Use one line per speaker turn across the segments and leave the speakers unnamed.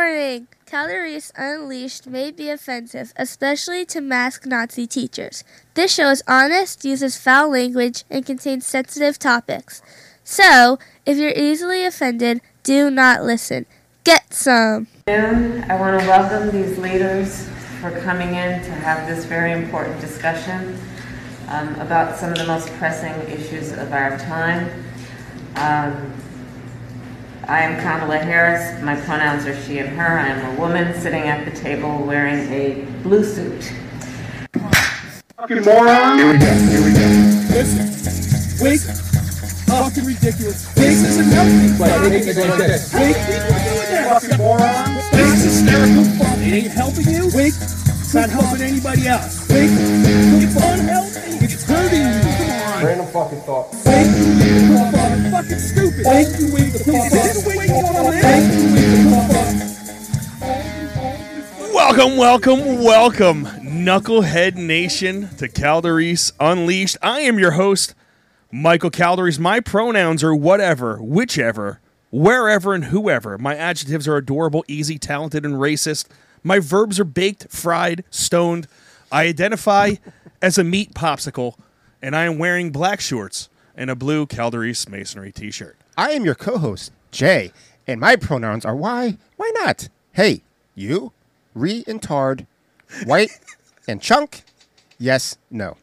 saying calories unleashed may be offensive, especially to masked Nazi teachers. This show is honest, uses foul language, and contains sensitive topics. So, if you're easily offended, do not listen. Get some.
afternoon. I want to welcome these leaders for coming in to have this very important discussion um, about some of the most pressing issues of our time. Um, I am Kamala Harris. My pronouns are she and her. I am a woman sitting at the table wearing a blue suit.
fucking moron.
Here we go. Here we go.
Listen, wake up. Fucking ridiculous. This isn't healthy. Like, make it like that. Wake people doing that.
Fucking moron.
This is hysterical fun. It ain't helping you. Wake. It's not helping anybody else. Wake. It's unhealthy. It's hurting you. Come on.
Random fucking thought.
Wake. You up. I'm fucking stupid. Wake. You wake the fuck up. This is the way you wanna live. Wake. You wake the fuck up.
Welcome, welcome, welcome, Knucklehead Nation to Calderese Unleashed. I am your host, Michael Calderese. My pronouns are whatever, whichever, wherever, and whoever. My adjectives are adorable, easy, talented, and racist. My verbs are baked, fried, stoned. I identify as a meat popsicle, and I am wearing black shorts and a blue Calderese Masonry t shirt.
I am your co-host, Jay, and my pronouns are why, why not? Hey, you, re and tard, white and chunk, yes, no.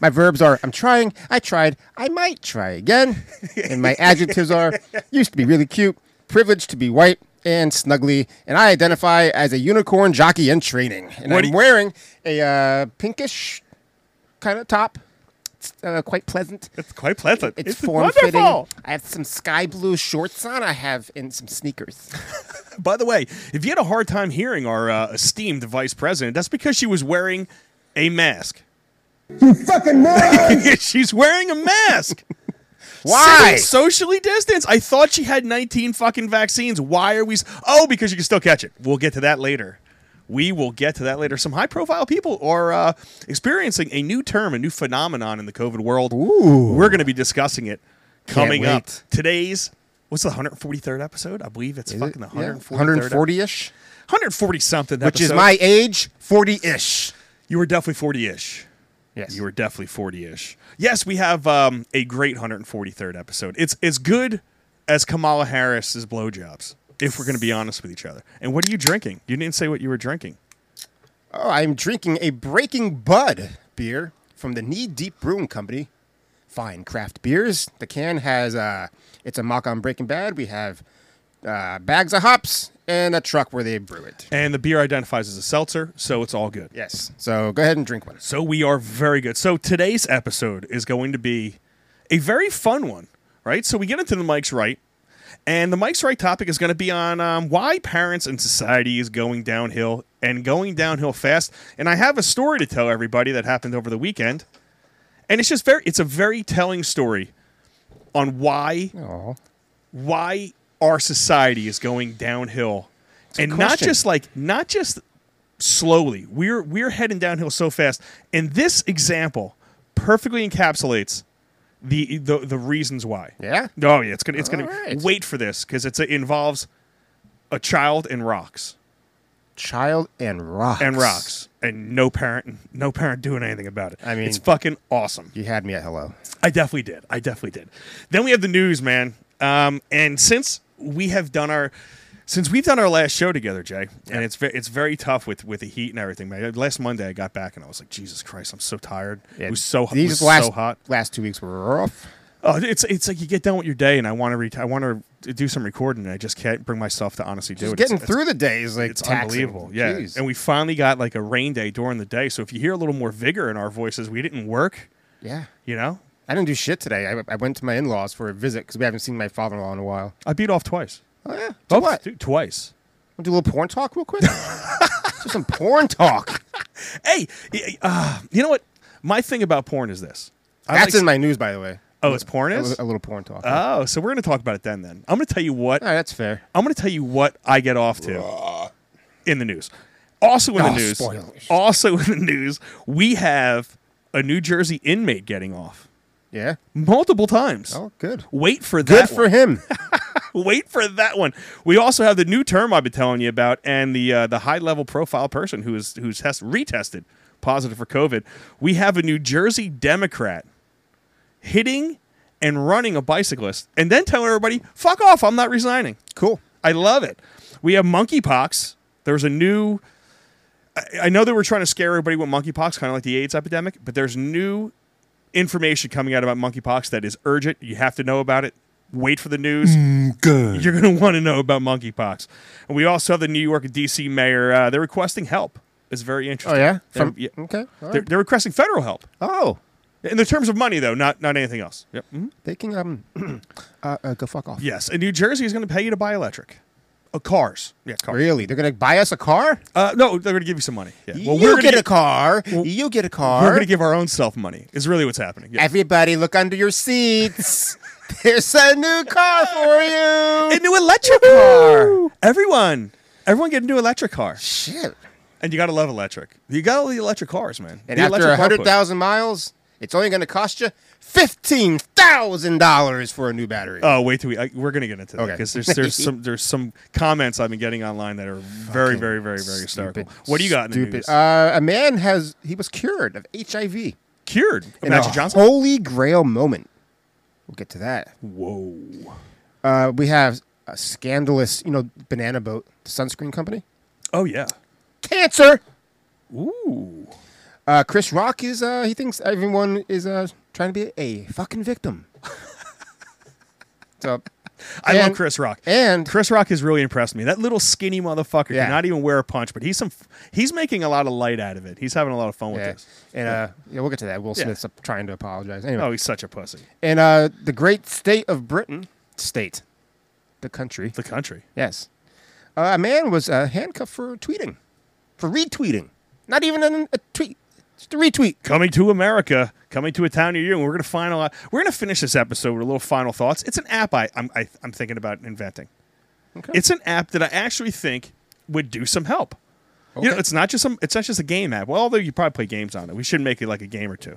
My verbs are I'm trying, I tried, I might try again, and my adjectives are used to be really cute, privileged to be white and snuggly, and I identify as a unicorn jockey in training, and
What do
I'm
you-
wearing a uh, pinkish kind of top. It's uh, quite pleasant.
It's quite pleasant.
It's, form fitting. I have some sky blue shorts on. I have and some sneakers.
By the way, if you had a hard time hearing our uh, esteemed vice president, that's because she was wearing a mask.
You fucking moron.
She's wearing a mask.
Why?
Sitting socially distance? I thought she had 19 fucking vaccines. Why are we? s- Oh, because you can still catch it. We'll get to that later. We will get to that later. Some high profile people are uh, experiencing a new term, a new phenomenon in the COVID world. Ooh. We're going to be discussing it coming up.
wait.
Today's, what's the 143rd episode? I believe it's fucking the 143rd.
140 ish,
140 something.
which is my age, 40 ish.
You were definitely 40 ish.
Yes.
You were definitely 40 ish. Yes, we have um, a great 143rd episode. It's as good as Kamala Harris's blowjobs, if we're going to be honest with each other. And what are you drinking? You didn't say what you were drinking.
Oh, I'm drinking a Breaking Bud beer from the Knee Deep Brewing Company. Fine craft beers. The can has uh, it's a mock on Breaking Bad. We have uh, bags of hops and a truck where they brew it.
And the beer identifies as a seltzer, so it's all good.
Yes. So go ahead and drink one.
So we are very good. So today's episode is going to be a very fun one, right? So we get into the Mike's Right, and the Mike's Right topic is going to be on um, why parents and society is going downhill and going downhill fast. And I have a story to tell everybody that happened over the weekend, and it's just very, it's a very telling story on why
Oh,
why our society is going downhill and not
question.
just like not just slowly we're we're heading downhill so fast and this example perfectly encapsulates the the, the reasons why
Yeah?
oh yeah it's gonna it's gonna
All right.
wait for this because it's it involves a child and rocks
child and rocks.
and rocks and no parent no parent doing anything about it
I mean-
it's fucking awesome
You had me at hello.
I definitely did. I definitely did. Then we have the news, man. Um, and since we have done our, since we've done our last show together, Jay, and it's ve- it's very tough with with the heat and everything, man. Uh, Last Monday I got back and I was like, Jesus Christ, I'm so tired. it was so hot. It
These
was
last
so hot.
last two weeks were rough.
Oh, it's it's like you get done with your day and I want to re- I want to do some recording and I just can't bring myself to honestly do it.
Just
It's-
getting
it's-
through the day is like
it's
taxing.
unbelievable. Yeah.
Jeez.
And we finally got like a rain day during the day. So if you hear a little more vigor in our voices, we didn't work,
yeah.
you know?
I didn't do shit today. I, I went to my in laws for a visit because we haven't seen my father in law in a while.
I beat off twice.
Oh yeah. So
Oh,
what?
Dude, twice.
Wanna do a little porn talk real quick. Let's do some porn talk.
Hey, y- uh, you know what? My thing about porn is this. I
That's
like-
in my news, by the way.
Oh, it's porn
A,
is.
li- a little porn talk.
oh, so we're gonna talk about it then. Then I'm gonna tell you what
All right, that's fair.
I'm gonna tell you what I get off to in the news. Also in the
Oh,
news.
spoilers.
Also in the news, we have a New Jersey inmate getting off
Yeah.
multiple times.
Oh, good.
Wait for
Good
that.
for
one.
him.
Wait for that one. We also have the new term I've been telling you about, and the uh, the high level profile person who is who's test retested positive for COVID. We have a New Jersey Democrat hitting and running a bicyclist, and then telling everybody, "Fuck off! I'm not resigning."
Cool.
I love it. We have monkeypox. There's a new. I- I know they were trying to scare everybody with monkeypox, kind of like the AIDS epidemic, but there's new information coming out about monkeypox that is urgent. You have to know about it. Wait for the news.
Mm,
Good.
You're going to want to know about monkeypox. And we also have the New York and DC mayor. Uh, they're requesting help. It's very
Oh
interesting.
yeah.
They're,
From,
yeah.
Okay. all
They're,
right.
they're requesting federal help
Oh,
in the terms of money, though, not not anything else. Yep. Mhm.
they can um, uh, uh, go fuck off.
Yes. And New Jersey is going to pay you to buy electric. Uh, cars. Yeah, cars.
Really? They're gonna buy us a car?
Uh, no, they're going to give you some money. Yeah. Well,
you
we're
get
going
a car. you get a car.
We're going to give our own self money. Is really what's happening. Yeah.
Everybody, look under your seats. There's a new car for you.
A new electric car. Everyone, everyone get a new electric car.
Shit.
And you got to love electric. You got all the electric cars, man.
And
The
after
electric car push.
hundred thousand miles, it's only gonna cost you fifteen thousand dollars for a new battery.
Oh, wait till we I, we're gonna get into that
Okay.
because there's there's some there's some comments I've been getting online that are very very very very hysterical. what do you got? In the
Stupid.
news?
Uh, a man has he was cured of HIV.
Cured.
in a
Magic Johnson.
Holy Grail moment. We'll get to that.
Whoa.
Uh, we have a scandalous, you know, banana boat the sunscreen company.
Oh yeah.
Cancer.
Ooh.
Uh, Chris Rock is uh, he thinks everyone is uh, trying to be a fucking victim. so
I love
And-
Chris Rock.
and-
Chris Rock has really impressed me. That little skinny motherfucker
Yeah.
cannot even wear a punch, but he's some he's making a lot of light out of it. He's having a lot of fun with
yeah.
this.
and uh, yeah, we'll get to that. Will
Yeah.
Smith's up trying to apologize anyway.
Oh, he's such a pussy.
And uh, the great state of Britain,
Mm.
state, the country.
The country.
Yes. Uh, a man was uh, handcuffed for tweeting, for retweeting. Not even an, a tweet, just a retweet.
coming to America, coming to a town near you. And we're going to final. We're going to finish this episode with a little final thoughts. It's an app I, I'm I, I'm thinking about inventing.
Okay.
It's an app that I actually think would do some help. You know,
Okay.
it's not just some. It's not just a game app. Well, although you probably play games on it, we should make it like a game or two.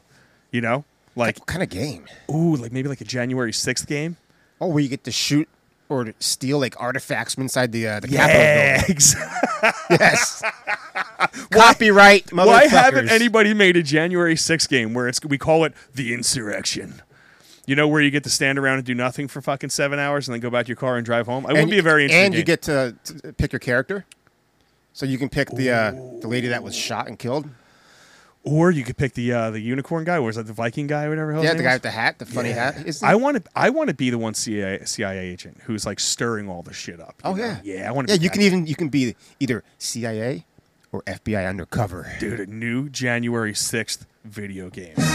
You know, like
What kind of game?
ooh, like maybe like a January sixth game.
Oh, where you get to shoot or to steal like artifacts from inside the uh, the
Yeah,
Capitol
exactly.
building. Yes. Copyright, motherfuckers.
Why haven't anybody made a January sixth game where it's we call it the insurrection? You know where you get to stand around and do nothing for fucking seven hours and then go back to your car and drive home. It would be a very interesting
And you
game.
get to, to pick your character, so you can pick the uh, the lady that was shot and killed.
Or you could pick the uh, the unicorn guy, or is that the Viking guy, or whatever. the hell his
Yeah, the
name
guy
was?
with the hat, the funny hat. Is
Oh, I want to. I want to be the one CIA, CIA agent who's like stirring all the shit up. you
Oh
know?
yeah,
yeah. I want to.
Yeah, you can even you can be either CIA or FBI undercover.
dude a new January sixth video game.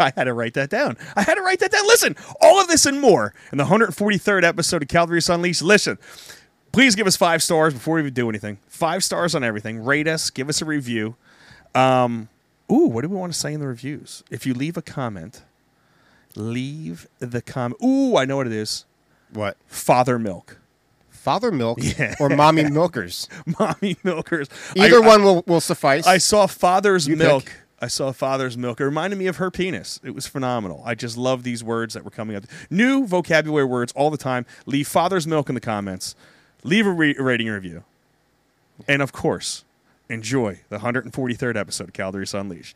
I had to write that down. I had to write that down. Listen, all of this and more in the 143rd episode of Calvary's Unleashed. Listen, please give us five stars before we even do anything. Five stars on everything. Rate us. Give us a review. Um, ooh, what do we want to say in the reviews? If you leave a comment, leave the comment. Ooh, I know what it is.
What?
Father Milk,
Father milk or mommy milkers?
mommy milkers. I-
Either
I-
one will, will suffice.
I saw Father's
You
Milk.
pick.
I saw Father's Milk. It reminded me of her penis. It was phenomenal. I just love these words that were coming up. New vocabulary words all the time. Leave Father's Milk in the comments. Leave a re- rating and review. And of course, enjoy the 143rd episode of Calderys Unleashed.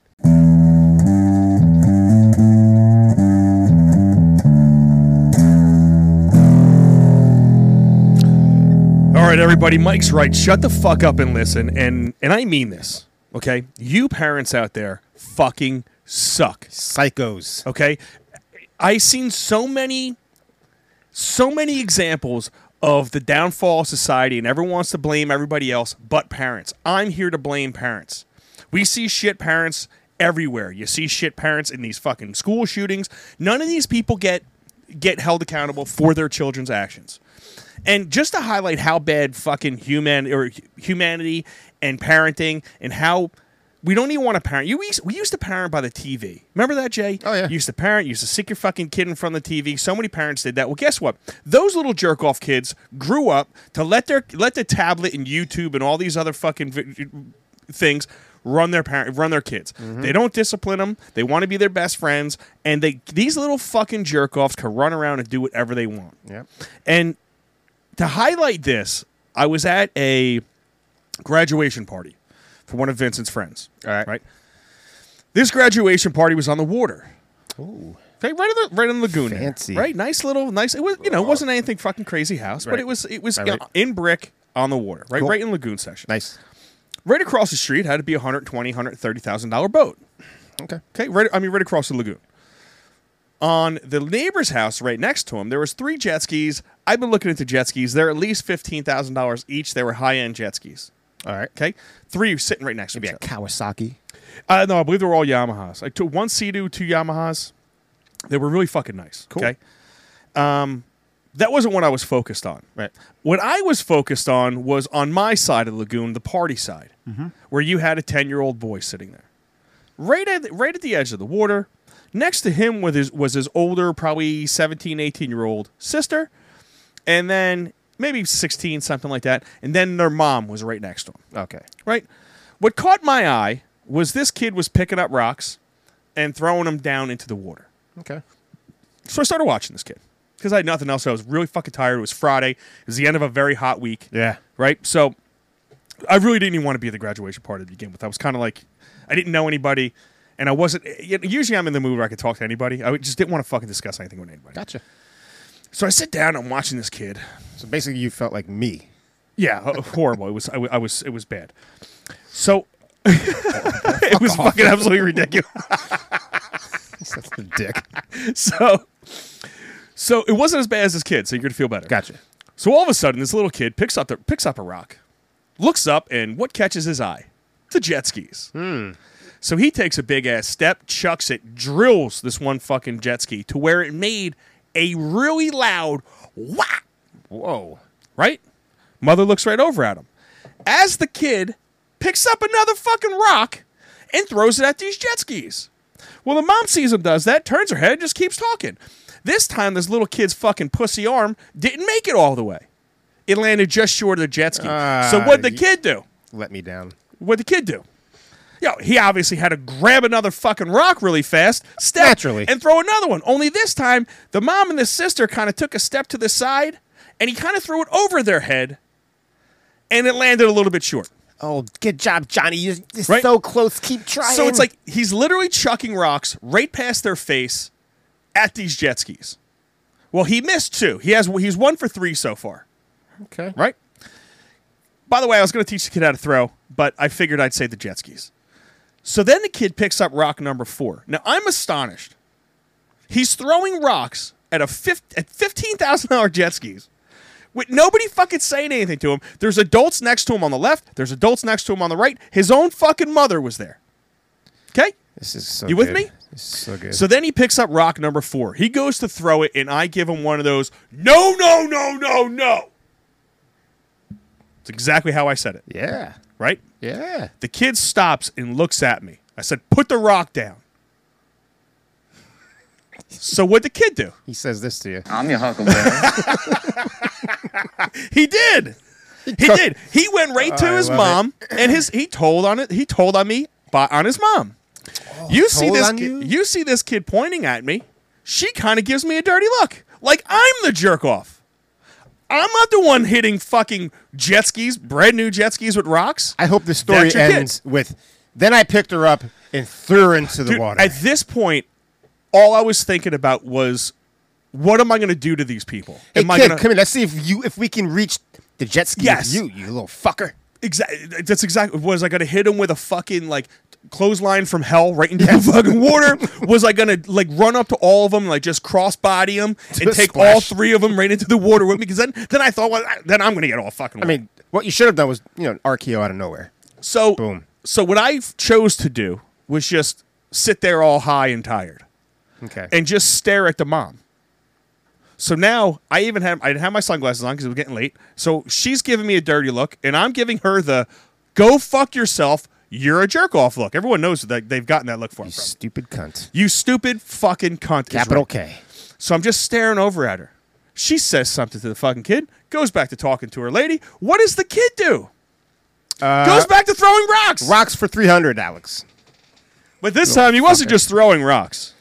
All right, everybody, Mike's right. Shut the fuck up and listen. And and I mean this, okay? You parents out there fucking suck.
Psychos.
Okay? I've seen so many so many examples of the downfall of society and everyone wants to blame everybody else but parents. I'm here to blame parents. We see shit parents everywhere. You see shit parents in these fucking school shootings. None of these people get get held accountable for their children's actions. And just to highlight how bad fucking human or hu- humanity and parenting and how we don't even want to parent. You used, we used to parent by the TV. Remember that, Jay?
Oh, yeah.
You used to parent. You used to stick your fucking kid in front of the TV. So many parents did that. Well, guess what? Those little jerk off kids grew up to let their let the tablet and YouTube and all these other fucking vi- things run their parent, run their kids. They don't discipline them. They want to be their best friends, and they these little fucking jerk offs can run around and do whatever they want.
Yep.
And to highlight this, I was at a graduation party for one of Vincent's friends.
All right.
Right. This graduation party was on the water. Ooh. Right on the right on the lagoon. there,
Fancy.
right? Nice little nice. It was you know it wasn't anything fucking crazy house, but
Right.
it was it was
Right, right.
in brick on the water, right?
Cool.
Right in lagoon section.
Nice.
Right across the street had to be a hundred twenty, hundred thirty thousand dollar boat.
Okay.
Okay, right. I mean, right across the lagoon. On the neighbor's house, right next to him, there was three jet skis. I've been looking into jet skis. They're at least fifteen thousand dollars each. They were high end jet skis.
All right.
Okay, three sitting right next to
Maybe
each
a
other.
Kawasaki.
Uh, no, I believe they were all Yamahas. I took one Sea-Doo, two Yamahas. They were really fucking nice.
Cool.
Okay. Um, that wasn't what I was focused on.
Right.
What I was focused on was on my side of the lagoon, the party side,
Mm-hmm.
where you had a 10 year old boy sitting there. Right at, right at the edge of the water, next to him was his, was his older, probably 17, 18 year old sister, and then maybe 16, something like that. And then their mom was right next to him
Okay.
right? What caught my eye was this kid was picking up rocks and throwing them down into the water.
Okay.
So I started watching this kid because I had nothing else. I was really fucking tired. It was Friday. It was the end of a very hot week.
Yeah.
Right? So I really didn't even want to be at the graduation party to begin with. I was kind of like, I didn't know anybody. And I wasn't, y- usually I'm in the mood where I could talk to anybody. I just didn't want to fucking discuss anything with anybody.
Gotcha.
So I sit down, I'm watching this kid.
So basically, you felt like me.
Yeah, ho- horrible. It was. I, wa- I was. It was bad. So it was fucking absolutely ridiculous.
That's the dick.
So, so it wasn't as bad as this kid. So you're gonna feel better.
Gotcha.
So all of a sudden, this little kid picks up the, picks up a rock, looks up, and what catches his eye? The jet skis.
Hmm.
So he takes a big ass step, chucks it, drills this one fucking jet ski to where it made a really loud whack
Whoa.
right? Mother looks right over at him. As the kid picks up another fucking rock and throws it at these jet skis. Well, the mom sees him does that, turns her head, and just keeps talking. This time, this little kid's fucking pussy arm didn't make it all the way. It landed just short of the jet ski. so
Ah,
what'd the
ye-
kid do?
Let me down.
What'd the kid do? Yo, he obviously had to grab another fucking rock really fast, step,
Naturally.
and throw another one. Only this time, the mom and the sister kind of took a step to the side, and he kind of threw it over their head, and it landed a little bit short.
Oh, good job, Johnny. You're, you're
Right?
so close. Keep trying.
So it's like he's literally chucking rocks right past their face at these jet skis. Well, he missed two. He has he's one for three so far.
okay.
right? By the way, I was going to teach the kid how to throw, but I figured I'd say the jet skis. So then the kid picks up rock number four. Now I'm astonished. He's throwing rocks at a fif- at fifteen thousand dollar jet skis. With nobody fucking saying anything to him. There's adults next to him on the left. There's adults next to him on the right. His own fucking mother was there. Okay?
This is so.
You with
good.
me?
This is so good.
So then he picks up rock number four. He goes to throw it, and I give him one of those no, no, no, no, no. It's exactly how I said it,
yeah.
right?
Yeah.
The kid stops and looks at me. I said, put the rock down. So what'd the kid do?
He says this to you.
I'm your huckleberry.
He did. He did. He went right to
I
his
love
mom and his he told on it he told on me by on his mom. you see
Oh, told
this
on
ki-
you?
you? see this kid pointing at me. She kind of gives me a dirty look. Like I'm the jerk off. I'm not the one hitting fucking jet skis, brand new jet skis with rocks.
I hope the story
That's your kid.
ends with. Then I picked her up and threw her into the
Dude,
water.
At this point, all I was thinking about was what am I going to do to these people?
hey,
Am I
kid,
gonna-
come here. Let's see if you if we can reach the jet ski. with
Yes.
You, you little fucker.
Exactly. That's exactly. Was I gonna hit him with a fucking like clothesline from hell right into the fucking water? Was I gonna like run up to all of them, like just crossbody them and
Just
take all
splash.
three of them right into the water with me? Because then, then I thought, well, I- then I'm gonna get all fucking.
I mean, what you should have done was you know RKO out of nowhere.
so
boom.
So what I chose to do was just sit there all high and tired
Okay.
and just stare at the mom. So now I even had I didn't have my sunglasses on because it was getting late. So she's giving me a dirty look, and I'm giving her the "go fuck yourself, you're a jerk off" look. Everyone knows that they've gotten that look from.
you
from.
stupid cunt.
You stupid fucking cunt. is
Capital
right.
K.
So I'm just staring over at her. She says something to the fucking kid, goes back to talking to her lady. What does the kid do? Goes back to throwing rocks.
Uh, Rocks for 300, Alex.
But this time he wasn't just throwing rocks.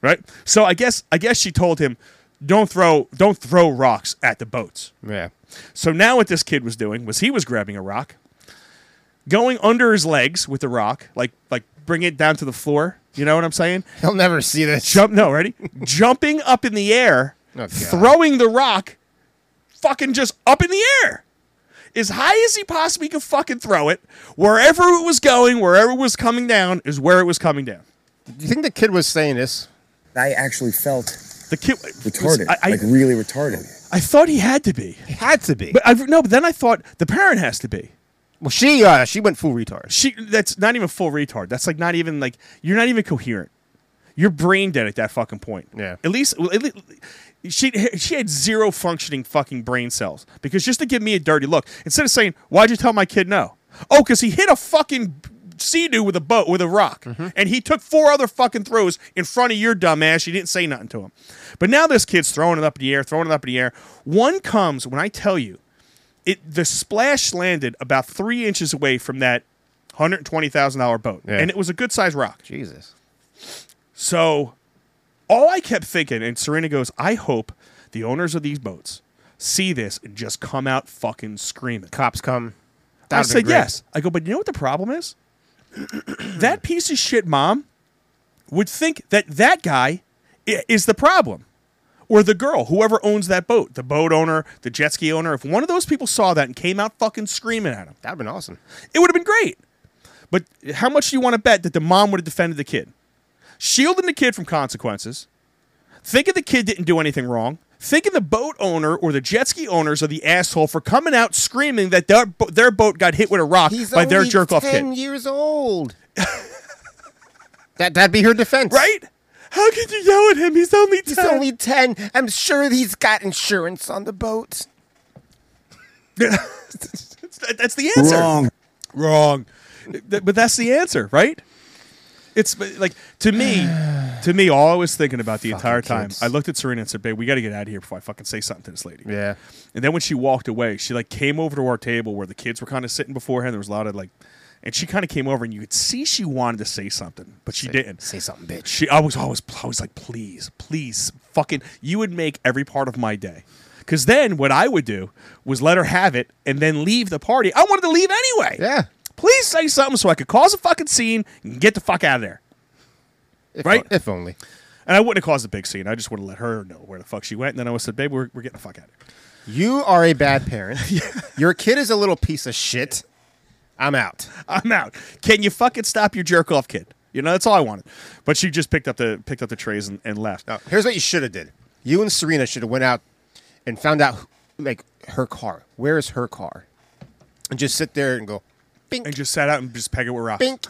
Right? So I guess I guess she told him, Don't throw don't throw rocks at the boats.
Yeah.
So now what this kid was doing was he was grabbing a rock, going under his legs with the rock, like like bring it down to the floor. You know what I'm saying?
He'll never see this.
Jump no, ready? Jumping up in the air,
God.
throwing the rock fucking just up in the air. As high as he possibly could fucking throw it, wherever it was going, wherever it was coming down, is where it was coming down.
Do you think the kid was saying this?
I actually felt
The kid
retarded,
I, I,
like really retarded.
I thought he had to be,
It had to be.
but I, no. But then I thought the parent has to be.
well, she uh, she went full retard.
She that's not even full retard. That's like not even like you're not even coherent. You're brain dead at that fucking point.
Yeah.
At least, well, at least she she had zero functioning fucking brain cells because just to give me a dirty look instead of saying why'd you tell my kid no? Oh, because he hit a fucking sea dude with a boat with a rock and he took four other fucking throws in front of your dumb ass. You didn't say nothing to him. But now this kid's throwing it up in the air, throwing it up in the air. One comes when I tell you it the splash landed about three inches away from that hundred twenty thousand dollar boat,
Yeah.
and it was a good sized rock.
Jesus.
So all I kept thinking, and Serena goes, "I hope the owners of these boats see this and just come out fucking screaming."
Cops come.
I
That'd be
said
great.
yes. I go, but you know what the problem is? that piece of shit mom would think that that guy i- is the problem. Or the girl, whoever owns that boat, the boat owner, the jet ski owner, if one of those people saw that and came out fucking screaming at him,
That'd been awesome.
it would have been great. But how much do you want to bet that the mom would have defended the kid? Shielding the kid from consequences, thinking the kid didn't do anything wrong, thinking the boat owner or the jet ski owners are the asshole for coming out screaming that their, bo- their boat got hit with a rock by their jerk off kid.
years old. that that'd be her defense,
Right? How could you yell at him? He's only 10.
He's only ten. I'm sure he's got insurance on the boat.
That- That's the answer. Wrong. Th- But that's the answer, right? It's but, like to me, to me, all I was thinking about the entire time.
kids.
I looked at Serena and said, "Babe, we got to get out of here before I fucking say something to this lady."
Yeah.
And then when she walked away, she like came over to our table where the kids were kind of sitting beforehand. There was a lot of like, and she kind of came over and you could see she wanted to say something, but she didn't.
Say something, bitch.
She, I was always, I was like, please, please, fucking, you would make every part of my day. Because then what I would do was let her have it and then leave the party. I wanted to leave anyway.
Yeah.
Please say something so I could cause a fucking scene and get the fuck out of there.
If
Right?
if only.
And I wouldn't have caused a big scene. I just would have let her know where the fuck she went. And then I would have said, babe, we're, we're getting the fuck out of here.
You are a bad parent. Your kid is a little piece of shit. I'm out.
I'm out. Can you fucking stop your jerk off kid? You know, that's all I wanted. But she just picked up the picked up the trays and, and left.
Now, here's what you should have did. You and Serena should have went out and found out like her car. Where is her car? And just sit there and go, bink,
And just sat out and just pegged it with rocks.
bink,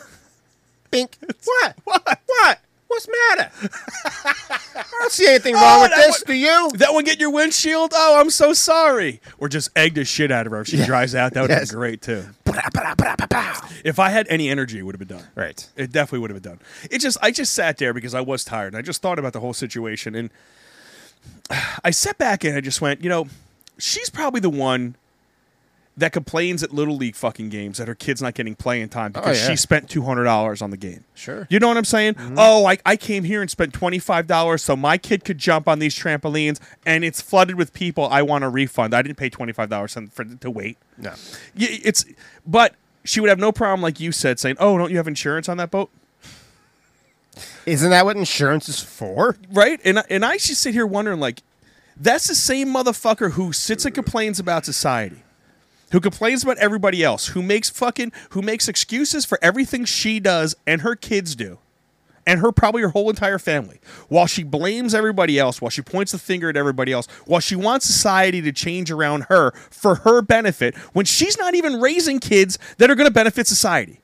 bink. What? What? What? What's the matter? I don't see anything wrong
Oh,
with
that
this.
one-
Do you?
That one get your windshield? Oh, I'm so sorry. Or just egg the shit out of her if she drives out. That would have
Yes.
been great too.
Ba-da-ba-da-ba-da-ba-bow.
If I had any energy, it would have been done.
Right.
It definitely would have been done. It just I just sat there because I was tired and I just thought about the whole situation and I sat back and I just went, you know, she's probably the one that complains at little league fucking games that her kid's not getting playing time because
Oh, yeah.
she spent two hundred dollars on the game.
Sure. Mm-hmm.
You know what I'm saying? Oh, I, I came here and spent twenty five dollars so my kid could jump on these trampolines and it's flooded with people. I want a refund. I didn't pay twenty five dollars for to wait.
No.
Y- it's but she would have no problem like you said saying oh don't you have insurance on that boat
Isn't that what insurance is for?
right and I- and i should sit here wondering like that's the same motherfucker who sits and complains about society who complains about everybody else who makes fucking who makes excuses for everything she does and her kids do and her probably her whole entire family while she blames everybody else while she points the finger at everybody else while she wants society to change around her for her benefit when she's not even raising kids that are going to benefit society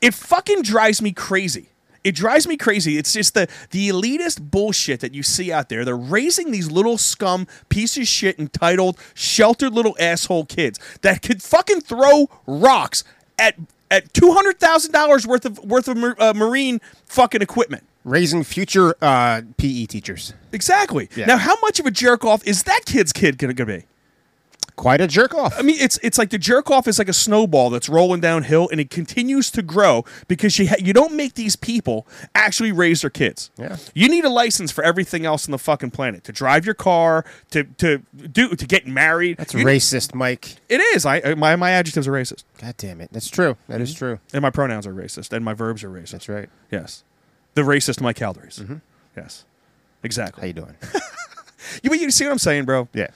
it fucking drives me crazy. It drives me crazy. It's just the the elitist bullshit that you see out there. They're raising these little scum pieces of shit entitled sheltered little asshole kids that could fucking throw rocks at at two hundred thousand dollars worth of worth of mar- uh, marine fucking equipment.
Raising future uh, PE teachers.
Exactly.
Yeah.
Now, how much of a jerk off is that kid's kid gonna, gonna be?
quite a jerk off.
I mean, it's it's like the jerk off is like a snowball that's rolling downhill, and it continues to grow because you ha- you don't make these people actually raise their kids.
Yeah.
you need a license for everything else on the fucking planet to drive your car, to to do to get married.
That's
You-
racist, Mike.
It is. I I- my my adjectives are racist,
God damn it. That's true. That is true.
and my pronouns are racist, and my verbs are racist.
That's right. Mm-hmm.
Yes, the racist Mike Calderys. Yes,
How
exactly.
you doing?
You but you see what I'm saying, bro?
yeah.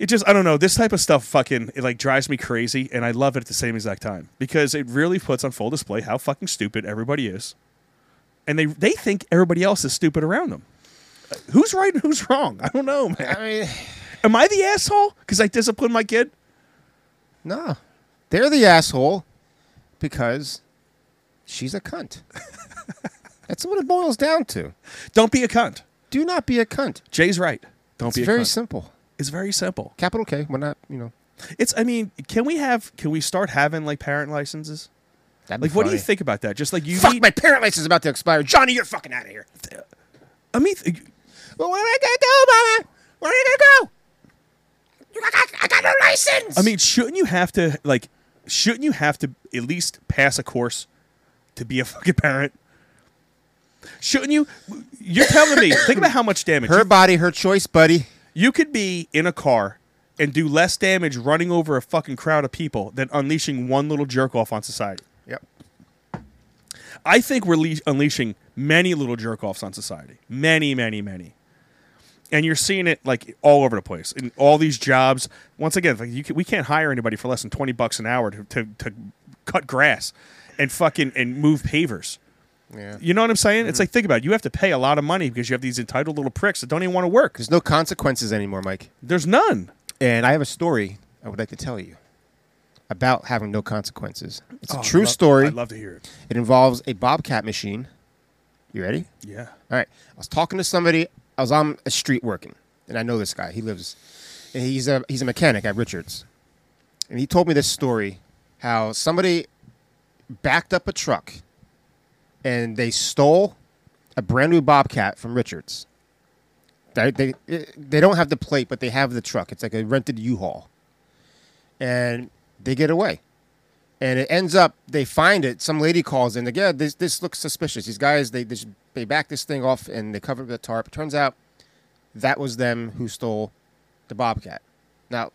it just I don't know. This type of stuff fucking it like drives me crazy, and I love it at the same exact time because it really puts on full display how fucking stupid everybody is, and they they think everybody else is stupid around them. Who's right and who's wrong? I don't know, man.
I mean,
Am I the asshole because I disciplined my kid?
no. They're the asshole because she's a cunt. That's what it boils down to.
Don't be a cunt.
Do not be a cunt.
Jay's right. Don't
It's
be a
very
cunt.
simple.
it's very simple.
Capital K. We're not, you know.
It's I mean, can we have can we start having like parent licenses?
that'd be
Like, what do you
funny.
think about that? Just like you
Fuck,
need-
my parent license is about to expire. Johnny, you're fucking out of here.
I mean, th-
Well, where am I going to go, Mama? Where am I going to go? I got, I got no license.
I mean, shouldn't you have to like? Shouldn't you have to at least pass a course to be a fucking parent? Shouldn't you? You're telling me. think about how much damage
her
you,
body, her choice, buddy.
you could be in a car and do less damage running over a fucking crowd of people than unleashing one little jerk off on society.
Yep.
I think we're le- unleashing many little jerk offs on society. Many, many, many. And you're seeing it like all over the place in all these jobs. Once again, like you can, we can't hire anybody for less than twenty bucks an hour to, to, to cut grass and fucking and move pavers.
Yeah. Mm-hmm.
You know what I'm saying? It's like think about it. You have to pay a lot of money because you have these entitled little pricks that don't even want to work.
There's no consequences anymore, Mike.
There's none.
And I have a story I would like to tell you about having no consequences. It's a true story.
I'd Oh, love to hear it.
it involves a bobcat machine. You ready?
Yeah.
All right. I was talking to somebody. I was on a street working, and I know this guy. He lives, and he's a he's a mechanic at Richards, and he told me this story how somebody backed up a truck, and they stole a brand new Bobcat from Richards. They they eh, they don't have the plate, but they have the truck. It's like a rented U-Haul, and they get away and it ends up they find it. Some lady calls in. Like, yeah, this this looks suspicious. These guys they they, just- they back this thing off and they cover it with a tarp. Turns out that was them who stole the bobcat. Now,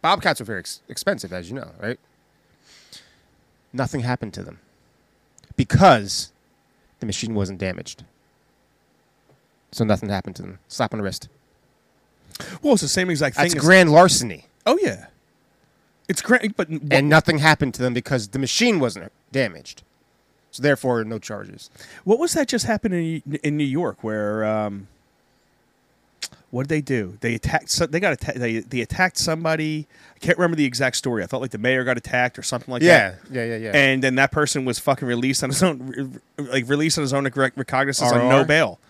bobcats are very ex- expensive, as you know, right? Nothing happened to them because the machine wasn't damaged. So nothing happened to them. Slap on the wrist.
Well, it's the same exact thing.
That's
as-
grand larceny,
Oh yeah. It's grand, but and
and nothing happened to them because the machine wasn't damaged. So therefore, no charges.
What was that just happened in in New York where um, what did they do? They attacked. So they got atta- they they attacked somebody. I can't remember the exact story. I thought like the mayor got attacked or something like
Yeah,
that.
yeah, yeah, yeah.
And then that person was fucking released on his own, re- like released on his own rec- recognizance on
RR?
no bail.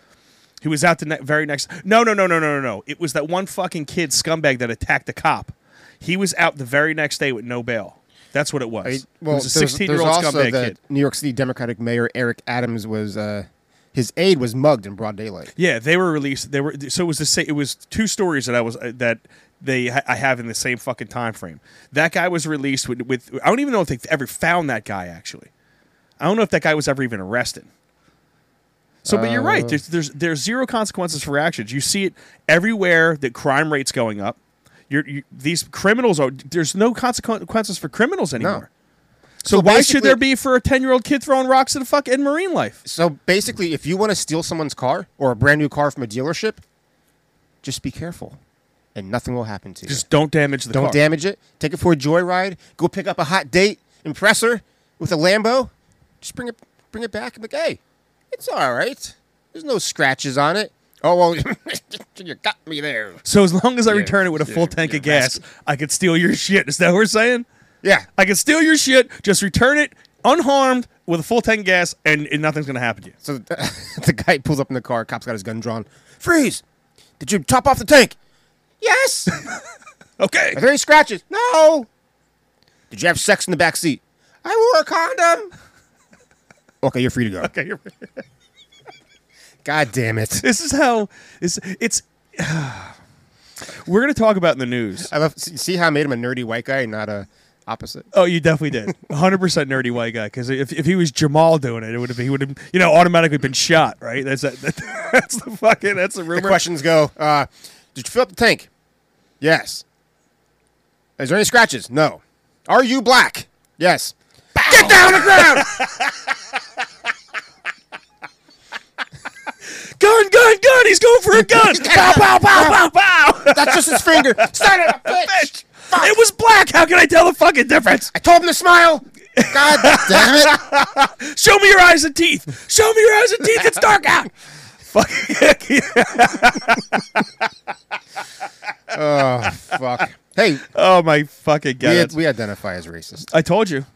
He was out the ne- very next. No, no, no, no, no, no, no. It was that one fucking kid scumbag that attacked the cop. He was out the very next day with no bail. That's what it was.
I-
it was a sixteen-year-old scumbag
the
kid.
New York City Democratic Mayor Eric Adams was uh, his aide was mugged in broad daylight.
Yeah, they were released. They were so it was the same. It was two stories that I was uh, that they ha- I have in the same fucking time frame. That guy was released with, with I don't even know if they ever found that guy. Actually, I don't know if that guy was ever even arrested. So, but you're
Uh.
right. There's there's there's zero consequences for actions. You see it everywhere. That crime rates going up. You're, you, these criminals are. There's no consequences for criminals anymore. So,
So
why should
basically-
there be for a ten year old kid throwing rocks at a fuck in marine life?
So basically, if you want to steal someone's car or a brand new car from a dealership, just be careful, and nothing will happen to you.
Just don't damage the
Don't
car.
damage it. Take it for a joyride. Go pick up a hot date. Impress her with a Lambo. Just bring it, bring it back. and be like, hey, it's all right. There's no scratches on it. Oh well, you got me there.
So as long as I return it with a full
yeah,
tank of
yeah,
gas, I could steal your shit. Is that what we're saying?
Yeah,
I could steal your shit, just return it unharmed with a full tank of gas, and, and nothing's gonna happen to you.
So the, the guy pulls up in the car. Cop's got his gun drawn. Freeze! Did you top off the tank? Yes. Are
Okay.
there any scratches? No. Did you have sex in the back seat? I wore a condom. Okay, you're free to go.
Okay. You're,
God damn it!
this is how this, it's. We're going to talk about in the news.
I love. See see how I made him a nerdy white guy, and not a opposite.
Oh, you definitely did. 100% nerdy white guy. Because if, if he was Jamal doing it, it would have he would have you know automatically been shot. Right? That's that, That's the fucking. That's the rumor.
The questions go: uh, Did you fill up the tank? Yes. Is there any scratches? No. Are you black? Yes. Get down on the ground!
Gun, gun, gun! He's going for a gun! pow, pow, pow, pow, pow!
That's just his finger. Son of a bitch!
It was black. How can I tell the fucking difference?
I told him to smile. God damn it!
Show me your eyes and teeth. Show me your eyes and teeth. It's dark out. Fuck.
Oh fuck! Hey,
oh my fucking
we,
god.
we identify as racist.
I told you.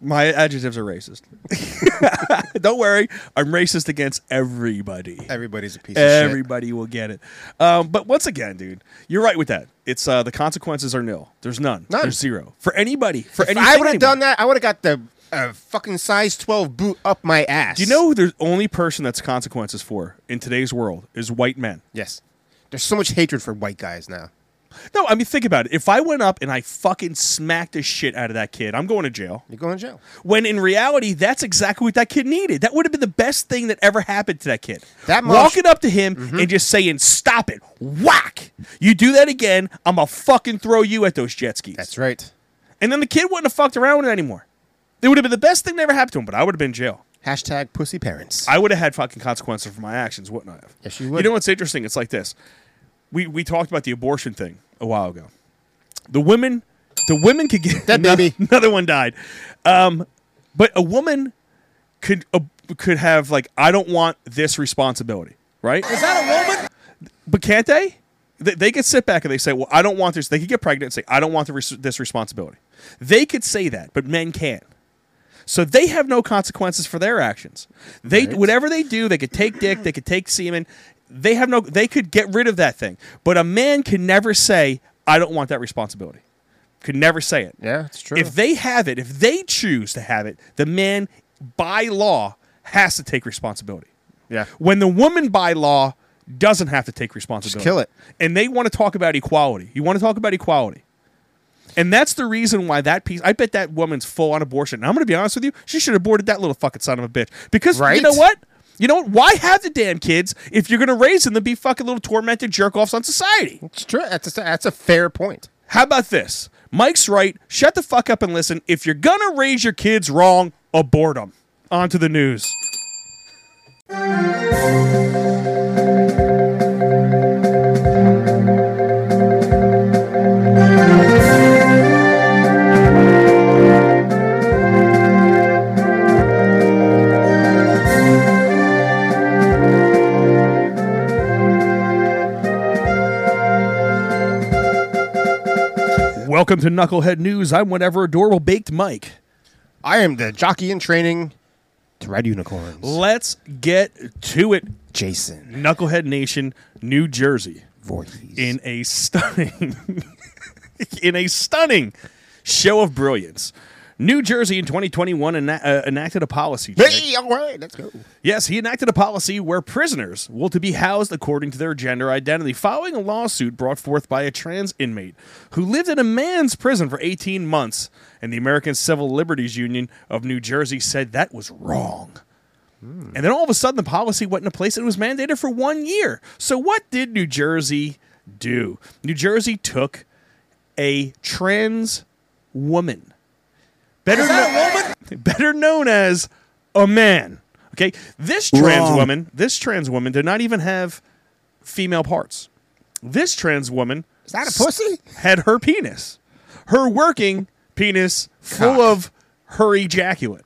My adjectives are racist. Don't worry, I'm racist against everybody.
Everybody's a piece of shit.
Everybody will get it. Um, but once again, dude, you're right with that. It's uh, the consequences are nil. There's none.
None.
There's zero for anybody. For
If
anything.
I would have
anyone.
done that, I would have got the uh, fucking size twelve boot up my ass.
Do you know who the only person that's consequences for in today's world is white men?
Yes. There's so much hatred for white guys now.
No, I mean think about it. If I went up and I fucking smacked the shit out of that kid, I'm going to jail.
You're going to jail.
When in reality, that's exactly what that kid needed. That would have been the best thing that ever happened to that kid.
That Mm-hmm. mother-
walking up to him and just saying, "Stop it! Whack! You do that again, I'm gonna fucking throw you at those jet skis."
That's right.
And then the kid wouldn't have fucked around with it anymore. It would have been the best thing that ever happened to him, but I would have been in jail.
Hashtag pussy parents.
I would have had fucking consequences for my actions, wouldn't I have?
Yes, you would.
You know what's interesting? It's like this. We we talked about the abortion thing a while ago. The women, the women could get
Dead baby.
Another one died, um, but a woman could uh, could have like I don't want this responsibility, right? Is that a woman? But can't they? They, they could sit back and they say, "Well, I don't want this." They could get pregnant and say, "I don't want the res- this responsibility." They could say that, but men can't. So they have no consequences for their actions. They whatever they do, they could take dick, they could take semen. They have no they could get rid of that thing. But a man can never say, I don't want that responsibility. Could never say it.
yeah, it's true.
If they have it, if they choose to have it, the man by law has to take responsibility.
yeah.
When the woman by law doesn't have to take responsibility.
kill it.
And they want to talk about equality. You want to talk about equality. And that's the reason why that piece I bet that woman's full on abortion. And I'm gonna be honest with you, she should have aborted that little fucking son of a bitch. Because you
Right?
know what? You know what? Why have the damn kids if you're gonna raise them to be fucking little tormented jerk offs on society?
It's true. That's a, that's a fair point.
How about this? Mike's right. Shut the fuck up and listen. If you're gonna raise your kids wrong, abort them. On to the news. Welcome to Knucklehead News. I'm whatever adorable baked Mike.
I am the jockey in training to ride unicorns.
Let's get to it,
Jason
Knucklehead Nation, New Jersey.
Voorhees.
in a stunning in a stunning show of brilliance. New Jersey in 2021 ena- uh, enacted a policy. Jack.
hey, all right, let's go.
Yes, he enacted a policy where prisoners will to be housed according to their gender identity following a lawsuit brought forth by a trans inmate who lived in a man's prison for 18 months and the American Civil Liberties Union of New Jersey said that was wrong. And then all of a sudden, the policy went into place and it was mandated for one year. So, what did New Jersey do? New Jersey took a trans woman, better, kno- better known as a man. Okay, this trans
Wrong.
woman, this trans woman did not even have female parts. This trans woman
Is that a pussy?
had her penis, her working penis, full
Cock.
of her ejaculate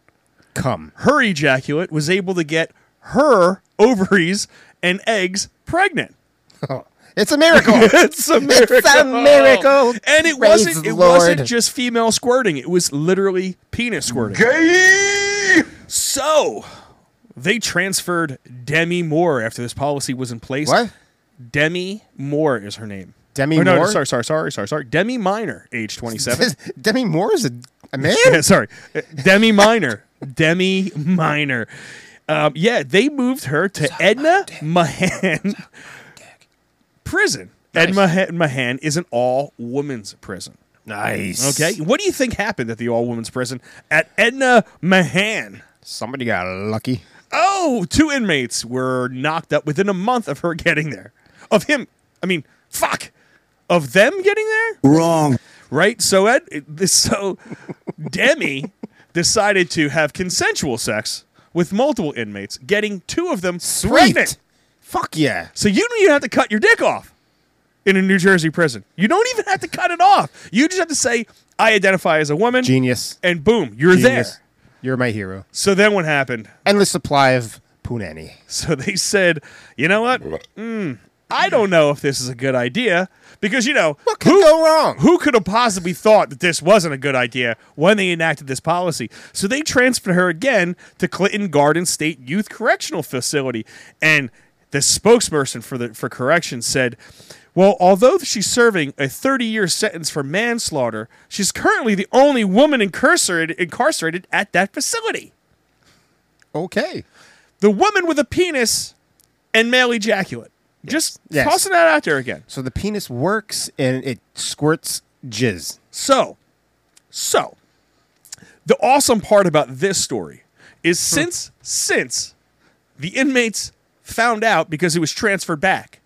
Come.
her ejaculate was able to get her ovaries and eggs pregnant.
It's a miracle.
It's a miracle.
miracle.
And it
Praise
wasn't
the
it
Lord.
wasn't just female squirting, it was literally penis squirting. So they transferred Demi Moore after this policy was in place.
What?
Demi Moore is her name.
Demi
Or no,
Moore?
Sorry, sorry, sorry, sorry, sorry. Demi Minor, age twenty seven.
Demi Moore is a, a man.
Yeah, sorry. Uh, Demi Minor. Demi Minor. Um, yeah, they moved her to Edna Mahan prison Ed Mah- Mahan is an all women's prison.
Nice.
Okay, what do you think happened at the all women's prison at Edna Mahan?
Somebody got lucky.
Oh, two inmates were knocked up within a month of her getting there. Of him, I mean, fuck, of them getting there.
Wrong.
right? So Ed, this so Demi decided to have consensual sex with multiple inmates, getting two of them pregnant.
Fuck yeah.
So you don't even have to cut your dick off in a New Jersey prison. You don't even have to cut it off. You just have to say, "I identify as a woman,"
Genius.
and boom, you're
Genius.
there.
You're my hero.
So then what happened?
Endless supply of punani.
So they said, "You know what? Mm, I don't know if this is a good idea." Because you know
What could go wrong?
Who could have possibly thought that this wasn't a good idea when they enacted this policy? So they transferred her again to Clinton Garden State Youth Correctional Facility, and the spokesperson for the for corrections said, "Well, although she's serving a 30-year sentence for manslaughter, she's currently the only woman incarcerated incarcerated at that facility.
Okay.
The woman with a penis and male ejaculate. Just
Yes.
tossing that out there again."
So the penis works and it squirts jizz.
So, so the awesome part about this story is
Hmm.
since since the inmates found out because it was transferred back,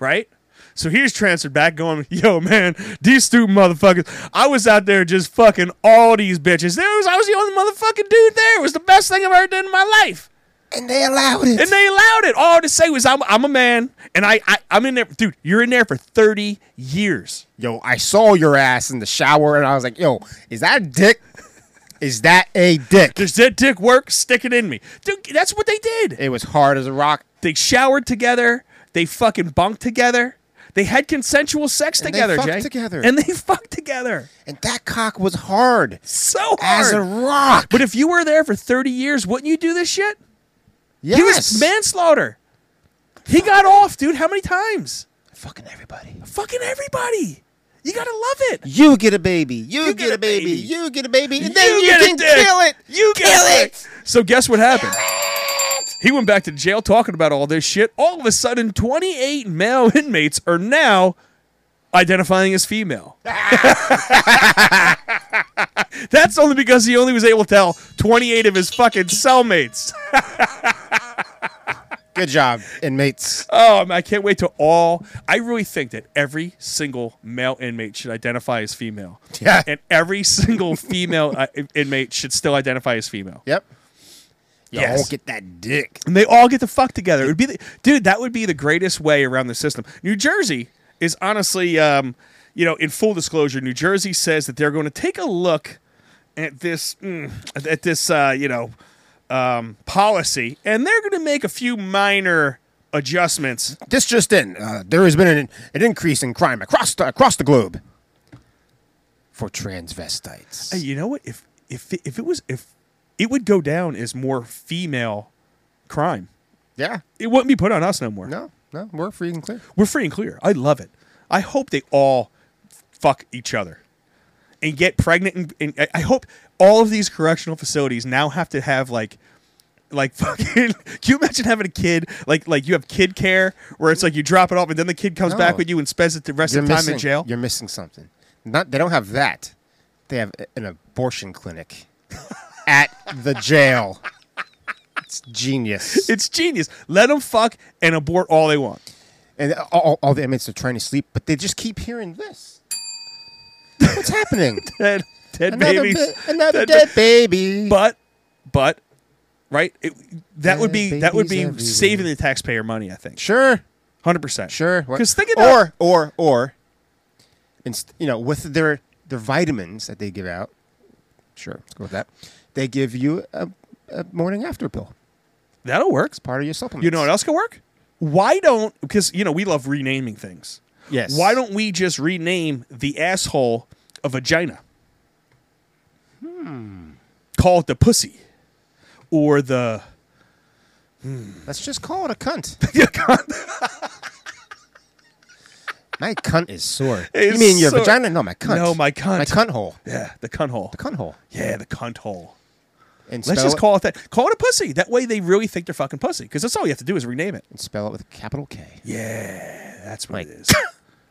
right? So he's transferred back, going, "Yo, man, these stupid motherfuckers! I was out there just fucking all these bitches. There was, I was the only motherfucking dude there. It was the best thing I've ever done in my life."
And they allowed it.
And they allowed it. All to say was, "I'm, I'm a man, and I, I, I'm in there, dude. You're in there for thirty years."
yo, I saw your ass in the shower and I was like, yo, is that a dick? Is that a dick?
Does that dick work? Stick it in me. Dude, that's what they did.
It was hard as a rock.
They showered together. They fucking bunked together. They had consensual sex
And they
together,
fucked
Jay.
together.
And they fucked together.
And that cock was hard
So hard.
as a rock.
but if you were there for 30 years, wouldn't you do this shit?
yes.
He was manslaughter. He got off, dude. How many times?
Fucking everybody.
Fucking everybody. You gotta love it.
You get a baby. You,
You
get, a baby. You get a baby. And then you,
get a
can
dick.
kill it.
You
kill
get a
it.
dick. So guess what happened? He went back to jail talking about all this shit. All of a sudden, 28 male inmates are now identifying as female. That's only because he only was able to tell 28 of his fucking cellmates.
Good job, inmates.
Oh, man, I can't wait to all. I really think that every single male inmate should identify as female.
Yeah.
And every single female uh, inmate should still identify as female.
Yep.
Yes.
Y'all get that dick.
and they all get to fuck together. It would be, the, dude, that would be the greatest way around the system. New Jersey is honestly, um, you know, in full disclosure, New Jersey says that they're going to take a look at this, mm, at this, uh, you know, um, policy, and they're going to make a few minor adjustments.
This just in. Uh, there has been an, an increase in crime across the, across the globe for transvestites.
Hey, you know what? If if it- if it was if it would go down as more female crime,
Yeah.
it wouldn't be put on us no more.
No, no. We're free and clear.
We're free and clear. I love it. I hope they all fuck each other and get pregnant. And, and I- I hope all of these correctional facilities now have to have like, like fucking. Can you imagine having a kid like like you have kid care where it's like you drop it off and then the kid comes back
No.
with you and spends it the rest of the time in jail.
You're missing something. Not they don't have that. They have a- an abortion clinic at the jail. It's genius.
It's genius. Let them fuck and abort all they want.
and all- all, all the inmates are trying to sleep, but they just keep hearing this. What's happening?
Dead, dead
another
babies.
ba- another
Dead
dead baby.
but but right it, that would be
Dead
that would be
babies everywhere.
saving the taxpayer money i think
sure,
100%
sure. What-
because think about
or or or, inst- you know, with their their vitamins that they give out. Sure, let's go with that. They give you a, a morning after pill.
that'll work
It's part of your supplement.
you know what else could work why don't because you know we love renaming things
Yes.
why don't we just rename the asshole a vagina hmm. call it the pussy or the
Let's just call it a cunt. My cunt is sore.
It's
you mean your
sore.
vagina? No, my cunt.
No, my cunt.
My cunt hole.
yeah the cunt hole
The cunt hole.
yeah the cunt hole
And
let's
spell
just
it-
call it that call it a pussy that way they really think they're fucking pussy because that's all you have to do is rename it
and spell it with a capital K.
Yeah, that's what it is.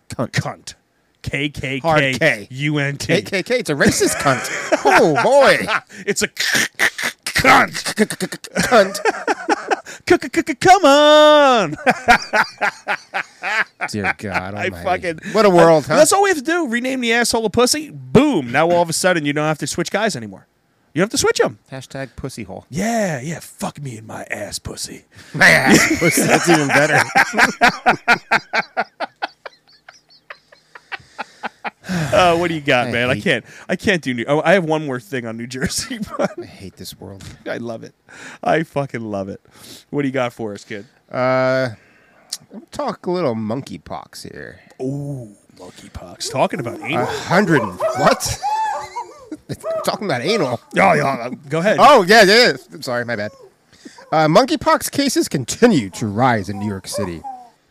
cunt.
Cunt.
Hard K.
KKK. UNT.
KKK. It's a racist cunt. Oh boy,
It's a cunt.
cunt.
Come on.
Dear God,
I
almighty.
fucking
what a world, huh?
That's all we have to do. Rename the asshole a pussy. Boom. Now all of a sudden you don't have to switch guys anymore. You don't have to switch them.
Hashtag pussy hole.
Yeah, yeah. Fuck me in my ass, pussy.
My ass pussy. That's even better.
Uh, what do you got,
I
man? I
hate-
can't. I can't do New. Oh, I have one more thing on New Jersey, but
I hate this world.
I love it. I fucking love it. What do you got for us, kid?
Talk a little monkeypox here.
Oh, monkeypox. Talking about anal.
A hundred and what? Talking about
oh,
anal.
yeah. Go ahead.
Oh yeah, yeah. yeah. I'm sorry, my bad. Uh, monkeypox cases continue to rise in New York City,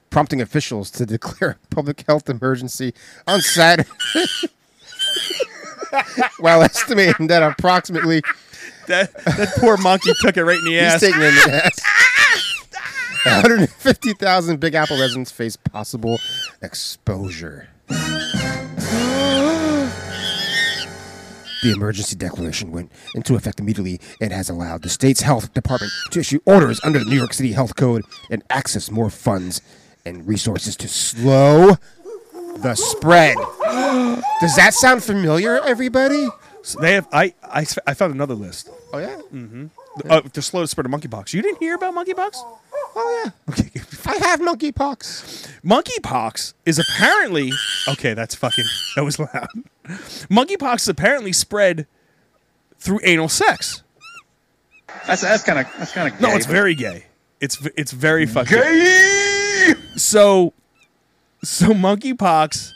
prompting officials to declare a public health emergency on Saturday, while estimating that approximately
That that poor monkey took it right in the
He's
ass.
taking it in the ass. 150,000 Big Apple residents face possible exposure. The emergency declaration went into effect immediately and has allowed the state's health department to issue orders under the New York City Health Code and access more funds and resources to slow the spread. Does that sound familiar, everybody?
So they have. I, I s- I found another list.
Oh, yeah.
Uh, to slow the spread of monkeypox. You didn't hear about monkeypox?
Oh, yeah. I have monkeypox.
Monkeypox is apparently okay. That's fucking. That was loud. Monkeypox is apparently spread through anal sex.
That's that's kind of that's kind of
No, it's very gay. It's v- it's very fucking gay. So, so monkeypox.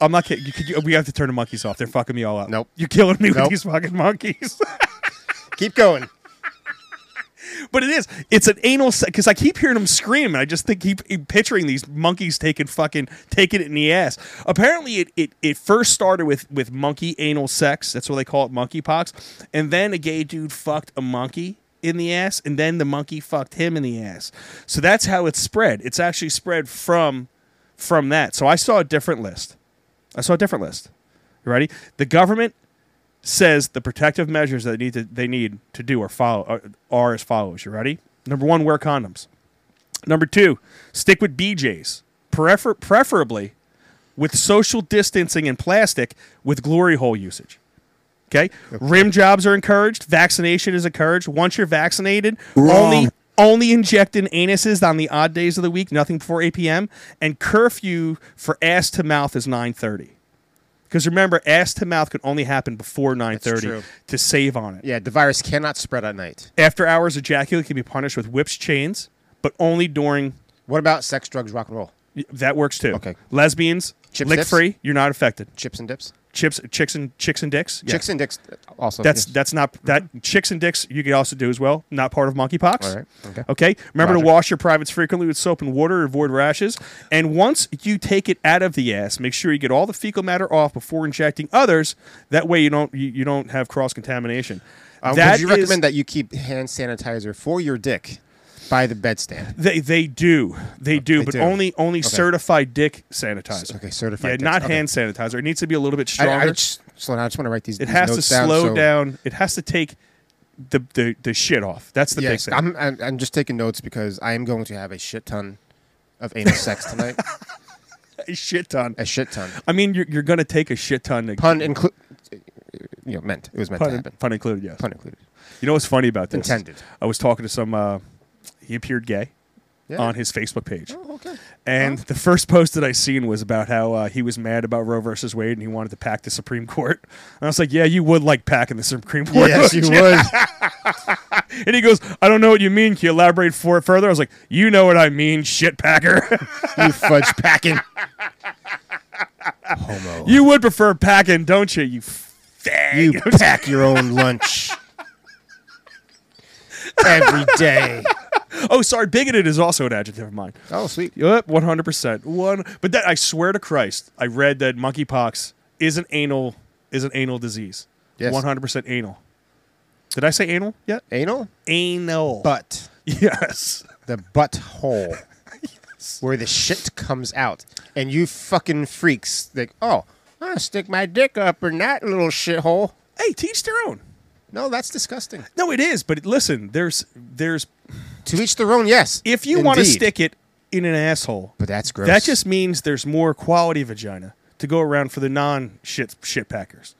I'm not kidding. You, could you, we have to turn the monkeys off. They're fucking me all up.
Nope.
You're killing me with
Nope.
these fucking monkeys.
Keep going.
But it is. It's an anal sex because I keep hearing them scream, and I just think keep picturing these monkeys taking fucking taking it in the ass. Apparently, it it, it first started with with monkey anal sex. That's what they call it, monkeypox. And then a gay dude fucked a monkey in the ass, and then the monkey fucked him in the ass. So that's how it's spread. It's actually spread from from that. So I saw a different list. I saw a different list. You ready? The government says the protective measures that they need to, they need to do are follow are, are as follows. You ready? Number one, wear condoms. Number two, stick with BJ's, prefer- preferably with social distancing and plastic with glory hole usage. Okay? Rim jobs are encouraged. Vaccination is encouraged. Once you're vaccinated, only only injecting anuses on the odd days of the week, nothing before 8 p.m. And curfew for ass to mouth is 9:30. Because remember, ass to mouth could only happen before 9:30
true.
to save on it.
Yeah, the virus cannot spread at night.
After hours ejaculate can be punished with whips, chains, but only during
What about sex, drugs, rock and roll?
that works too.
Okay.
Lesbians,
Chips,
lick
dips?
free, you're not affected.
Chips and dips?
Chips, chicks and chicks and dicks. Yeah.
Chicks and dicks uh, also.
That's
yes.
that's not that chicks and dicks you could also do as well. Not part of monkeypox.
All right. Okay.
Remember to
Roger.
wash your privates frequently with soap and water to avoid rashes. And once you take it out of the ass, make sure you get all the fecal matter off before injecting others. That way you don't you, you don't have cross contamination.
Uh, would you recommend that you keep hand sanitizer for your dick by the bedstand?
They they do. They do,
Oh, They
but
do.
only only
Okay.
certified dick sanitizer.
okay, certified
Yeah,
dicks.
not
Okay.
hand sanitizer. It needs to be a little bit
I,
stronger.
I just, slow down. I just want to write these.
it
these
has to
notes down,
slow
so-
down. It has to take the the, the shit off. That's the big
Yes,
thing.
I'm, I'm, I'm just taking notes because I am going to have a shit ton of anal sex tonight.
a shit ton.
A shit ton.
I mean, you're, you're going to take a shit ton. To,
Pun included. You know, meant. It was meant to
pun,
happen.
pun included, yes.
Pun included.
You know what's funny about this?
Intended.
I was talking to some, uh, he appeared gay
Yeah. Oh.
on his Facebook page.
Okay.
And the first post that I seen was about how uh, he was mad about Roe versus Wade and he wanted to pack the Supreme Court. And I was like, yeah, you would like packing the Supreme Court.
Yes, you
wouldn't
would.
And he goes, I don't know what you mean. Can you elaborate for it further? I was like, you know what I mean, shit packer.
You fudge packing. Homo.
you would prefer packing, don't you, you fag?
You pack your own lunch every day.
oh, sorry, bigoted is also an adjective of mine.
Oh, sweet.
Yep, one hundred percent. One, but that I swear to Christ, I read that monkeypox is an anal is an anal disease.
Yes.
one hundred percent anal. Did I say anal yet?
Anal
Anal.
butt.
yes,
The butthole. where the shit comes out, and you fucking freaks think, oh, I'm gonna stick my dick up in that little shithole.
Hey, teach their own.
No, that's disgusting.
No, it is, but listen, there's there's
To each their own. Yes.
if you want to
Indeed.
stick it in an asshole,
but that's gross.
that just means there's more quality vagina to go around for the non shit shit packers.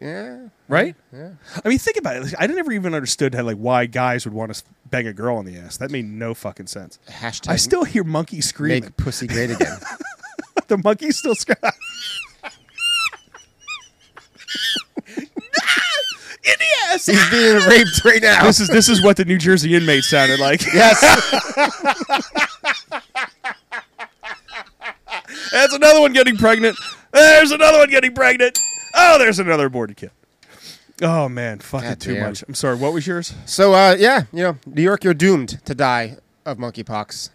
yeah.
right? Yeah. I mean, think about it. Like, I never even understood how like why guys would want to s- bang a girl on the ass. That made no fucking sense.
Hashtag
I still hear monkey
make
screaming.
pussy great again.
the monkey still screaming. In the ass.
He's being raped right now.
This is this is what the New Jersey inmate sounded like.
Yes.
That's another one getting pregnant. There's another one getting pregnant. Oh, there's another aborted kid. Oh man, fucking
God
too
damn.
much. I'm sorry. What was yours?
so uh, yeah, you know, New York, you're doomed to die of monkeypox.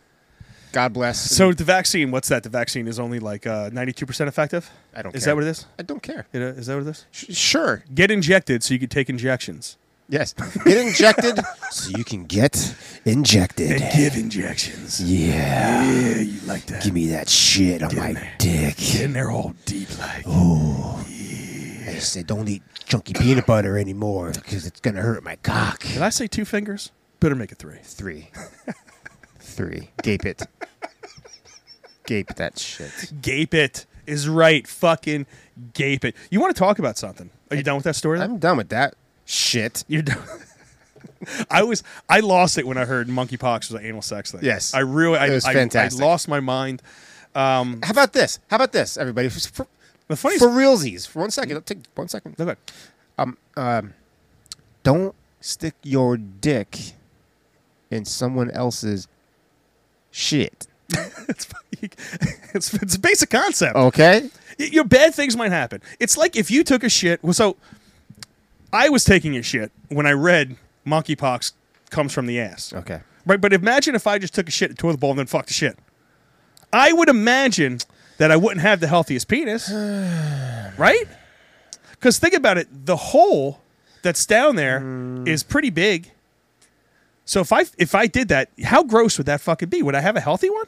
God bless.
So the vaccine. What's that? The vaccine is only like uh, 92% effective.
I don't.
Is
care.
that what it is?
I don't care.
It, uh, is that what it is?
Sh- sure.
Get injected so you can take injections.
Yes. Get injected so you can get injected.
Give injections.
Yeah.
Yeah, you like that.
Give me that shit on my dick.
And they're all deep like.
I said, don't eat chunky peanut butter anymore because it's gonna hurt my cock.
Did I say two fingers? Better make it three.
Three. Three. Gape it. Gape that shit.
Gape it is right. Fucking gape it. You want to talk about something? Are you done with that story? though?
I'm done with that shit.
You're done. I was I lost it when I heard monkeypox was an anal sex thing.
Yes.
I really I,
It was
I-
fantastic.
I lost my mind.
How about this? How about this, everybody? For,
The funny
for realsies, for one second. Take one second.
Look at
Don't stick your dick in someone else's shit.
it's, it's it's a basic concept.
Okay?
Y- your bad things might happen. It's like if you took a shit. Well, so I was taking a shit when I read monkeypox comes from the ass.
Okay.
Right, but imagine if I just took a shit in the toilet bowl and then fucked the shit. I would imagine that I wouldn't have the healthiest penis. right? Because think about it, the hole that's down there is pretty big. So if I if I did that, how gross would that fucking be? Would I have a healthy one?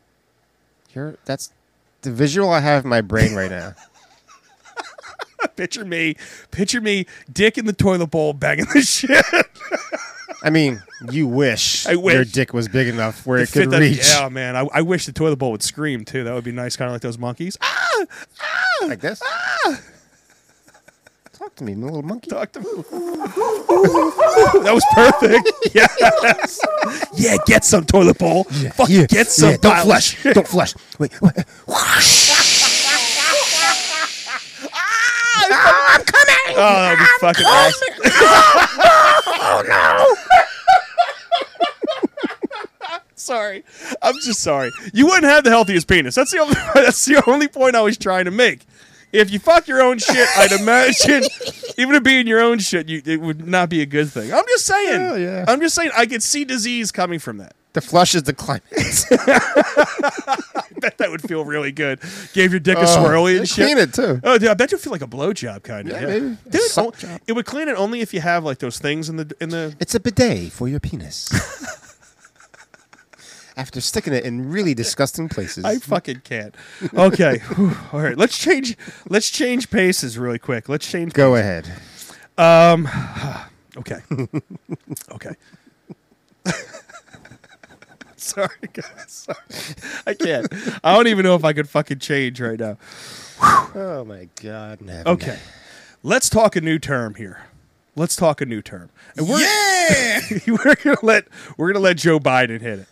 Here, that's the visual I have in my brain right now.
Picture me, picture me, dick in the toilet bowl, banging the shit.
I mean, you wish,
I wish.
your dick was big enough where it
Fit
could
that-
reach.
Yeah, man. I, I wish the toilet bowl would scream too. That would be nice, kind of like those monkeys. Ah,
Like this? Talk to me, my little monkey.
talk to me. that was perfect. Yes. yeah, get some toilet bowl. Fuck,
Yeah,
get some.
yeah, don't
pile of
flush.
shit.
Don't flush. Wait. wait. Ah, I'm coming.
Oh, that would be fucking awesome. sorry. I'm just sorry. You wouldn't have the healthiest penis. That's the only that's the only point I was trying to make. If you fuck your own shit, I'd imagine even it being your own shit, you, it would not be a good thing. I'm just saying.
Oh, yeah.
I'm just saying I could see disease coming from that.
The flush is the climax.
bet that would feel really good. Gave your dick a
Oh,
swirly
they
and shit.
clean it, too.
Oh, dude, I bet you feel like a blowjob kind of.
Yeah, maybe. A
Dude,
suck
o-
job.
it would clean it only if you have like those things in the in the.
It's a bidet for your penis. After sticking it in really disgusting places.
I fucking can't. Okay, whew, all right. Let's change. Let's change paces really quick. Let's change.
Go ahead.
Okay. okay. sorry, guys. Sorry. I can't. I don't even know if I could fucking change right now.
Oh my God. in heaven.
Okay. Let's talk a new term here. Let's talk a new term. And we're,
Yeah.
we're gonna let we're gonna let Joe Biden hit it.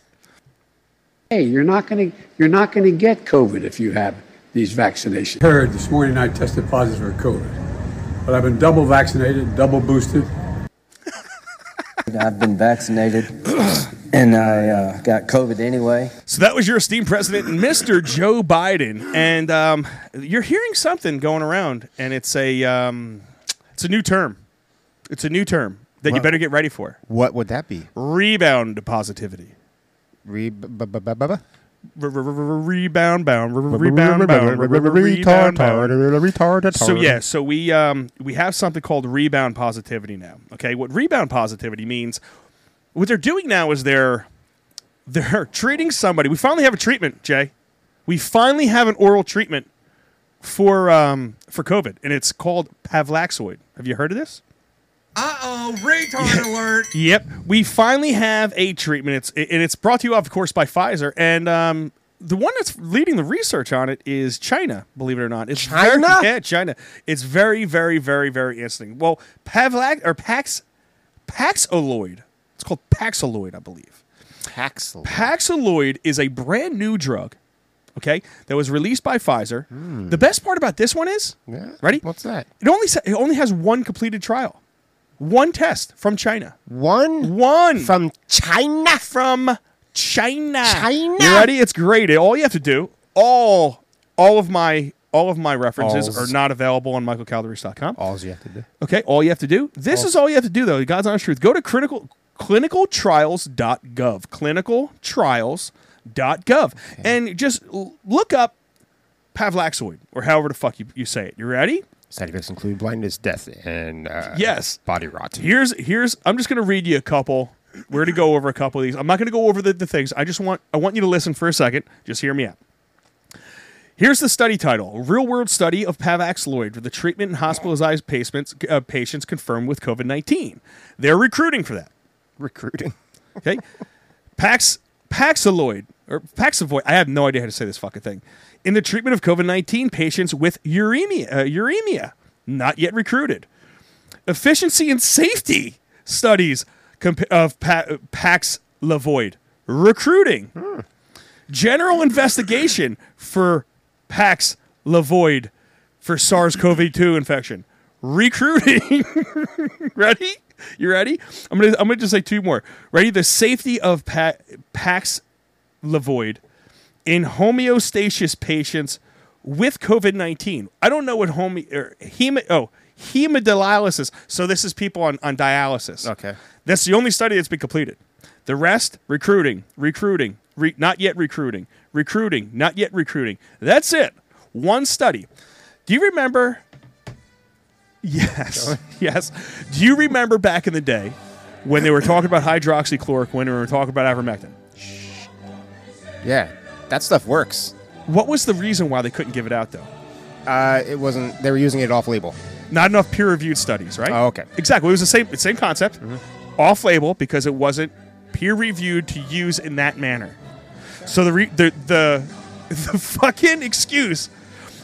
hey, you're not going to you're not going to get COVID if you have these vaccinations.
Heard this morning I tested positive for COVID, but I've been double vaccinated, double boosted.
I've been vaccinated and I uh, got COVID anyway.
So that was your esteemed president, Mr. Joe Biden, and um, you're hearing something going around, and it's a um, it's a new term. It's a new term that you
What?
better get ready for.
What would that be?
Rebound to positivity.
Re- bu- bu- bu- bu- bu-
R- r- r- r- Rebound bound. R- r- Rebound bound. R- r- r- Rebound bound.
Retard.
So yeah, so we um, we have something called rebound positivity now. Okay, what rebound positivity means? What they're doing now is they're They're treating somebody. We finally have a treatment, Jay. We finally have an oral treatment for um, for COVID, and it's called Pavlaxoid. Have you heard of this?
Uh-oh, retard alert.
Yep, we finally have a treatment. It's and it's brought to you, of course, by Pfizer, and um, the one that's leading the research on it is China. Believe it or not, it's China. Very, yeah, China. It's very, very, very, very interesting. Well, Pavlax or Pax Paxoloid. It's called Paxoloid, I believe.
Paxil.
Paxaloid is a brand new drug, okay, that was released by Pfizer. The best part about this one is, ready? Hmm. What's
that?
It only sa- it only has one completed trial, one test from China. One, one
from China.
From China.
China.
You ready? It's great. All you have to do, all all of my all of my references
Alls.
are not available on michaelcalderese.com.
All's you have to do.
Okay, all you have to do. This is all you have to do, though. God's honest truth. Go to clinical clinicaltrials.gov. Clinicaltrials.gov. And just l- look up Pavlaxoid or however the fuck you, you say it. You ready?
Side effects include blindness, death, and uh,
Yes.
body rot.
Here's here's I'm just gonna read you a couple. We're gonna go over a couple of these. I'm not gonna go over the, the things. I just want I want you to listen for a second. Just hear me out. Here's the study title: Real World Study of Pavaxloid for the Treatment in Hospitalized Patients, uh, patients Confirmed with COVID-19. They're recruiting for that.
Recruiting.
Okay. Pax Paxaloid or Paxavoid. I have no idea how to say this fucking thing. In the treatment of COVID-19 patients with uremia, uh, uremia, not yet recruited efficiency and safety studies comp- of pa- Pax Lavoid, recruiting, general investigation for Pax Lavoid for SARS CoV 2 infection, recruiting. ready? You ready? I'm gonna I'm gonna just say two more. Ready? The safety of pa- Pax Lavoid in homeostasis patients with COVID nineteen. I don't know what home or hema oh hemodialysis. So this is people on, on dialysis. Okay, that's the only study that's been completed. The rest recruiting, recruiting, re- not yet recruiting, recruiting, not yet recruiting. That's it. One study. Do you remember Yes. Yes. Do you remember back in the day when they were talking about hydroxychloroquine and we were talking about ivermectin?
Yeah, that stuff works.
What was the reason why they couldn't give it out though?
Uh, it wasn't. They were using it off label.
Not enough peer-reviewed studies, right?
Oh, okay. Mm-hmm.
Exactly. It was the same the same concept, off-label because it wasn't peer-reviewed to use in that manner. So the re- the the, the fucking excuse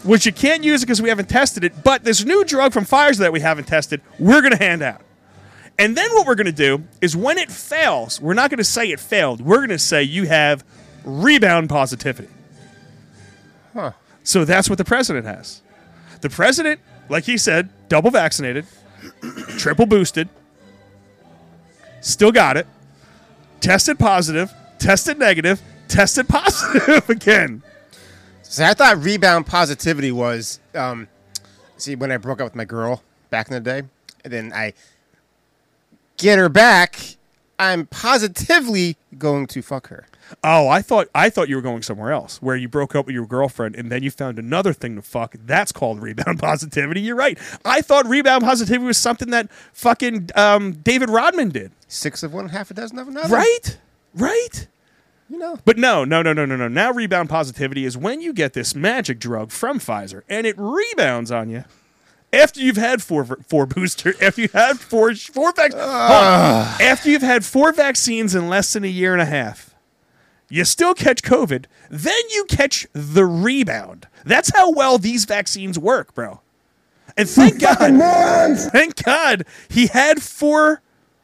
was you can't use it because we haven't tested it, but this new drug from Pfizer that we haven't tested, we're gonna hand out. And then what we're going to do is when it fails, we're not going to say it failed. We're going to say you have rebound positivity.
Huh.
So that's what the president has. The president, like he said, double vaccinated, triple boosted, still got it, tested positive, tested negative, tested positive again.
See, I thought rebound positivity was, um, see, when I broke up with my girl back in the day, and then I get her back, I'm positively going to fuck her.
Oh, I thought I thought you were going somewhere else where you broke up with your girlfriend and then you found another thing to fuck. That's called rebound positivity. You're right. I thought rebound positivity was something that fucking um, David Rodman did.
Six of one, half a dozen of another.
Right? Right?
You know.
But no, no, no, no, no, no. Now rebound positivity is when you get this magic drug from Pfizer and it rebounds on you after you've had four four booster, after you had four four vac- Hold on.
Ah.
after you've had four vaccines in less than a year and a half. You still catch COVID, then you catch the rebound. That's how well these vaccines work, bro. And thank God, thank God, he had four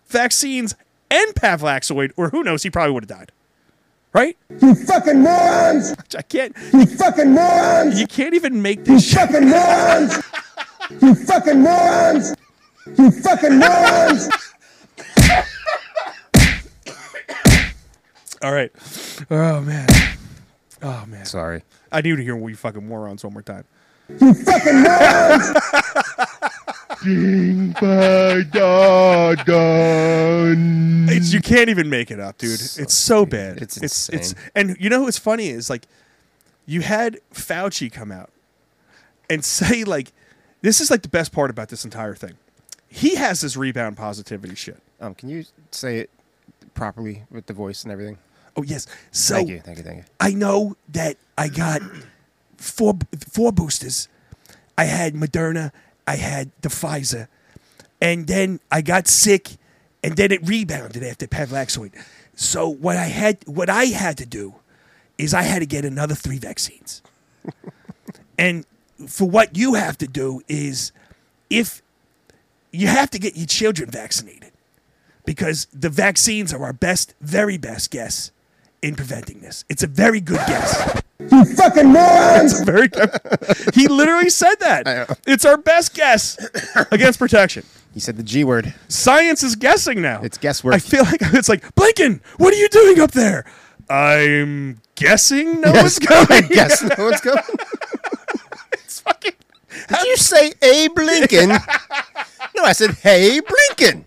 vaccines and Pavlaxoid, or who knows, he probably would have died. Right?
You fucking morons!
I can't.
You fucking morons!
You can't even make this
You fucking morons! you fucking morons! You fucking morons!
All right. Oh man. Oh man.
Sorry.
I need to hear you fucking morons one more time.
You fucking morons!
It's, you can't even make it up, dude. it's so bad. It's
insane.
and you know what's funny is like, you had Fauci come out and say like, this is like the best part about this entire thing. He has this rebound positivity shit.
Um, can you say it properly with the voice and everything?
Oh yes. So
Thank you, thank you, thank you.
I know that I got four four boosters. I had Moderna, I had the Pfizer, and then I got sick, and then it rebounded after Pavlaxoid. So what I had, what I had to do, is I had to get another three vaccines. and for what you have to do is, if you have to get your children vaccinated, because the vaccines are our best, very best guess in preventing this. It's a very good guess.
You fucking morons!
Very good. He literally said that. It's our best guess against protection.
He said the G word.
Science is guessing now. It's
guesswork.
I feel like it's like Blinken. What are you doing up there? I'm guessing no one's going.
Yes, no one's going.
it's fucking.
Did you say a Blinken? no, I said hey Blinken.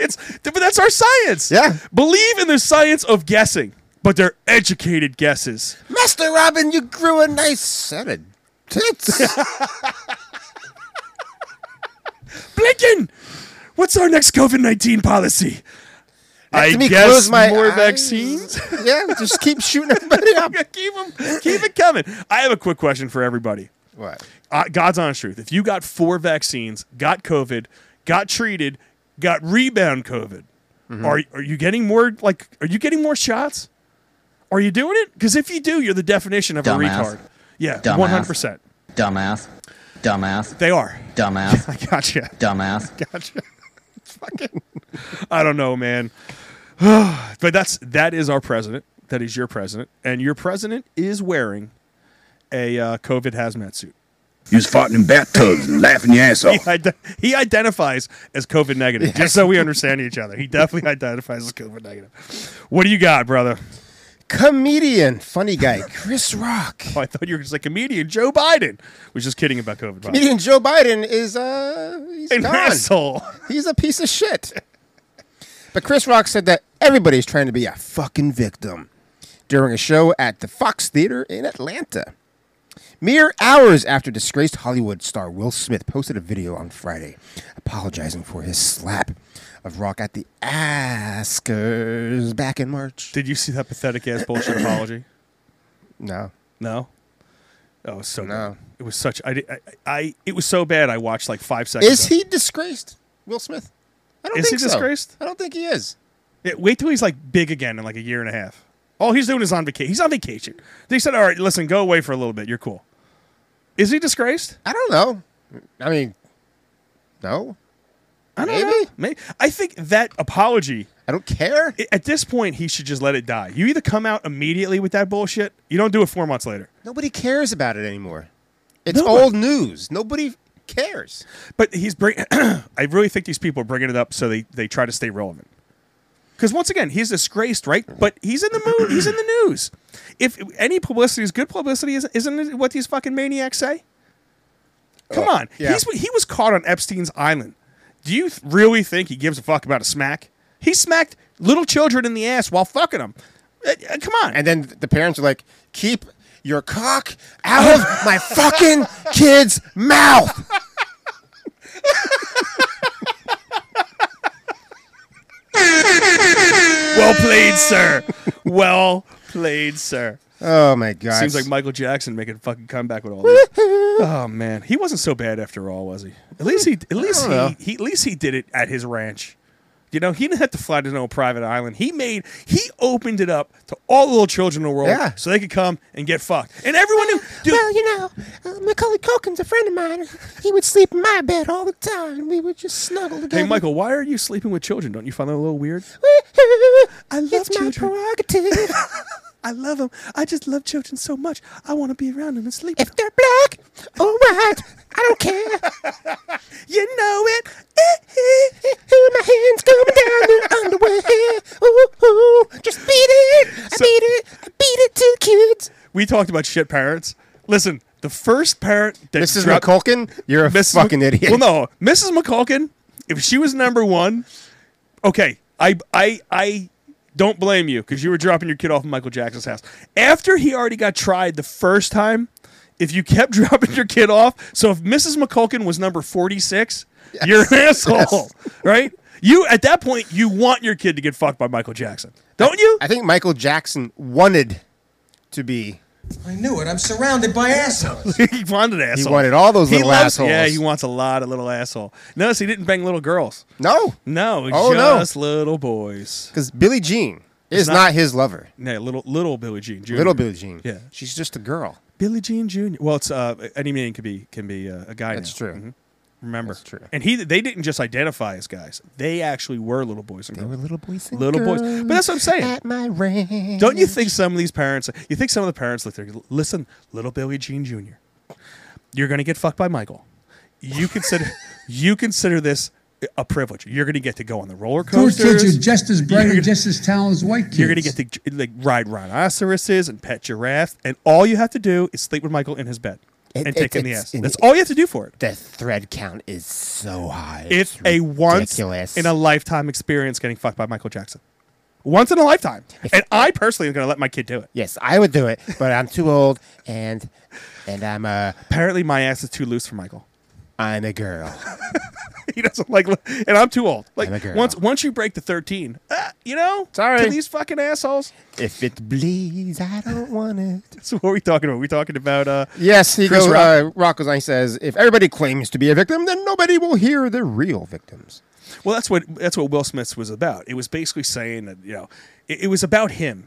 It's but that's our science. Yeah. Believe in the science of guessing, but they're educated guesses.
Master Robin, you grew a nice set of tits.
Blinken, what's our next COVID nineteen policy?
Let
I
me
guess
close my
more
eyes.
vaccines.
yeah, just keep shooting everybody up.
keep them, keep it coming. I have a quick question for everybody.
What?
Uh, God's honest truth. If you got four vaccines, got COVID, got treated, got rebound COVID,
Mm-hmm.
are are you getting more? Like, are you getting more shots? Are you doing it? Because if you do, you're the definition of a
Dumbass.
retard. Yeah,
Dumbass.
one hundred percent.
Dumbass. Dumbass.
They are.
Dumbass.
I gotcha.
Dumbass.
Gotcha. I don't know, man. but that's that is our president. That is your president, and your president is wearing a uh, COVID hazmat suit.
You was farting in bathtubs and laughing your ass off.
He, ide- he identifies as COVID negative, just so we understand each other. He definitely identifies as COVID negative. What do you got, brother?
Comedian, funny guy, Chris Rock.
Oh, I thought you were just like comedian Joe Biden. Was just kidding about COVID. by the way.
Comedian Joe Biden is uh, he's
An
gone.
asshole.
He's a piece of shit. But Chris Rock said that everybody's trying to be a fucking victim during a show at the Fox Theater in Atlanta. Mere hours after disgraced Hollywood star Will Smith posted a video on Friday apologizing for his slap of Rock at the Oscars back in March.
Did you see that pathetic ass bullshit apology?
No.
No. Oh, it was so no. It was such. I, di- I, I. It was so bad. I watched like five seconds.
Is
of
he disgraced, Will Smith? I don't
Is
think
he
so.
disgraced?
I don't think he is.
Yeah, wait till he's like big again in like a year and a half. All he's doing is on vacation. He's on vacation. They said, "All right, listen, go away for a little bit. You're cool." Is he disgraced?
I don't know. I mean, no.
I don't know. Maybe. I think that apology.
I don't care.
At this point, he should just let it die. You either come out immediately with that bullshit. You don't do it four months later.
Nobody cares about it anymore. It's
Nobody.
old news. Nobody cares.
But he's bring. I really think these people are bringing it up so they they try to stay relevant. Because once again, he's disgraced, right? But he's in the mood. he's in the news. If any publicity is good publicity, isn't, isn't it what these fucking maniacs say? Come on,
yeah.
he's he was caught on Epstein's island. Do you th- really think he gives a fuck about a smack? He smacked little children in the ass while fucking them. come on.
And then the parents are like, keep your cock out of my fucking kid's mouth.
Well played, sir. well played, sir.
Oh my god.
Seems like Michael Jackson making a fucking comeback with all that. oh man, he wasn't so bad after all, was he? At least he, at least
don't know.
he, he, at least he did it at his ranch. You know, he didn't have to fly to no private island. He made, he opened it up to all the little children in the world,
Yeah.
so they could come and get fucked. And everyone knew, dude,
Well, you know, uh, Macaulay Culkin's a friend of mine. He would sleep in my bed all the time. We would just snuggle together.
hey Michael, why are you sleeping with children? Don't you find that a little weird?
I love it's children. my prerogative. I love them. I just love children so much. I want to be around them and sleep. If they're black or white, I don't care. you know it. Eh, eh, eh, my hands coming down their underwear. Ooh, ooh, just beat it. I beat it. I beat it to the kids.
We talked about shit parents. Listen, the first parent that
Mrs.
dropped-
McCulkin, you're a
Mrs.
fucking idiot.
Well, no, Mrs. McCulkin, if she was number one, okay, I I I don't blame you because you were dropping your kid off at Michael Jackson's house after he already got tried the first time. If you kept dropping your kid off, so if Mrs. McCulkin was number forty six, you're an asshole, right? You at that point, you want your kid to get fucked by Michael Jackson. Don't you?
I think Michael Jackson wanted to be.
I knew it. I'm surrounded by assholes.
he wanted assholes.
wanted all those little
loves-
assholes.
Yeah, he wants a lot of little asshole. Notice he didn't bang little girls.
No.
No.
Oh, no.
just little boys.
Because Billie Jean
It's
is not,
not-
his lover.
No, little little Billie Jean. Jr.
Little Billie Jean.
Yeah.
She's just a girl.
Billie Jean Jr. Well, it's uh, any man can be can be uh, a guy.
That's
now.
true.
Mhm. Remember,
That's true.
And he they didn't just identify as guys; they actually were little boys and girls. They were
little boys.
And little boys. But that's what I'm saying.
At my ranch.
Don't you think some of these parents? You think some of the parents look there? Listen, little Billie Jean Jr. You're going to get fucked by Michael. You consider you consider this a privilege. You're going to get to go on the roller
Those
coasters.
kids are just as bright
You're
and just as talented as white kids.
You're going to get to j- like ride rhinoceroses and pet giraffes, and all you have to do is sleep with Michael in his bed
It-
and
it-
take him in the
it's-
ass.
it-
That's all you have to do for it.
The thread count is so high.
It's, a once
ridiculous.
in a lifetime experience getting fucked by Michael Jackson. Once in a lifetime, and I personally am going to let my kid do it.
Yes, I would do it, but I'm too old and and I'm a
apparently my ass is too loose for Michael.
I'm a girl.
he doesn't like, and I'm too old. Like
I'm a girl.
once once you break the thirteen, uh, you know, sorry to these fucking assholes.
If it bleeds, I don't want it.
So what are we talking about? Are we talking about uh
Yes, he
Chris
goes.
Rock?
Uh, Rock goes on. He says, "If everybody claims to be a victim, then nobody will hear the real victims."
Well, that's what that's what Will Smith's was about. It was basically saying that you know, it, it was about him.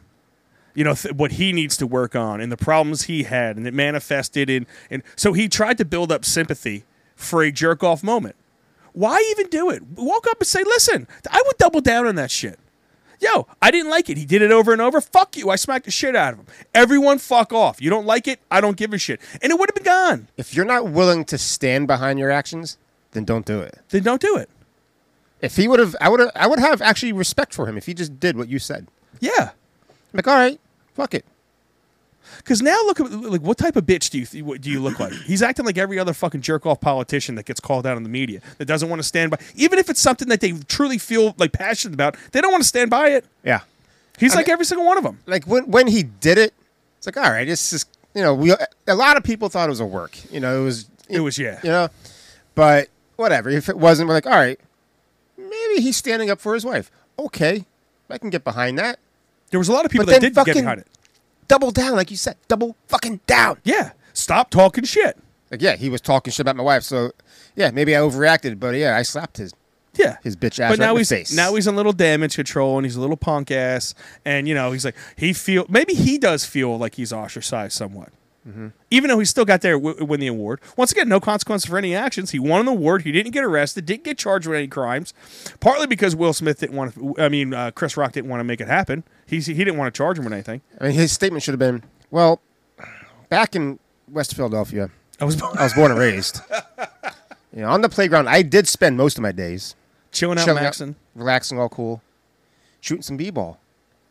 You know th- what he needs to work on and the problems he had, and it manifested in. And so he tried to build up sympathy for a jerk off moment. Why even do it? Walk up and say, "Listen, I would double down on that shit." Yo, I didn't like it. He did it over and over. Fuck you. I smacked the shit out of him. Everyone, fuck off. You don't like it? I don't give a shit. And it would have been gone.
If you're not willing to stand behind your actions, then don't do it.
Then don't do it.
If he would have, I would have, I would have actually respect for him if he just did what you said.
Yeah.
like, all right, fuck it.
Because now look at like what type of bitch do you th- what do you look like? He's acting like every other fucking jerk off politician that gets called out in the media that doesn't want to stand by, even if it's something that they truly feel like passionate about. They don't want to stand by it.
Yeah.
He's like every single one of them.
Like when when he did it, it's like, all right, this is you know, we a lot of people thought it was a work. You know, it was
It was yeah.
you know, but whatever. If it wasn't, we're like, all right, maybe he's standing up for his wife. Okay, I can get behind that.
There was a lot of people
But
that
then
did
fucking
get behind it.
Double down, like you said, double fucking down.
Yeah, stop talking shit.
Like yeah, he was talking shit about my wife, so yeah, maybe I overreacted, but yeah, I slapped his
yeah
his bitch ass.
but now
right
he's
in the face.
now he's in little damage control and he's a little punk ass and you know he's like he feel maybe he does feel like he's ostracized somewhat
Mm-hmm.
Mhm.
even though he still got there w- win the award once again no consequence for any actions he won an award he didn't get arrested didn't get charged with any crimes partly because Will Smith didn't want to I mean uh, Chris Rock didn't want to make it happen he he didn't want to charge him with anything
I mean, his statement should have been, "Well, back in West Philadelphia,
I was
I was born and raised. you know, on the playground, I did spend most of my days
Chilling out, maxing.
relaxing, all cool, shooting some b-ball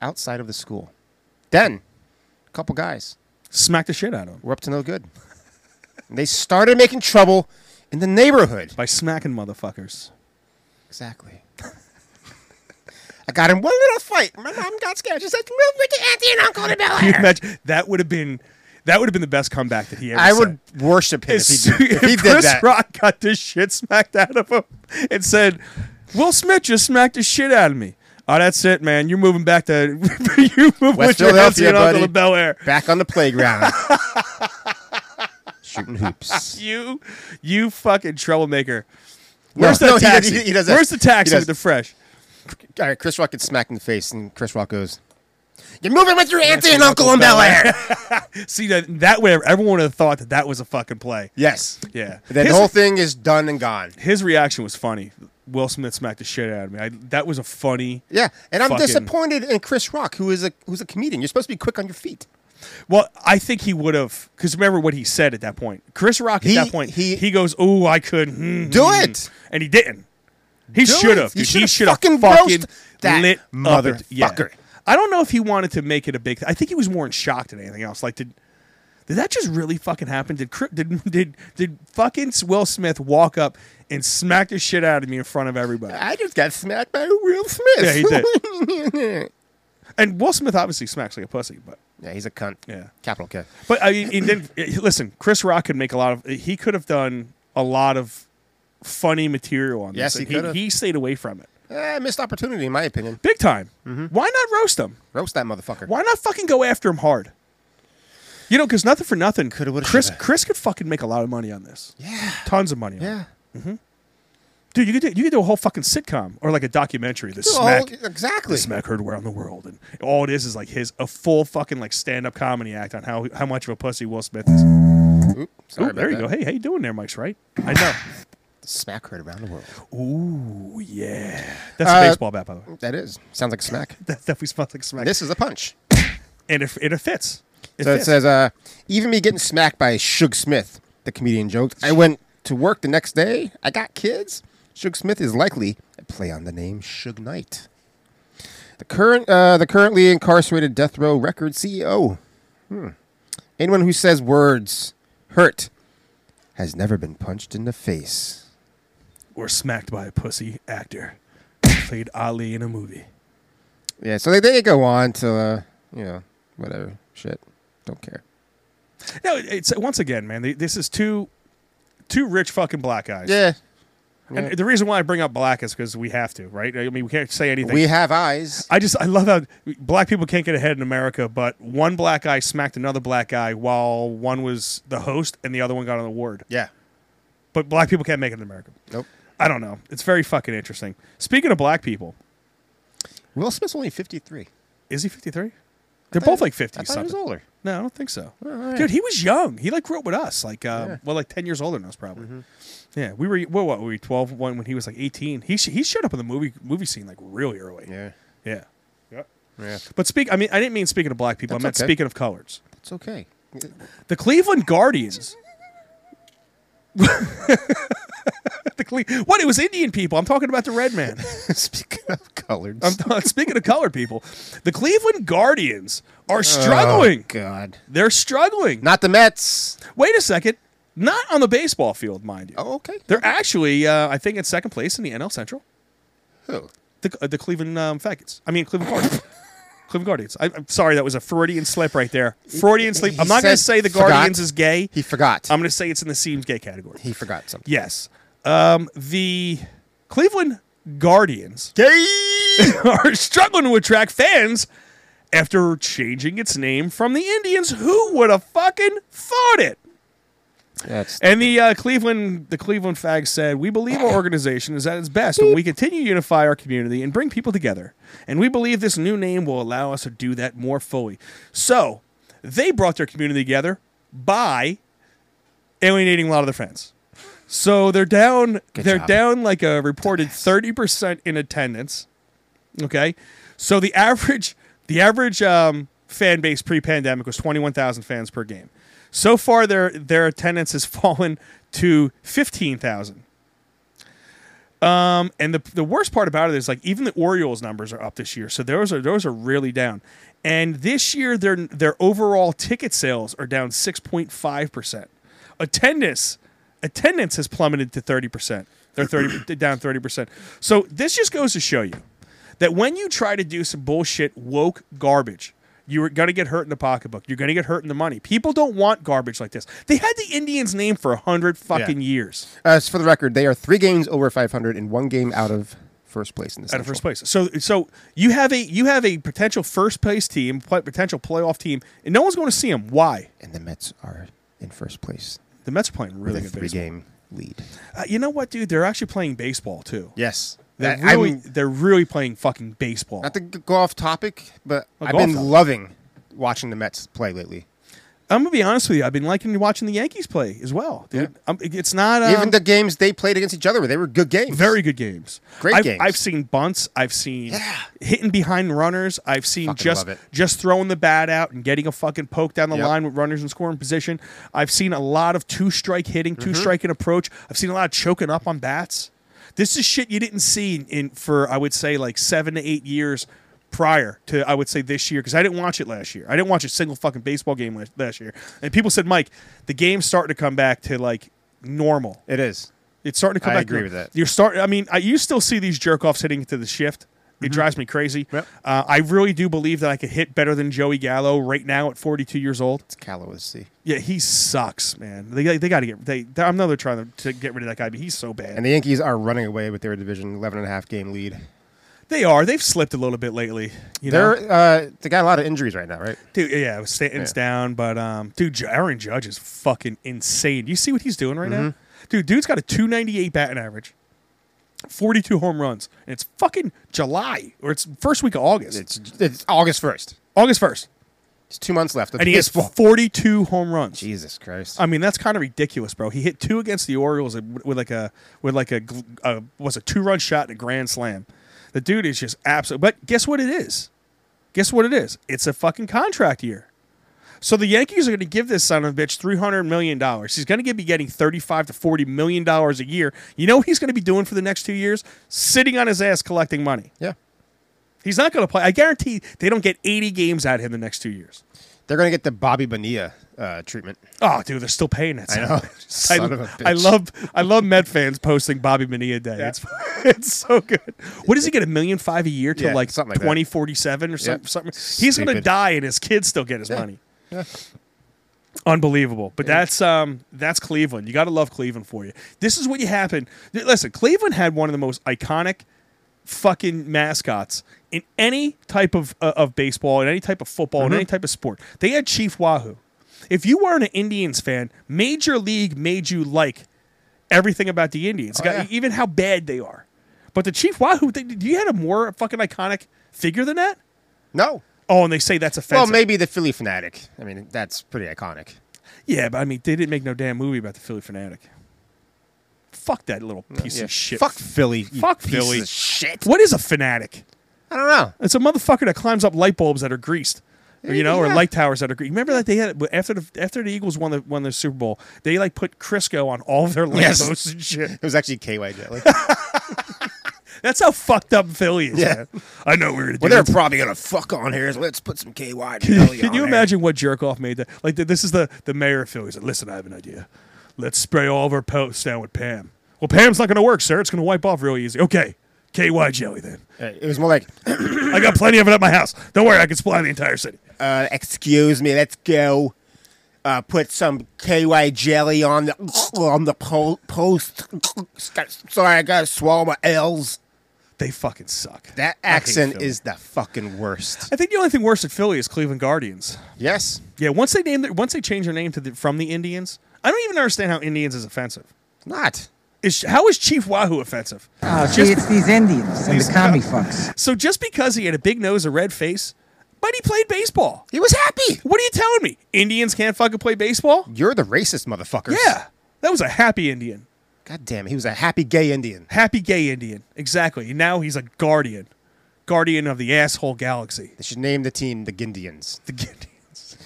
outside of the school. Then, a couple guys
smacked the shit out of him.
We're up to no good. And they started making trouble in the neighborhood
by smacking motherfuckers.
Exactly. I got in one little fight. My mom got scared. She said, "Move with your auntie and uncle to Bel
Can you
Air."
imagine that would have been that would have been the best comeback that he ever
I
said.
would worship him if
As
he
soon-
did, if he did
Chris
that.
Rock got this shit smacked out of him and said, Will Smith just smacked the shit out of me. Oh, that's it, man. You're moving back to you move with
West
your auntie
Philadelphia,
and uncle
buddy.
to Bel Air.
Back on the playground. Shooting hoops.
you, you fucking troublemaker.
No,
Where's
no,
the
he does-
taxi?
he- he does that.
Where's the
He
taxi
does.
with the fresh?
All right, Chris Rock gets smacked in the face, and Chris Rock goes, "You're moving with your auntie and uncle in Bel Air."
See that that way everyone would have thought that that was a fucking play.
Yes.
Yeah.
Then the
His-
whole thing is done and gone.
His reaction was funny. Will Smith smacked the shit out of me. I, that was a funny.
Yeah, and I'm
fucking-
disappointed in Chris Rock, who is a who's a comedian. You're supposed to be quick on your feet.
Well, I think he would have because remember what he said at that point. Chris Rock at
He-
that point, he, he goes, "Oh, I could mm,
Do
mm,"
it.
and he didn't. He
Do
should have.
it. You
dude. He
should've
should have fucking,
fucking roast that
lit up
motherfucker.
it. Yeah. I don't know if he wanted to make it a big. I think he was more in shock than anything else. Like, did did that just really fucking happen? Did Cri- did did did fucking Will Smith walk up and smack the shit out of me in front of everybody?
I just got smacked by Will Smith.
Yeah, he
did.
And Will Smith obviously smacks like a pussy, but
yeah, he's a cunt.
Yeah,
capital K.
But I mean, and then eh, listen, Chris Rock could make a lot of. He could have done a lot of funny material on
Yes,
this.
he
and
could've.
he, he stayed away from it.
Eh, missed opportunity, in my opinion.
Big time.
Mm-hmm.
Why not roast him?
Roast that motherfucker.
Why not fucking go after him hard? You know, because nothing for nothing. Could have. Chris Chris could fucking make a lot of money on this. Yeah. Tons of money. On yeah. Mm-hmm. Dude, you could do, you could do a whole fucking sitcom or like a documentary. The
Do a
smack
whole- Oh, exactly.
the smack heard around the world, and all it is is like his a full fucking like stand up comedy act on how how much of a pussy Will Smith is.
Oop, sorry
Ooh, there you
about
go.
that.
Hey, how you doing there, Mike's right? I know.
Smack heard around the world.
Ooh, yeah. That's
Uh,
a baseball bat, by the way.
That is. Sounds like a smack.
that definitely smells like smack.
This is a punch.
And it, it fits. It
so it
fits.
says, uh, even me getting smacked by Suge Smith, the comedian joked. I went to work the next day. I got kids. Suge Smith is likely a play on the name Suge Knight. The current, uh, the currently incarcerated death row record CEO. Hmm. Anyone who says words hurt has never been punched in the face.
Or smacked by a pussy actor. Played Ali in a movie.
Yeah. So they, they go on to, uh, you know, whatever shit. Don't care.
No, it's once again, man. They, this is two, two rich fucking black guys.
Yeah. Yeah.
And the reason why I bring up black is because we have to, right? I mean, we can't say anything.
We have eyes.
I just I love how black people can't get ahead in America, but one black guy smacked another black guy while one was the host and the other one got an award.
Yeah.
But black people can't make it in America.
Nope.
I don't know. It's very fucking interesting. Speaking of black people,
Will Smith's only fifty-three.
Is he fifty-three? They're both like fifty.
I thought he was
something.
older.
No, I don't think so.
Oh, all right.
Dude, he was young. He like grew up with us, like uh,
Yeah. Mm-hmm.
well, like ten years older than us, probably. Yeah, we were what, what were we twelve when when he was like eighteen. He sh- he showed up in the movie movie scene like really early.
Yeah,
yeah, Yep.
Yeah.
But speak, I mean, I didn't mean speaking of black people.
That's
I meant
okay.
speaking of colors.
It's okay.
The Cleveland Guardians. the Cle- what? It was Indian people. I'm talking about the red man.
speaking of colored.
I'm t- speaking of colored people. The Cleveland Guardians
Uh,
are struggling.
Oh, God.
They're struggling.
Not the Mets.
Wait a second. Not on the baseball field, mind you.
Oh, okay.
They're actually, uh, I think, in second place in the NL Central.
Who?
The, uh, the Cleveland um, Faggots. I mean, Cleveland Guardians. Cleveland Guardians. I, I'm sorry, that was a Freudian slip right there. Freudian slip.
he
I'm not going to
said-
say the
forgot.
Guardians is gay.
He forgot.
I'm going to say it's in the seems gay category.
He forgot something.
Yes. Um, the Cleveland Guardians are struggling to attract fans after changing its name from the Indians. Who would have fucking thought it?
That's
And the uh, Cleveland, the Cleveland fags said, "We believe our organization is at its best when we continue to unify our community and bring people together. And we believe this new name will allow us to do that more fully." So they brought their community together by alienating a lot of their fans. So they're down. they're
job.
down like a reported thirty percent in attendance. Okay, so the average the average um, fan base pre pandemic was twenty one thousand fans per game. So far, their their attendance has fallen to fifteen thousand. Um, and the the worst part about it is like even the Orioles numbers are up this year, so those are those are really down. And this year, their their overall ticket sales are down six point five percent. Attendance attendance has plummeted to thirty percent. They're thirty down thirty percent. So this just goes to show you that when you try to do some bullshit woke garbage. You're going to get hurt in the pocketbook. You're going to get hurt in the money. People don't want garbage like this. They had the Indians' name for a 100 fucking years.
Uh, so for the record, they are three games over 500 and one game out of first place in the
out of
Central.
first place. So so you have a you have a potential first place team, pl- potential playoff team, and no one's going to see them. Why?
And the Mets are in first place.
The Mets are playing really
with a
good
three
baseball.
game lead.
Uh, you know what, dude? They're actually playing baseball too.
Yes,
they're
I- I'm-
really they're really playing fucking baseball.
Not to g- go off topic, but
Oh,
I've
go off
been
topic.
loving watching the Mets play lately.
I'm gonna be honest with you. I've been liking watching the Yankees play as well, dude. Um, it- it's not um,
Even the games they played against each other, they were good games.
very good games.
Great
I've,
games.
I've seen bunts. I've seen hitting behind runners. I've seen
Fucking
just
love it.
just throwing the bat out and getting a fucking poke down the
Yep.
line with runners in scoring position. I've seen a lot of two strike hitting,
Mm-hmm.
2 striking approach. I've seen a lot of choking up on bats. This is shit you didn't see in, in for I would say like seven to eight years prior to I would say this year because I didn't watch it last year. I didn't watch a single fucking baseball game last, last year. And people said, Mike, the game's starting to come back to like normal.
It is.
It's starting to come
I
back.
agree
to-
with that.
You're starting. I mean, I, you still see these jerk offs hitting to the shift.
Mm-hmm.
It drives me crazy. Uh, I really do believe that I could hit better than Joey Gallo right now at 42 years old. It's
Gallo is C.
Yeah, he sucks, man. They, they, got to get. They, I know they're trying to, to get rid of that guy, but he's so bad.
And the Yankees are running away with their division 11 and a half game lead.
They are. They've slipped a little bit lately. You know,
They're, uh, they got a lot of injuries right now, right?
dude. Yeah, Stanton's down, but um, dude, J- Aaron Judge is fucking insane. You see what he's doing right now,
Mhm.
dude? Dude's got a two ninety eight batting average, forty two home runs, and it's fucking July or it's first week of August.
It's it's August first.
August first.
It's two months left. of
and he has
baseball.
forty two home runs.
Jesus Christ!
I mean, that's kind of ridiculous, bro. He hit two against the Orioles with with like a with like a, gl- a was a two run shot and a grand slam. The dude is just absolute. But guess what it is? Guess what it is? It's a fucking contract year. So the Yankees are going to give this son of a bitch three hundred million dollars. He's going to be getting thirty-five to forty million dollars a year. You know what he's going to be doing for the next two years? Sitting on his ass collecting money.
Yeah,
he's not going to play. I guarantee they don't get eighty games out of him the next two years.
They're going to get the Bobby Bonilla uh, treatment.
Oh, dude, they're still paying that.
I
son
know.
of a bitch.
Son
I,
of a
I
bitch.
love I love Met fans posting Bobby Bonilla Day. It's it's so good. What does he get a million five a year till
Yeah,
like
something like that.
twenty forty seven or some-
Yep.
something? He's gonna
Stupid.
die and his kids still get his
Yeah.
money.
Yeah.
Unbelievable. But that's um that's Cleveland. You got to love Cleveland for you. This is what you happen. th- Listen, Cleveland had one of the most iconic fucking mascots in any type of uh, of baseball, in any type of football, in
Mhm.
Mm-hmm.
any type of sport. They had Chief Wahoo. If you weren't an Indians fan, Major League made you like everything about the Indians,
Oh,
got- even how bad they are. But the Chief Wahoo, they, do you had a more fucking iconic figure than that?
No.
Oh, and they say that's offensive.
Well, maybe the Philly fanatic. I mean, that's pretty iconic.
Yeah, but I mean, they didn't make no damn movie about the Philly fanatic. Fuck that little piece
yeah.
of shit.
Fuck Philly, you
Fuck
piece
Philly.
of shit.
What is a fanatic?
I don't know.
It's a motherfucker that climbs up light bulbs that are greased. Or, you know, or
Yeah.
light towers that are greased. Remember that they had after the after the Eagles won the won the Super Bowl, they like put Crisco on all of their light
Yes.
bulbs and shit. It
was actually KY jelly.
That's how fucked up Philly is.
Yeah.
man. I know we were. Gonna
Well,
do
they're
this.
probably gonna fuck on here. So let's put some KY jelly on
Can you
there.
imagine what Jerkoff made that? Like, th- this is the, the mayor of Philly. He said, listen, I have an idea. Let's spray all of our posts down with Pam. Well, Pam's not going to work, sir. It's going to wipe off real easy. Okay, KY jelly then.
It was more like,
I got plenty of it at my house. Don't worry, I can supply the entire city.
Uh, excuse me. Let's go. Uh, put some KY jelly on the on the po- post. Sorry, I gotta swallow my L's.
They fucking suck.
That
I hate
accent
Philly.
is the fucking worst.
I think the only thing worse at Philly is Cleveland Guardians.
Yes.
Yeah. Once they name, their, once they change their name to the, from the Indians, I don't even understand how Indians is offensive.
Not.
Is how is Chief Wahoo offensive?
Oh,
Just-
see, it's these Indians and the commie fucks.
So just because he had a big nose, a red face, but he played baseball.
He was happy.
What are you telling me? Indians can't fucking play baseball?
You're the racist motherfuckers.
Yeah. That was a happy Indian.
God damn, it, he was a happy gay Indian.
Happy gay Indian. Exactly. And now he's a guardian. Guardian of the asshole galaxy.
They should name the team the Gindians.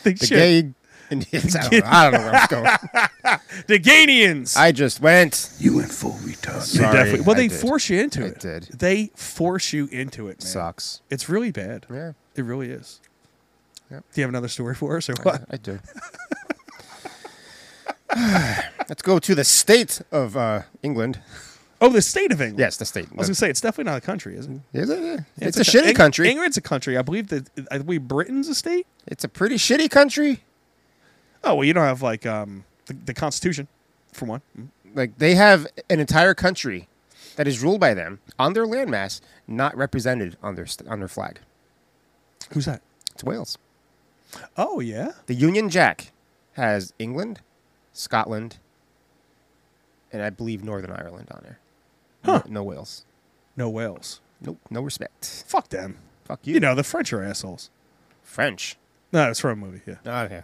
The Gindians. They
the
should.
gay Indians. I don't, know. I don't know where I'm going.
the Ganians.
I just went.
You went full retard.
Sorry,
definitely, well,
I
they
did.
force you into
I
it.
did.
They force you into it, man.
Sucks.
It's really bad.
Yeah.
It really is.
Yep.
Do you have another story for us or
I-
what?
I do. Let's go to the state of uh, England.
Oh, the state of England.
Yes, the state.
I was gonna say it's definitely not a country, is it?
Is it? Yeah.
Yeah,
It's, a
co-
shitty
Eng-
country.
England's a country. I believe that I believe Britain's a state.
It's a pretty shitty country.
Oh well, you don't have like um the, the Constitution, for one. Mm.
Like they have an entire country that is ruled by them on their landmass, not represented on their st- on their flag.
Who's that?
It's Wales.
Oh yeah.
The Union Jack has England, Scotland, and I believe Northern Ireland on there. Huh. No, no Wales.
No Wales.
Nope. No respect.
Fuck them.
Fuck you.
You know the French are assholes.
French.
No, it's from a movie. Yeah.
Okay.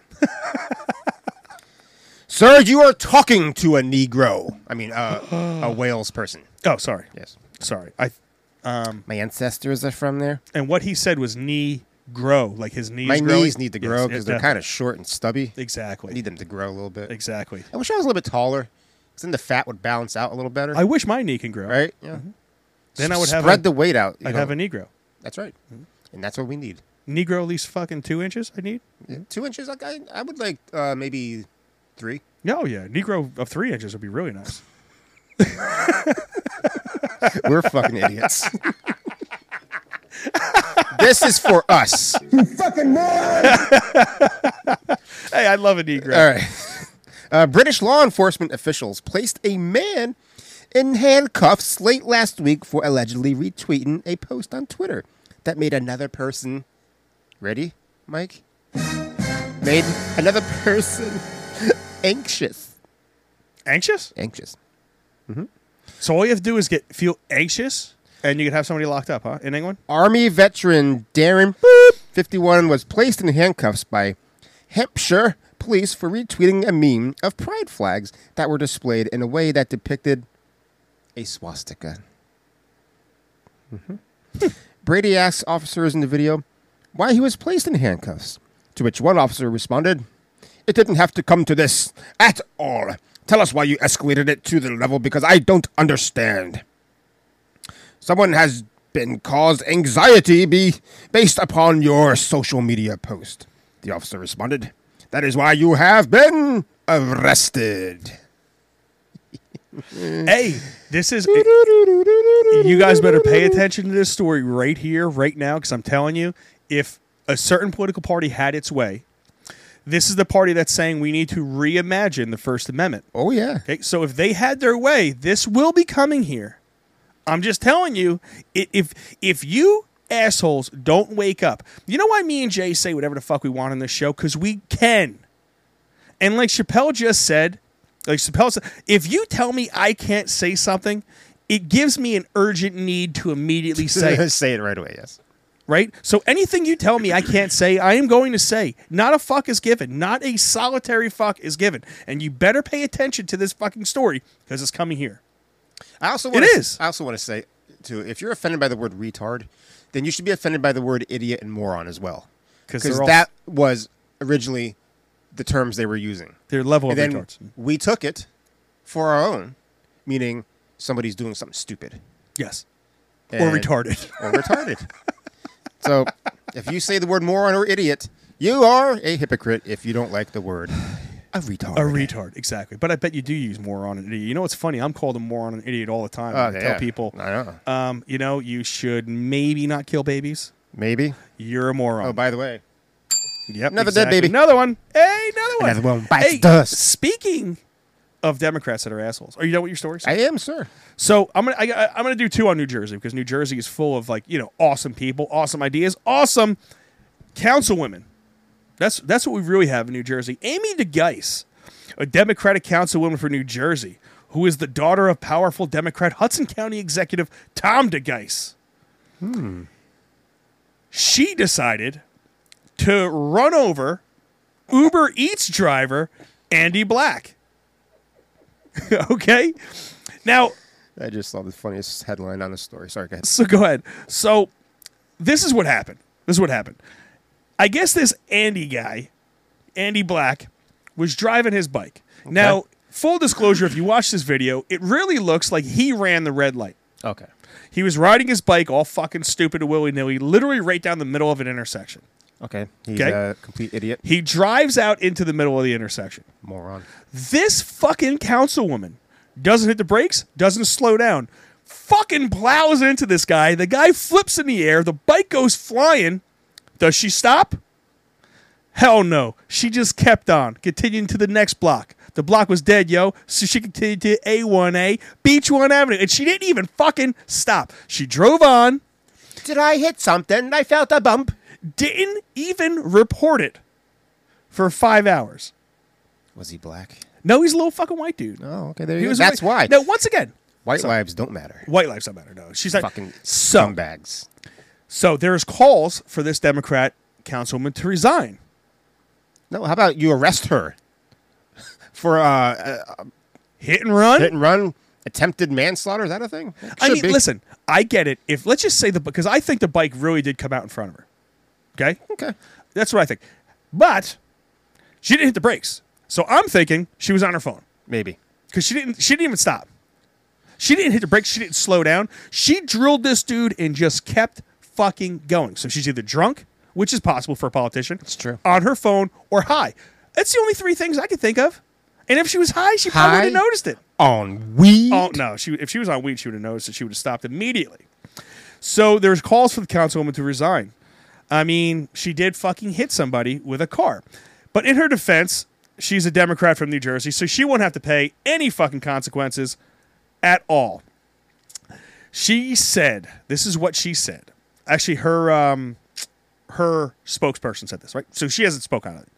Sir, you are talking to a Negro. I mean, uh, a Wales person.
Oh, sorry.
Yes. Uh,
Sorry. I. Um.
My ancestors are from there.
And what he said was knee grow, like his knees.
My
growing.
knees need to
Yes,
grow
yes,
because they're
definitely.
kind of short and stubby.
Exactly.
I need them to grow a little bit.
Exactly.
I wish I was a little bit taller because then the fat would balance out a little better.
I wish my knee can grow.
right? Yeah.
Then
S-
I would have
spread
a-
the weight out. you
I'd
know?
have a Negro.
That's right. And that's what we need.
Negro at least fucking two inches. I need.
Yeah, Two inches. Like I, I would like uh, maybe three.
No, Oh, yeah, Negro of three inches would be really nice.
We're fucking idiots. this is for us.
Fucking moron!
hey, I love a Negro.
Uh, All right. Uh, British law enforcement officials placed a man in handcuffs late last week for allegedly retweeting a post on Twitter that made another person. Ready, Mike? Made another person anxious.
Anxious?
Anxious.
So all you have to do is get feel anxious, and you could have somebody locked up, huh? In England?
Army veteran Darren Boop, 51 was placed in handcuffs by Hampshire police for retweeting a meme of pride flags that were displayed in a way that depicted a swastika. Mhm. Brady asks officers in the video why he was placed in handcuffs, to which one officer responded, It didn't have to come to this at all. Tell us why you escalated it to the level because I don't understand. Someone has been caused anxiety be based upon your social media post. The officer responded, That is why you have been arrested.
hey, this is. you guys better pay attention to this story right here, right now, because I'm telling you, if a certain political party had its way, this is the party that's saying we need to reimagine the First Amendment.
Oh, yeah.
Okay, so if they had their way, this will be coming here. I'm just telling you, i- if if you assholes don't wake up, you know why me and Jay say whatever the fuck we want on this show? Because we can. And like Chappelle just said, like Chappelle said, if you tell me I can't say something, it gives me an urgent need to immediately say it.
say it right away, yes.
Right? So anything you tell me I can't say, I am going to say. Not a fuck is given. Not a solitary fuck is given. And you better pay attention to this fucking story because it's coming here.
I also
It
want I also want to say too, if you're offended by the word retard, then you should be offended by the word idiot and moron as well,
'Cause
because
they're all-
that was originally the terms they were using.
Their level
and
of
then
retards.
we took it for our own, meaning somebody's doing something stupid.
Yes. Or retarded.
Or retarded. so, if you say the word moron or idiot, you are a hypocrite if you don't like the word a retard.
A retard, exactly. But I bet you do use moron and idiot. You know what's funny? I'm called a moron and idiot all the time.
Oh,
I tell
yeah.
people,
I know.
Um, you know, you should maybe not kill babies.
Maybe
you're a moron.
Oh, by the way,
yep,
another
exactly.
dead baby.
Another one. Hey, another one.
Another one bites
hey,
dust.
Speaking of Democrats that are assholes, are you done with your stories?
I am, sir.
So I'm gonna I, I- I'm gonna do two on New Jersey because New Jersey is full of like you know awesome people, awesome ideas, awesome councilwomen. That's that's what we really have in New Jersey. Amy DeGeis, a Democratic councilwoman for New Jersey, who is the daughter of powerful Democrat Hudson County Executive Tom DeGeis.
Hmm.
She decided to run over Uber Eats driver Andy Black. okay, now
I just saw the funniest headline on the story. Sorry, go ahead.
So go ahead. So this is what happened. This is what happened. I guess this Andy guy, Andy Black, was driving his bike. Now, full disclosure, if you watch this video, it really looks like he ran the red light.
Okay.
He was riding his bike all fucking stupid and willy nilly, literally right down the middle of an intersection.
Okay. He's
Okay.
a complete idiot.
He drives out into the middle of the intersection.
Moron.
This fucking councilwoman doesn't hit the brakes, doesn't slow down, fucking plows into this guy. The guy flips in the air, the bike goes flying. Does she stop? Hell no. She just kept on, continuing to the next block. The block was dead, yo. So she continued to A1A, Beachwood Avenue, and she didn't even fucking stop. She drove on.
Did I hit something? I felt a bump.
Didn't even report it for five hours.
Was he black?
No, he's a little fucking white dude.
Oh, okay. There
He
you go.
was
That's
white.
why.
No, once again,
White
So-
lives don't matter.
White lives don't matter. No, she's like
Fucking
so,
scumbags.
So there's calls for this Democrat councilwoman to resign.
No, how about you arrest her for uh, uh, uh,
hit and run?
Hit and run, attempted manslaughter. Is that a thing?
I
Should
mean,
be.
listen, I get it. If let's just say the because I think the bike really did come out in front of her. Okay.
Okay.
That's what I think. But she didn't hit the brakes, so I'm thinking she was on her phone.
Maybe
because she didn't. She didn't even stop. She didn't hit the brakes. She didn't slow down. She drilled this dude and just kept fucking going. So she's either drunk, which is possible for a politician. It's
true.
On her phone or high. That's the only three things I could think of. And if she was high, she probably would
High?
have noticed it.
On weed?
Oh no! She if she was on weed, she would have noticed it. She would have stopped immediately. So there's calls for the councilwoman to resign. I mean, she did fucking hit somebody with a car. But in her defense, she's a Democrat from New Jersey, so she won't have to pay any fucking consequences at all. She said, "This is what she said." Actually, her um, her spokesperson said this, right? So she hasn't spoken on it.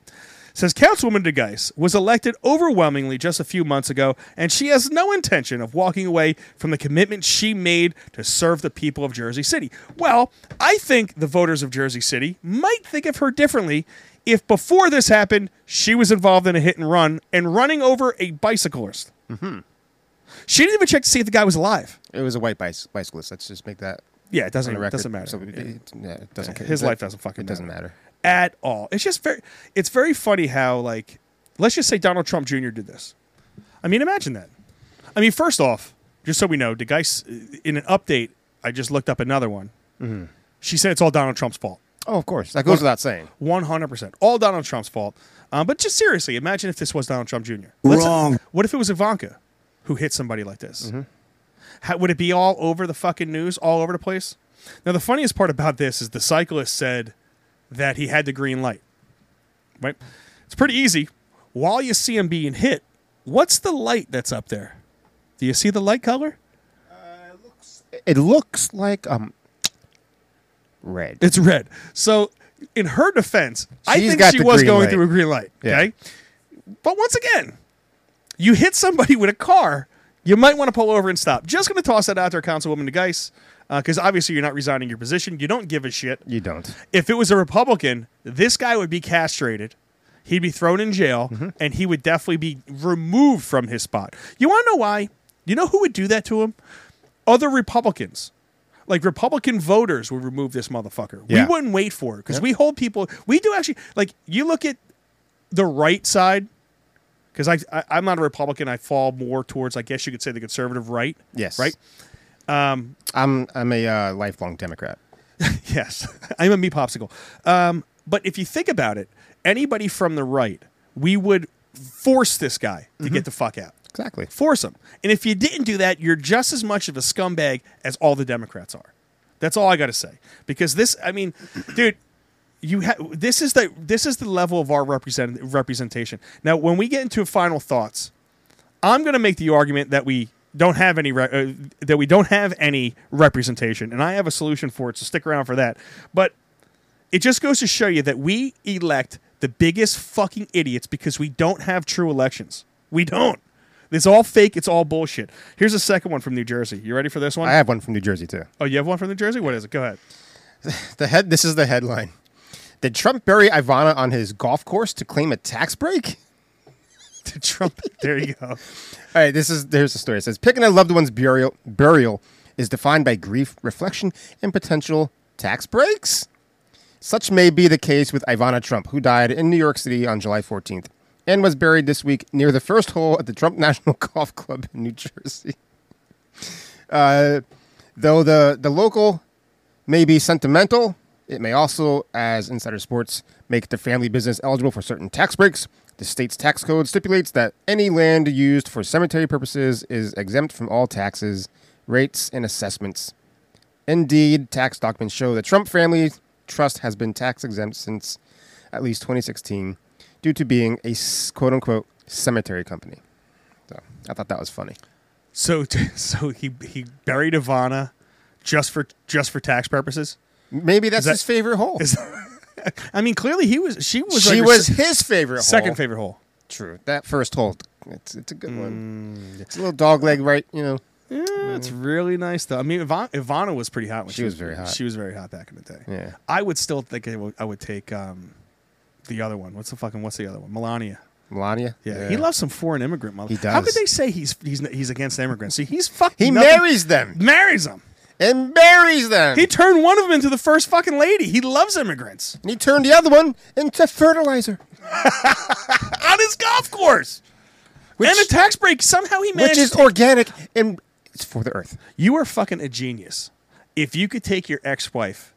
Says Councilwoman DeGeis was elected overwhelmingly just a few months ago, and she has no intention of walking away from the commitment she made to serve the people of Jersey City. Well, I think the voters of Jersey City might think of her differently if before this happened, she was involved in a hit and run and running over a bicyclist.
Mm-hmm.
She didn't even check to see if the guy was alive.
It was a white bice- bicyclist. Let's just make that.
Yeah, it doesn't-
on the
it
record.
doesn't matter.
So it, it- yeah, it doesn't. care.
His
It-
life doesn't fucking
It doesn't
matter.
matter.
at all. It's just very it's very funny how like let's just say Donald Trump Jr. did this. I mean, imagine that. I mean, first off, just so we know, the guy s- in an update, I just looked up another one.
Mhm.
She said it's all Donald Trump's fault.
Oh, of course. That goes without saying.
One hundred percent, all Donald Trump's fault. Um, but just seriously, imagine if this was Donald Trump Jr.
Wrong.
What if it was Ivanka who hit somebody like this? How, would it be all over the fucking news, all over the place? Now, the funniest part about this is the cyclist said that he had the green light. Right? It's pretty easy. While you see him being hit, what's the light that's up there? Do you see the light color?
It looks like um red.
It's red. So, in her defense, I
She's
think
got
she
the
was
green
going
light.
through a green light.
Yeah.
Okay. But once again, you hit somebody with a car, you might want to pull over and stop. Just going to toss that out there, Councilwoman DeGeis, because obviously you're not resigning your position. You don't give a shit.
You don't.
If it was a Republican, this guy would be castrated. He'd be thrown in jail,
Mm-hmm.
and he would definitely be removed from his spot. You want to know why? You know who would do that to him? Other Republicans. Like Republican voters would remove this motherfucker.
Yeah.
We wouldn't wait for it because we hold people. We do actually like you look at the right side because I, I I'm not a Republican. I fall more towards I guess you could say the conservative right.
Yes.
Right. Um,
I'm I'm a uh, lifelong Democrat.
yes, I'm a me popsicle. Um, but if you think about it, anybody from the right, we would force this guy to get the fuck out.
Exactly.
Force him. And if you didn't do that, you're just as much of a scumbag as all the Democrats are. That's all I got to say. Because this, I mean, dude, you ha- this is the this is the level of our represent- representation. Now, when we get into final thoughts, I'm going to make the argument that we don't have any re- uh, that we don't have any representation, and I have a solution for it. So stick around for that. But it just goes to show you that we elect the biggest fucking idiots because we don't have true elections. We don't. It's all fake. It's all bullshit. Here's a second one from New Jersey. You ready for this one?
I have one from New Jersey too.
Oh, you have one from New Jersey? What is it? Go ahead.
The head. This is the headline. Did Trump bury Ivana on his golf course to claim a tax break?
Did Trump? There you go. All
right. This is there's the story. It says picking a loved one's burial burial is defined by grief, reflection, and potential tax breaks. Such may be the case with Ivana Trump, who died in New York City on July 14th and was buried this week near the first hole at the Trump National Golf Club in New Jersey. Uh, though the, the local may be sentimental, it may also, as insider sports, make the family business eligible for certain tax breaks. The state's tax code stipulates that any land used for cemetery purposes is exempt from all taxes, rates, and assessments. Indeed, tax documents show the Trump family trust has been tax exempt since at least 2016 due to being a quote unquote cemetery company. So I thought that was funny.
So so he he buried Ivana just for just for tax purposes.
Maybe that's
Is that-
his favorite hole.
is- I mean, clearly he was. She was.
she
like
was
her se-
his favorite
Second
hole.
favorite hole.
True. That first hole, it's, it's a good one.
Mm.
It's a little dog leg, right? You know.
Yeah, it's really nice though. I mean, Ivana, Ivana was pretty hot when she,
She was very hot.
She was very hot back in the day.
Yeah.
I would still think I would, I would take um, the other one. What's the fucking? What's the other one? Melania.
Melania.
Yeah, he loves some foreign immigrant mother.
He does.
How could they say he's he's he's against immigrants? See, he's fucking.
He
nothing-
marries them.
Marries them.
And buries them.
He turned one of them into the first fucking lady. He loves immigrants.
And he turned the other one into fertilizer.
on his golf course. and a tax break. Somehow he managed.
Which is
to-
organic and it's for the earth.
you are fucking a genius. If you could take your ex-wife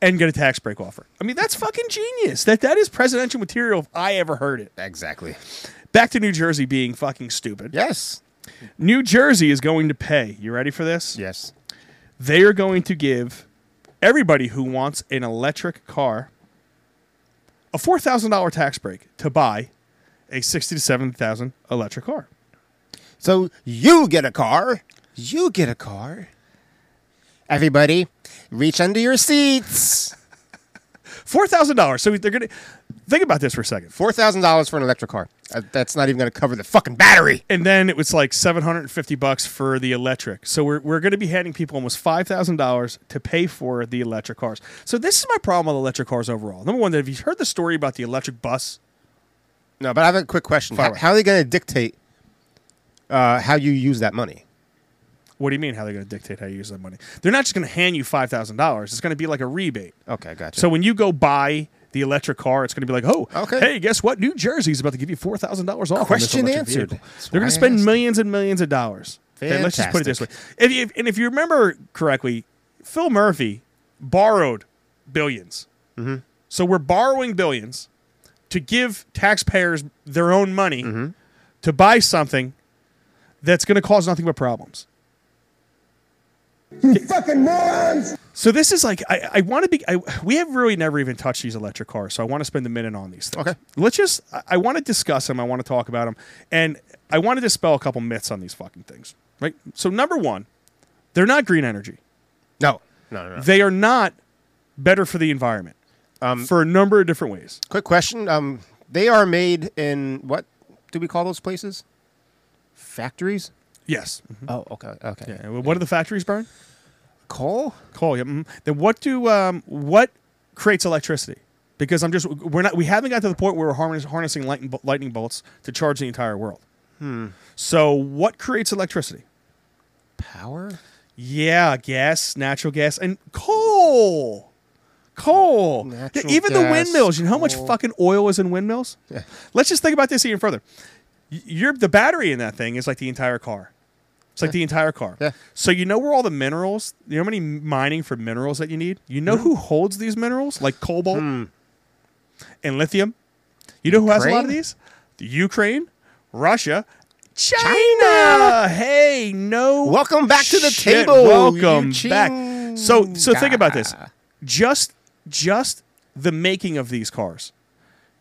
and get a tax break offer, I mean that's fucking genius. That that is presidential material if I ever heard it.
Exactly.
Back to New Jersey being fucking stupid.
Yes.
New Jersey is going to pay. You ready for this?
Yes.
They are going to give everybody who wants an electric car a four thousand dollar tax break to buy a sixty to seven thousand electric car.
So you get a car. You get a car. Everybody, reach under your seats.
Four thousand dollars. So they're gonna think about this for a second.
Four thousand dollars for an electric car. Uh, that's not even gonna cover the fucking battery.
And then it was like seven hundred and fifty bucks for the electric. So we're we're going to be handing people almost five thousand dollars to pay for the electric cars. So this is my problem with electric cars overall. Number one, that have you heard the story about the electric bus?
No, but I have a quick question.
Fire
How,
away.
how are they gonna dictate uh, how you use that money?
What do you mean? How they're going to dictate how you use that money? They're not just going to hand you five thousand dollars. It's going to be like a rebate.
Okay, gotcha.
So when you go buy the electric car, it's going to be like, oh,
Okay.
hey, guess what? New Jersey's about to give you four thousand dollars off. on this
Question
electric
answered.
vehicle.
That's
They're
why
going
I
to spend millions and millions of dollars. Okay, let's just put it this way. If, if, and if you remember correctly, Phil Murphy borrowed 1000000000s
Mm-hmm.
So we're borrowing billions to give taxpayers their own money
Mm-hmm.
to buy something that's going to cause nothing but problems.
You fucking morons!
So this is like I, I want to be. I, we have really never even touched these electric cars, so I want to spend a minute on these things. Okay, let's just. I, I want to discuss them. I want to talk about them, and I want to dispel a couple myths on these fucking things. Right. So number one, they're not green energy.
No, no, no. no.
They are not better for the environment. for a number of different ways.
Quick question. Um, they are made in what do we call those places? Factories.
Yes.
Oh, okay, okay.
Mm-hmm. Yeah. well, What do the factories burn?
Coal.
Coal. Yeah. mhm. Then what do um, what creates electricity? Because I'm just we're not we haven't got to the point where we're harness- harnessing lightning, bo- lightning bolts to charge the entire world.
Hmm.
So what creates electricity?
Power.
Yeah, gas, natural gas, and coal. Coal.
Natural
Even the
gas,
windmills. You know how much
coal.
fucking oil is in windmills?
Yeah.
Let's just think about this even further. Y- Your the battery in that thing is like the entire car. It's like the entire car. Yeah. So you know where all the minerals, you know how many mining for minerals that you need? You know who holds these minerals? Like cobalt and lithium? You know who has a lot of
Ukraine?
these? The Ukraine, Russia, China. Hey, no.
Welcome back to the
shit.
table.
Welcome
Eugene.
back. So so think about this. Just just the making of these cars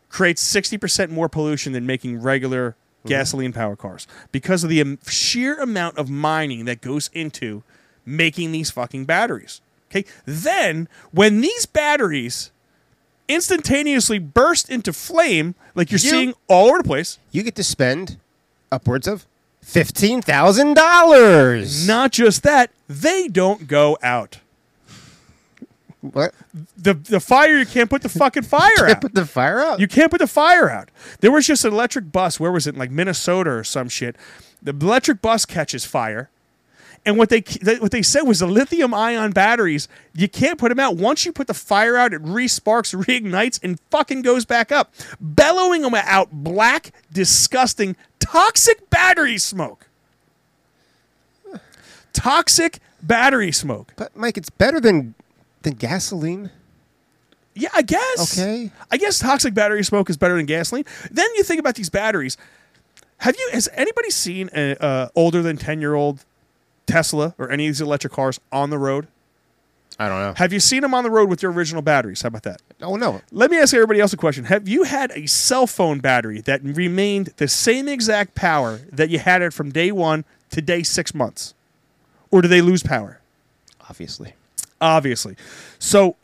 creates 60% more pollution than making regular gasoline powered cars because of the am- sheer amount of mining that goes into making these fucking batteries. Okay? Then when these batteries instantaneously burst into flame like you're
You-
seeing all over the place,
You get to spend upwards of fifteen thousand dollars.
Not just that, they don't go out.
What?
The the fire you can't put the fucking fire out.
Put the fire out.
You can't put the fire out. There was just an electric bus. Where was it? Like Minnesota or some shit. The electric bus catches fire, and what they they- what they said was the lithium ion batteries. You can't put them out. Once you put the fire out, it re-sparks, reignites, and fucking goes back up, bellowing them out. Black, disgusting, toxic battery smoke. Toxic battery smoke.
But Mike, it's better than than gasoline.
Yeah, I guess.
Okay.
I guess toxic battery smoke is better than gasoline. Then you think about these batteries. Have you? Has anybody seen an uh, older than ten year old Tesla or any of these electric cars on the road?
I don't know.
Have you seen them on the road with their original batteries? How about that?
Oh no.
Let me ask everybody else a question. Have you had a cell phone battery that remained the same exact power that you had it from day one to day six months, or do they lose power?
Obviously.
obviously. So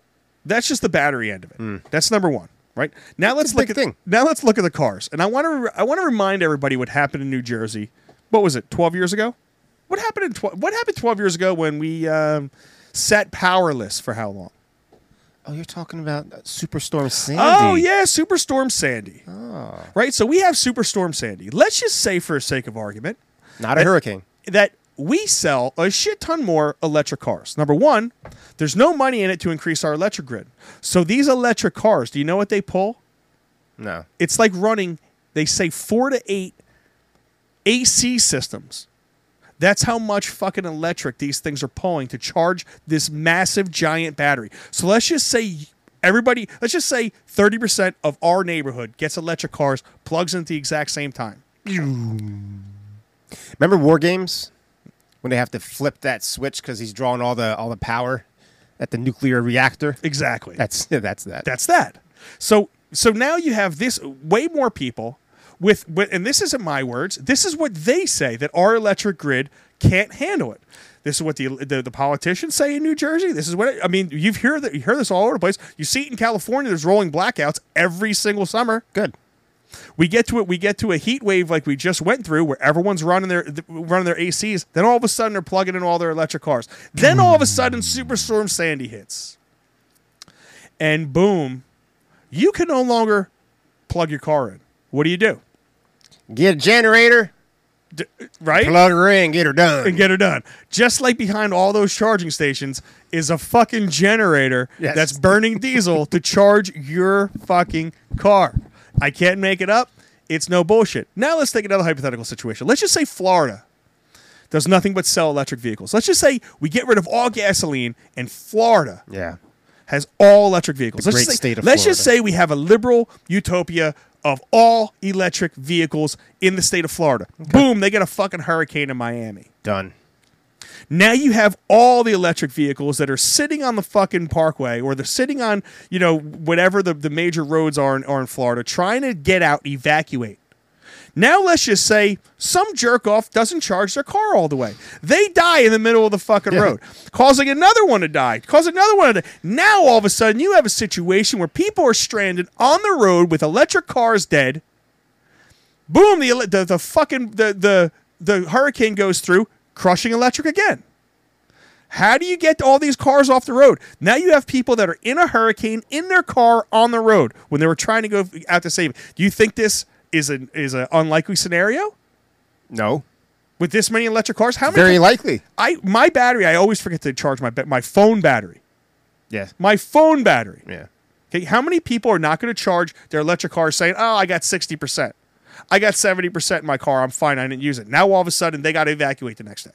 that's just the battery end of it. That's number one, right? Now let's look at now let's look at the cars, and I want to re- I want to remind everybody what happened in New Jersey. What was it? Twelve years ago? What happened in tw- What happened twelve years ago when we um, sat powerless for how long?
Oh, you're talking about uh, Superstorm Sandy.
Oh yeah, Superstorm Sandy. Right. So we have Superstorm Sandy. Let's just say, for the sake of argument,
Not a
that-
hurricane.
That we sell a shit ton more electric cars. Number one, there's no money in it to increase our electric grid. So these electric cars, do you know what they pull?
No.
It's like running. They say four to eight AC systems. That's how much fucking electric these things are pulling to charge this massive giant battery. So let's just say everybody, let's just say 30% of our neighborhood gets electric cars, plugs in at the exact same time.
Remember War Games when they have to flip that switch because he's drawing all the all the power at the nuclear reactor.
Exactly.
That's yeah, that's that.
That's that. So so now you have this way more people with, with and this isn't my words. This is what they say that our electric grid can't handle it. This is what the, the, the politicians say in New Jersey. This is what I mean. You've hear that you hear this all over the place. You see it in California. There's rolling blackouts every single summer.
Good.
We get to it. We get to a heat wave like we just went through, where everyone's running their th- running their ACs. Then all of a sudden they're plugging in all their electric cars. Then all of a sudden Superstorm Sandy hits, and boom, you can no longer plug your car in. What do you do?
Get a generator,
right?
Plug her in, get her done,
and get her done. Just like behind all those charging stations is a fucking generator
Yes.
that's burning diesel to charge your fucking car. I can't make it up. It's no bullshit. Now let's take another hypothetical situation. Let's just say Florida does nothing but sell electric vehicles. Let's just say we get rid of all gasoline and Florida
Yeah.
has all electric vehicles.
The
let's
great
just say,
state of
let's just
Florida.
say we have a liberal utopia of all electric vehicles in the state of Florida. Boom, they get a fucking hurricane in Miami.
Done.
Now you have all the electric vehicles that are sitting on the fucking parkway or they're sitting on, you know, whatever the, the major roads are in, are in Florida trying to get out, evacuate. Now let's just say some jerk off doesn't charge their car all the way. They die in the middle of the fucking road, causing another one to die, cause another one to die. Now all of a sudden you have a situation where people are stranded on the road with electric cars dead. Boom, the ele- the, the fucking the, the the hurricane goes through, crushing electric again. How do you get all these cars off the road? Now you have people that are in a hurricane in their car on the road when they were trying to go out to save. it. Do you think this is an is an unlikely scenario?
No.
With this many electric cars, how many?
Very likely.
I my battery. I always forget to charge my ba- my phone battery.
Yes.
My phone battery.
Yeah.
Okay. How many people are not going to charge their electric car saying, "Oh, I got sixty percent, I got seventy percent in my car. I'm fine. I didn't use it." Now all of a sudden they got to evacuate the next day.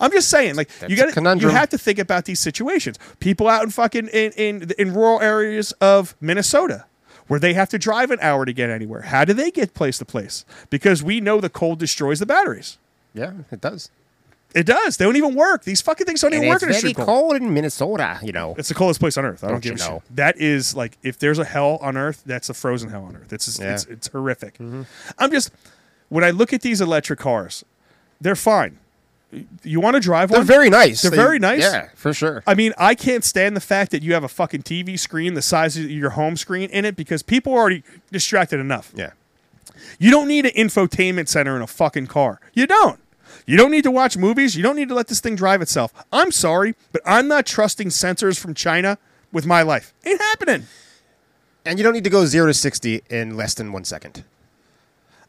I'm just saying, like you
That's a
got to you
conundrum.
have to think about these situations. People out in fucking in, in in rural areas of Minnesota where they have to drive an hour to get anywhere. How do they get place to place? Because we know the cold destroys the batteries.
Yeah, it does.
It does. They don't even work. These fucking things don't
And
even work
it's
in a
very
street
cold. in Minnesota, you know.
It's the coldest place on earth. I don't,
Don't
give
you
a shit.
know.
That is like if there's a hell on earth, that's a frozen hell on earth. It's just,
Yeah. Mm-hmm.
it's, it's horrific. I'm just when I look at these electric cars, they're fine. You want to drive
They're
one?
very nice.
They're
They-
very nice.
Yeah, for sure.
I mean, I can't stand the fact that you have a fucking TV screen the size of your home screen in it because people are already distracted enough.
Yeah.
You don't need an infotainment center in a fucking car. You don't. You don't need to watch movies. You don't need to let this thing drive itself. I'm sorry, but I'm not trusting sensors from China with my life. Ain't happening.
And you don't need to go zero to sixty in less than one second.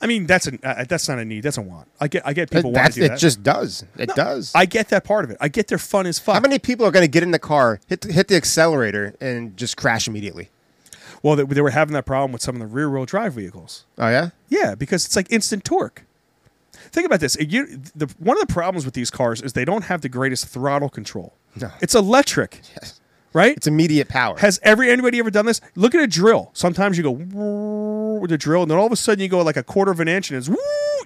I mean, that's an uh, that's not a need. That's a want. I get I get people want
Uh, That's,
to do
it
that.
just does. It
No,
does.
I get that part of it. I get they're fun as fuck.
How many people are going to get in the car, hit the, hit the accelerator, and just crash immediately?
Well, they, they were having that problem with some of the rear wheel drive vehicles.
Oh yeah.
Yeah, because it's like instant torque. Think about this. You, the, one of the problems with these cars is they don't have the greatest throttle control.
No.
It's electric.
Yes.
Right?
It's immediate power.
Has every anybody ever done this? Look at a drill. Sometimes you go "Woo," with a drill, and then all of a sudden you go like a quarter of an inch, and it's woo.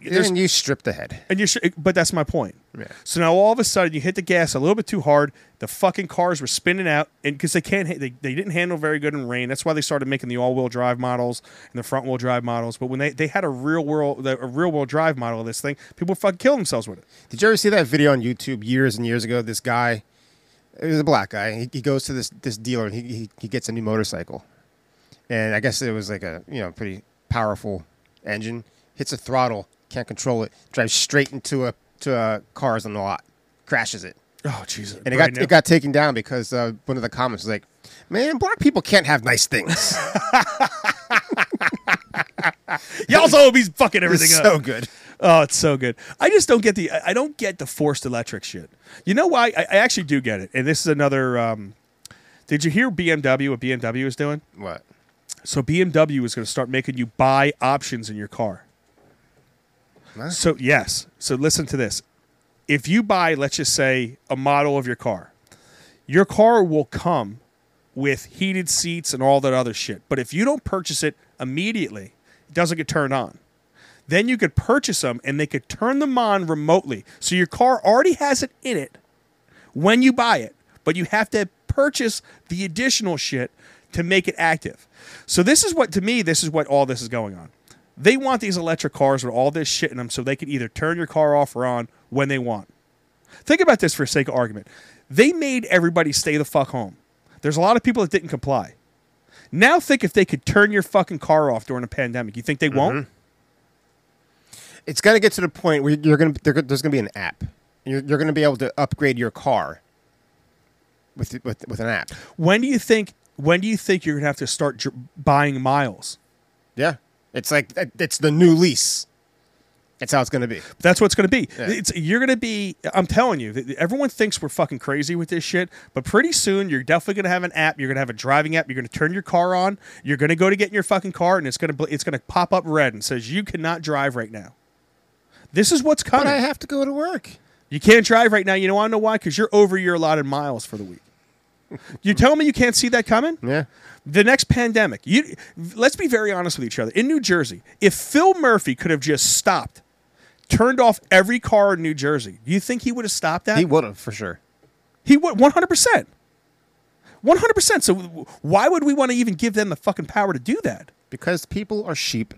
There's-
and you strip the head.
and you sh- but that's my point.
Yeah.
So now all of a sudden you hit the gas a little bit too hard. The fucking cars were spinning out, and because they can't, ha- they, they didn't handle very good in rain. That's why they started making the all-wheel drive models and the front-wheel drive models. But when they, they had a real world the, a real-wheel drive model of this thing, people fucking killed themselves with it.
Did you ever see that video on YouTube years and years ago? This guy, it was a black guy. He, he goes to this this dealer. And he, he he gets a new motorcycle, and I guess it was like a you know pretty powerful engine. Hits a throttle, can't control it. Drives straight into a to a cars on the lot, crashes it.
Oh Jesus!
And it got it got taken down because uh, one of the comments was like, "Man, black people can't have nice things."
Y'all's always fucking everything
It's
up.
so good.
Oh, it's so good. I just don't get the I I don't get the forced electric shit. You know why? I, I actually do get it. And this is another. Um, did you hear BMW? What BMW is doing?
What?
So BMW is going to start making you buy options in your car. So yes. So listen to this. If you buy, let's just say, a model of your car, your car will come with heated seats and all that other shit. But if you don't purchase it immediately, it doesn't get turned on. Then you could purchase them and they could turn them on remotely. So your car already has it in it when you buy it, but you have to purchase the additional shit to make it active. So this is what to me this is what all this is going on. They want these electric cars with all this shit in them so they can either turn your car off or on when they want. Think about this for sake of argument. They made everybody stay the fuck home. There's a lot of people that didn't comply. Now think if they could turn your fucking car off during a pandemic. You think they won't?
It's going to get to the point where you're going to there's going to be an app. You're, you're going to be able to upgrade your car with with with an app.
When do you think? When do you think you're gonna have to start dr- buying miles?
Yeah, it's like it's the new lease. That's how it's going to be.
That's what it's going to be.
Yeah.
It's, you're going to be. I'm telling you, th- everyone thinks we're fucking crazy with this shit, but pretty soon you're definitely going to have an app. You're going to have a driving app. You're going to turn your car on. You're going to go to get in your fucking car, and it's going to it's going to pop up red and says you cannot drive right now. This is what's coming.
But I have to go to work.
You can't drive right now. You know I know why? Because you're over your allotted miles for the week. you telling me you can't see that coming?
Yeah.
The next pandemic. You let's be very honest with each other. In New Jersey, if Phil Murphy could have just stopped, turned off every car in New Jersey, do you think he would have stopped that?
He would have for sure.
He would one hundred percent. One hundred percent. So w- why would we want to even give them the fucking power to do that?
Because people are sheep.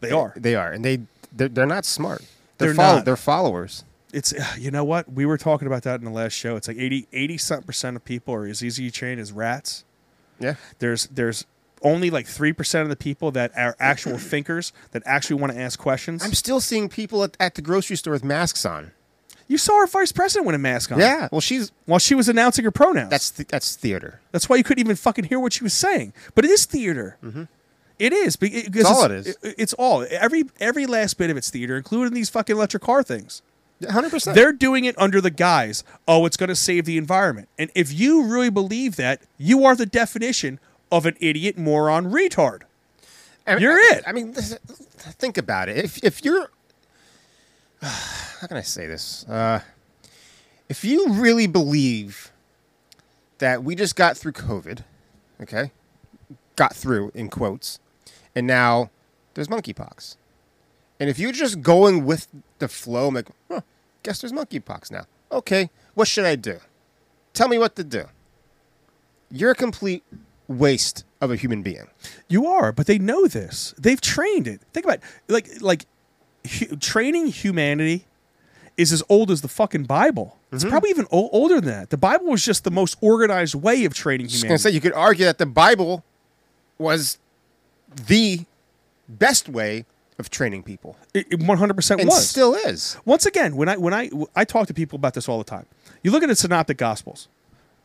They are.
They are, and they they're, they're not smart.
They're
They're follow,
not.
They're followers.
it's uh, you know what we were talking about that in the last show it's like 80 80 something percent of people are as easy to train as rats
yeah
there's there's only like 3% of the people that are actual thinkers that actually want to ask questions
I'm still seeing people at, at the grocery store with masks on.
you saw our vice president with a mask on
Yeah. Well, she's
while she was announcing her pronouns
that's th- that's theater.
that's why you couldn't even fucking hear what she was saying but it is theater It is be- because
Mm-hmm. all it is.
it- It's all every every last bit of it's theater, including these fucking electric car things.
Hundred percent.
They're doing it under the guise, oh, it's going to save the environment. And if you really believe that, you are the definition of an idiot, moron, retard. You're it.
I mean, this, think about it. If if you're how can I say this? Uh, if you really believe that we just got through COVID, okay, got through in quotes, and now there's monkeypox, and if you're just going with the flow, I'm like, huh, guess there's monkeypox now. Okay, what should I do? Tell me what to do. You're a complete waste of a human being.
You are, but they know this. They've trained it. Think about it. like like hu- training humanity is as old as the fucking Bible. It's
Mm-hmm.
probably even o- older than that. The Bible was just the most organized way of training
just
humanity.
gonna say you could argue that the Bible was the best way of training people.
One hundred percent
And
was
still is.
Once again, when I when I I talk to people about this all the time. You look at the Synoptic Gospels,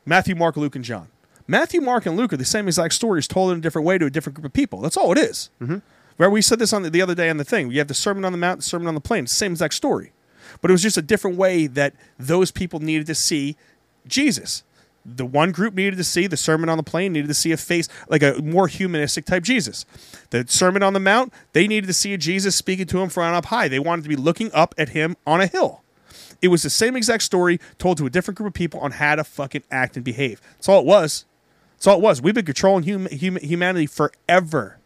Matthew, Mark, Luke, and John. Matthew, Mark, and Luke are the same exact stories told in a different way to a different group of people. That's all it is.
Mm-hmm.
Right? We said this on the, the other day on the thing. You have the Sermon on the Mount, the Sermon on the Plain, same exact story, but it was just a different way that those people needed to see Jesus. The one group needed to see the Sermon on the Plain needed to see a face like a more humanistic type Jesus. The Sermon on the Mount, they needed to see a Jesus speaking to him from up high. They wanted to be looking up at him on a hill. It was the same exact story told to a different group of people on how to fucking act and behave. That's all it was. That's all it was. We've been controlling hum- hum- humanity forever.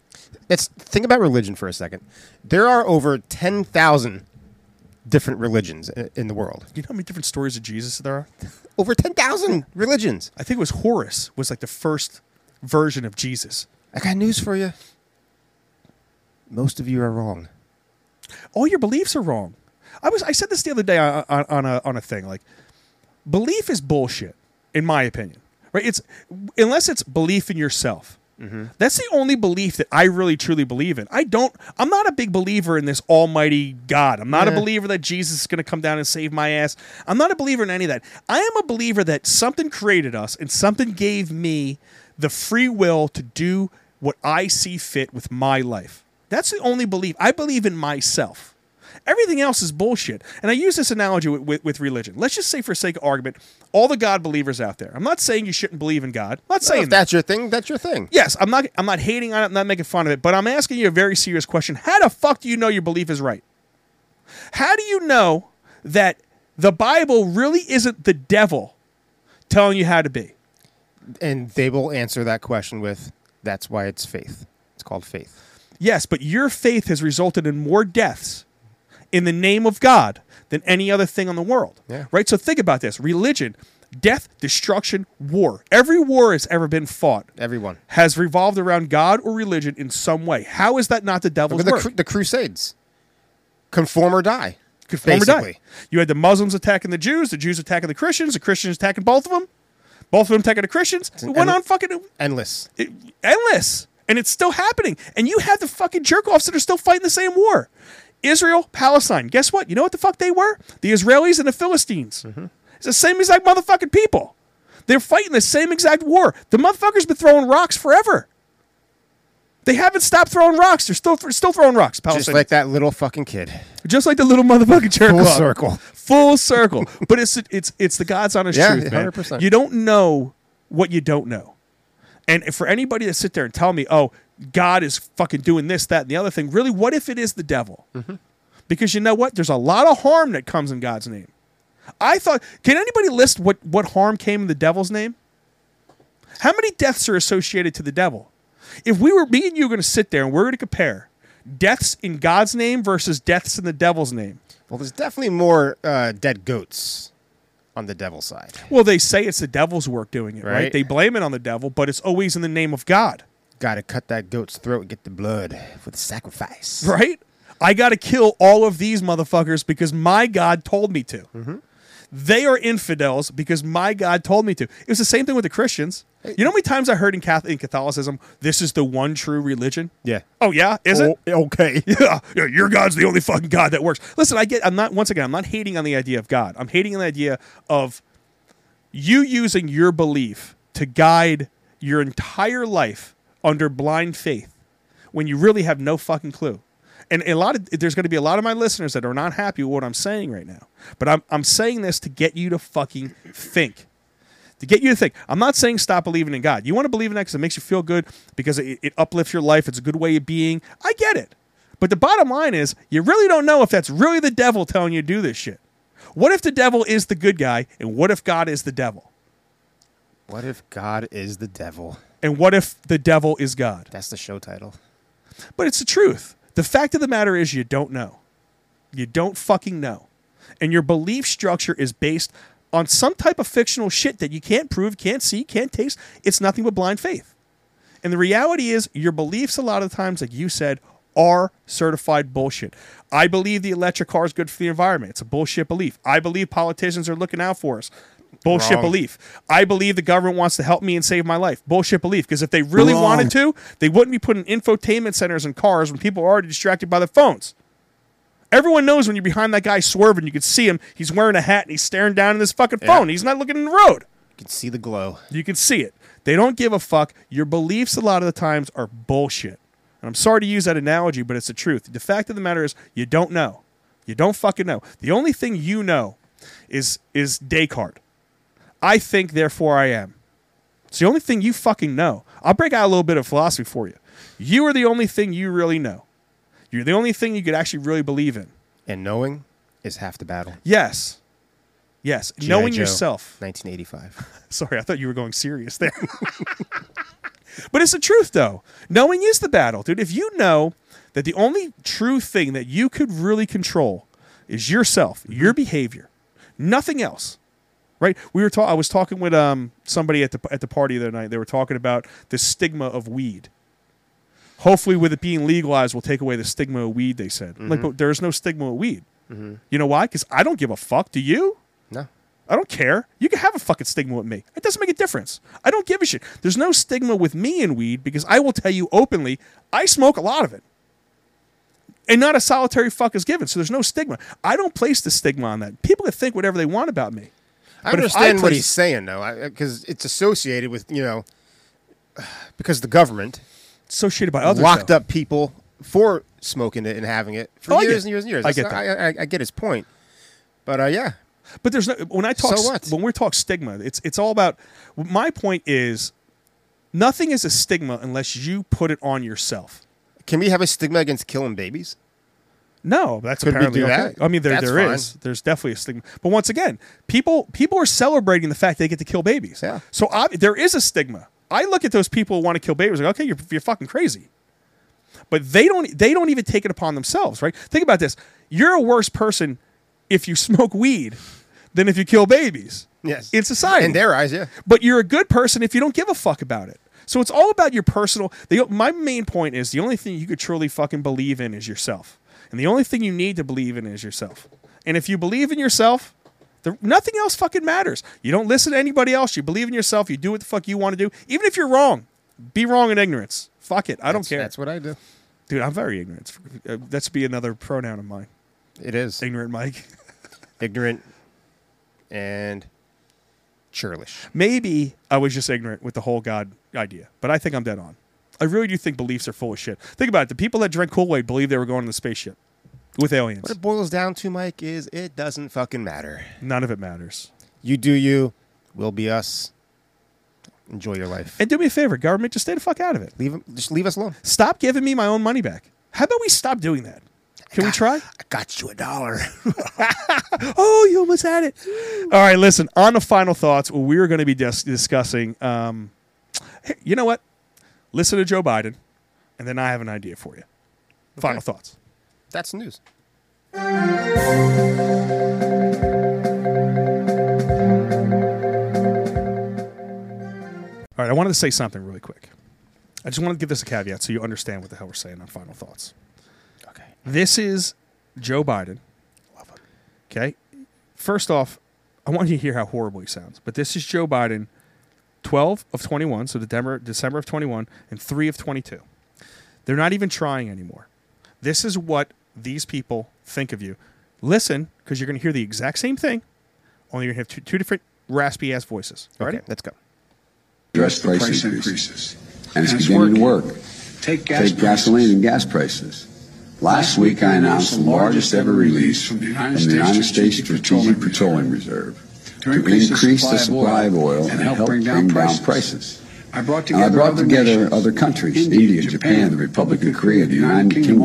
Let's think about religion for a second. There are over ten thousand different religions i- in the world.
You know how many different stories of Jesus there are?
Over ten thousand religions.
I think it was Horus was like the first version of Jesus.
I got news for you. Most of you are wrong.
all your beliefs are wrong. I was I said this the other day on, on, on a on a thing like belief is bullshit in my opinion. Right? It's unless it's belief in yourself. That's the only belief that I really truly believe in. I don't I'm not a big believer in this almighty God. I'm not a
Yeah.
believer that Jesus is going to come down and save my ass. I'm not a believer in any of that. I am a believer that something created us and something gave me the free will to do what I see fit with my life. That's the only belief. I believe in myself. Everything else is bullshit. And I use this analogy with, with, with religion. Let's just say, for sake of argument, all the God believers out there. I'm not saying you shouldn't believe in God. I'm not
Well,
saying
if that's your thing, that's your thing.
Yes, I'm not. I'm not hating on it. I'm not making fun of it. But I'm asking you a very serious question. How the fuck do you know your belief is right? How do you know that the Bible really isn't the devil telling you how to be?
And they will answer that question with that's why it's faith. It's called faith.
Yes, but your faith has resulted in more deaths in the name of God than any other thing on the world.
Yeah.
Right? So think about this religion, death, destruction, war. Every war has ever been fought.
Everyone.
Has revolved around God or religion in some way. How is that not the devil's
Look at the,
work?
cru- the Crusades. Conform or die.
could form or die.
Basically.
You had the Muslims attacking the Jews, the Jews attacking the Christians, the Christians attacking both of them, both of them attacking the Christians. It went on fucking
endless,
it, endless, and it's still happening. And you have the fucking jerk offs that are still fighting the same war. Israel, Palestine. Guess what? You know what the fuck they were? The Israelis and the Philistines.
Mm-hmm.
It's the same exact motherfucking people. They're fighting the same exact war. The motherfuckers been throwing rocks forever. They haven't stopped throwing rocks. They're still still throwing rocks.
just
Palestinians.
like that little fucking kid.
Just like the little motherfucking jerk
Full
off.
circle.
Full circle. but it's it's it's the God's honest
Yeah,
truth, man.
100%.
You don't know what you don't know. And for anybody to sit there and tell me, "Oh, God is fucking doing this, that, and the other thing," really, what if it is the devil? Because you know what? There's a lot of harm that comes in God's name. I thought. Can anybody list what what harm came in the devil's name? How many deaths are associated to the devil? If we were me and you going to sit there and we're going to compare deaths in God's name versus deaths in the devil's name.
Well, there's definitely more uh, dead goats on the devil side.
Well, they say it's the devil's work doing it, right?
Right.
They blame it on the devil, but it's always in the name of God.
Got to cut that goat's throat and get the blood with sacrifice.
Right? I got to kill all of these motherfuckers because my God told me to. They are infidels because my God told me to. It was the same thing with the Christians. You know how many times I heard in Catholic in Catholicism, this is the one true religion?
Yeah.
Oh yeah, is it?
Okay.
Yeah. yeah, Your God's the only fucking God that works. Listen, I get I'm not once again, I'm not hating on the idea of God. I'm hating on the idea of you using your belief to guide your entire life under blind faith when you really have no fucking clue. And a lot of there's going to be a lot of my listeners that are not happy with what I'm saying right now. But I'm I'm saying this to get you to fucking think to get you to think. I'm not saying stop believing in God. You want to believe in that because it makes you feel good, because it, it uplifts your life. It's a good way of being. I get it. But the bottom line is, you really don't know if that's really the devil telling you to do this shit. What if the devil is the good guy, and what if God is the devil?
What if God is the devil?
And what if the devil is God?
That's the show title.
But it's the truth. The fact of the matter is, you don't know. You don't fucking know. And your belief structure is based on some type of fictional shit that you can't prove, can't see, can't taste. It's nothing but blind faith. And the reality is, your beliefs, a lot of times, like you said, are certified bullshit. I believe the electric car is good for the environment. It's a bullshit belief. I believe politicians are looking out for us. Bullshit
Wrong.
belief. I believe the government wants to help me and save my life. Bullshit belief. Because if they really
Wrong.
wanted to, they wouldn't be putting infotainment centers in cars when people are already distracted by their phones. Everyone knows when you're behind that guy swerving, you can see him. He's wearing a hat and he's staring down at his fucking phone. He's not looking in the road.
You can see the glow.
You can see it. They don't give a fuck. Your beliefs, a lot of the times, are bullshit. And I'm sorry to use that analogy, but it's the truth. The fact of the matter is, you don't know. You don't fucking know. The only thing you know is is Descartes. I think, therefore I am. It's the only thing you fucking know. I'll break out a little bit of philosophy for you. You are the only thing you really know. You're the only thing you could actually really believe in.
And knowing is half the battle.
Yes. Yes.
G.I.
Knowing
Joe,
yourself.
1985.
Sorry, I thought you were going serious there. but it's the truth, though. Knowing is the battle, dude. If you know that the only true thing that you could really control is yourself, your behavior, nothing else. Right? We were ta- I was talking with um, somebody at the at the party the other night. They were talking about the stigma of weed. Hopefully, with it being legalized, we'll take away the stigma of weed. They said, like,
Mhm.
but there is no stigma of weed.
Mhm.
You know why? Because I don't give a fuck. Do you?
No.
I don't care. You can have a fucking stigma with me. It doesn't make a difference. I don't give a shit. There's no stigma with me in weed because I will tell you openly, I smoke a lot of it. And not a solitary fuck is given. So there's no stigma. I don't place the stigma on that. People can think whatever they want about me.
I
But if
understand what
place-
he's saying though, because it's associated with you know, because the government
associated by others,
locked
though.
up people for smoking it and having it for
Oh, I
years
get-
and years and years.
I
That's
get
not-
that.
I, I, I get his point, but uh, yeah,
But there's no when I talk
So
s-
what?
when we talk stigma, it's it's all about my point is nothing is a stigma unless you put it on yourself.
can we have a stigma against killing babies?
No, that's
Could we
apparently
do
okay.
that?
I mean, there
That's
there is.
fine.
There's definitely a stigma. But once again, people people are celebrating the fact they get to kill babies. Yeah. So I, there is a stigma. I look at those people who want to kill babies. Like, okay, you're you're fucking crazy. But they don't they don't even take it upon themselves, right? Think about this. You're a worse person if you smoke weed than if you kill babies.
Yes.
In society.
In their eyes, yeah.
But you're a good person if you don't give a fuck about it. So it's all about your personal. The, my main point is the only thing you could truly fucking believe in is yourself, and the only thing you need to believe in is yourself. And if you believe in yourself, the, nothing else fucking matters. You don't listen to anybody else. You believe in yourself. You do what the fuck you want to do, even if you're wrong. Be wrong in ignorance. Fuck it. I don't care. That's
what I do.
Dude, I'm very ignorant. Uh, That's be another pronoun of mine.
It is
ignorant, Mike.
ignorant and churlish.
Maybe I was just ignorant with the whole God idea, but I think I'm dead on. I really do think beliefs are full of shit. Think about it. The people that drank Kool Aid believe they were going on the spaceship with aliens.
What it boils down to, Mike, is it doesn't fucking matter.
None of it matters.
You do you, we'll be us. Enjoy your life.
And do me a favor, government, just stay the fuck out of it.
Leave just leave us alone.
Stop giving me my own money back. How about we stop doing that? Can we try?
I got you a dollar.
oh, you almost had it. All right, listen. On the final thoughts, we're going to be dis- discussing. Um, hey, you know what? Listen to Joe Biden, and then I have an idea for you. Final thoughts.
That's news.
All right, I wanted to say something really quick. I just wanted to give this a caveat so you understand what the hell we're saying on final thoughts. Okay. This is Joe Biden. Okay. First off, I want you to hear how horrible he sounds, but this is Joe Biden, 12 of 21, so December, December of 21, and 3 of 22. They're not even trying anymore. This is what these people think of you. Listen, because you're going to hear the exact same thing, only you're going to have two, two different raspy ass voices. All right?
Let's go.
Address price, increases. And it's beginning to work. Take, gasoline and gas prices. Last week, I announced the largest ever release from the United, States, Strategic Petroleum Reserve to increase, the supply of oil and, help bring down prices.
I brought
And
together.
I Uh, brought
other
together
nations.
other countries, India, Japan, the Republic of Korea, the United Kingdom,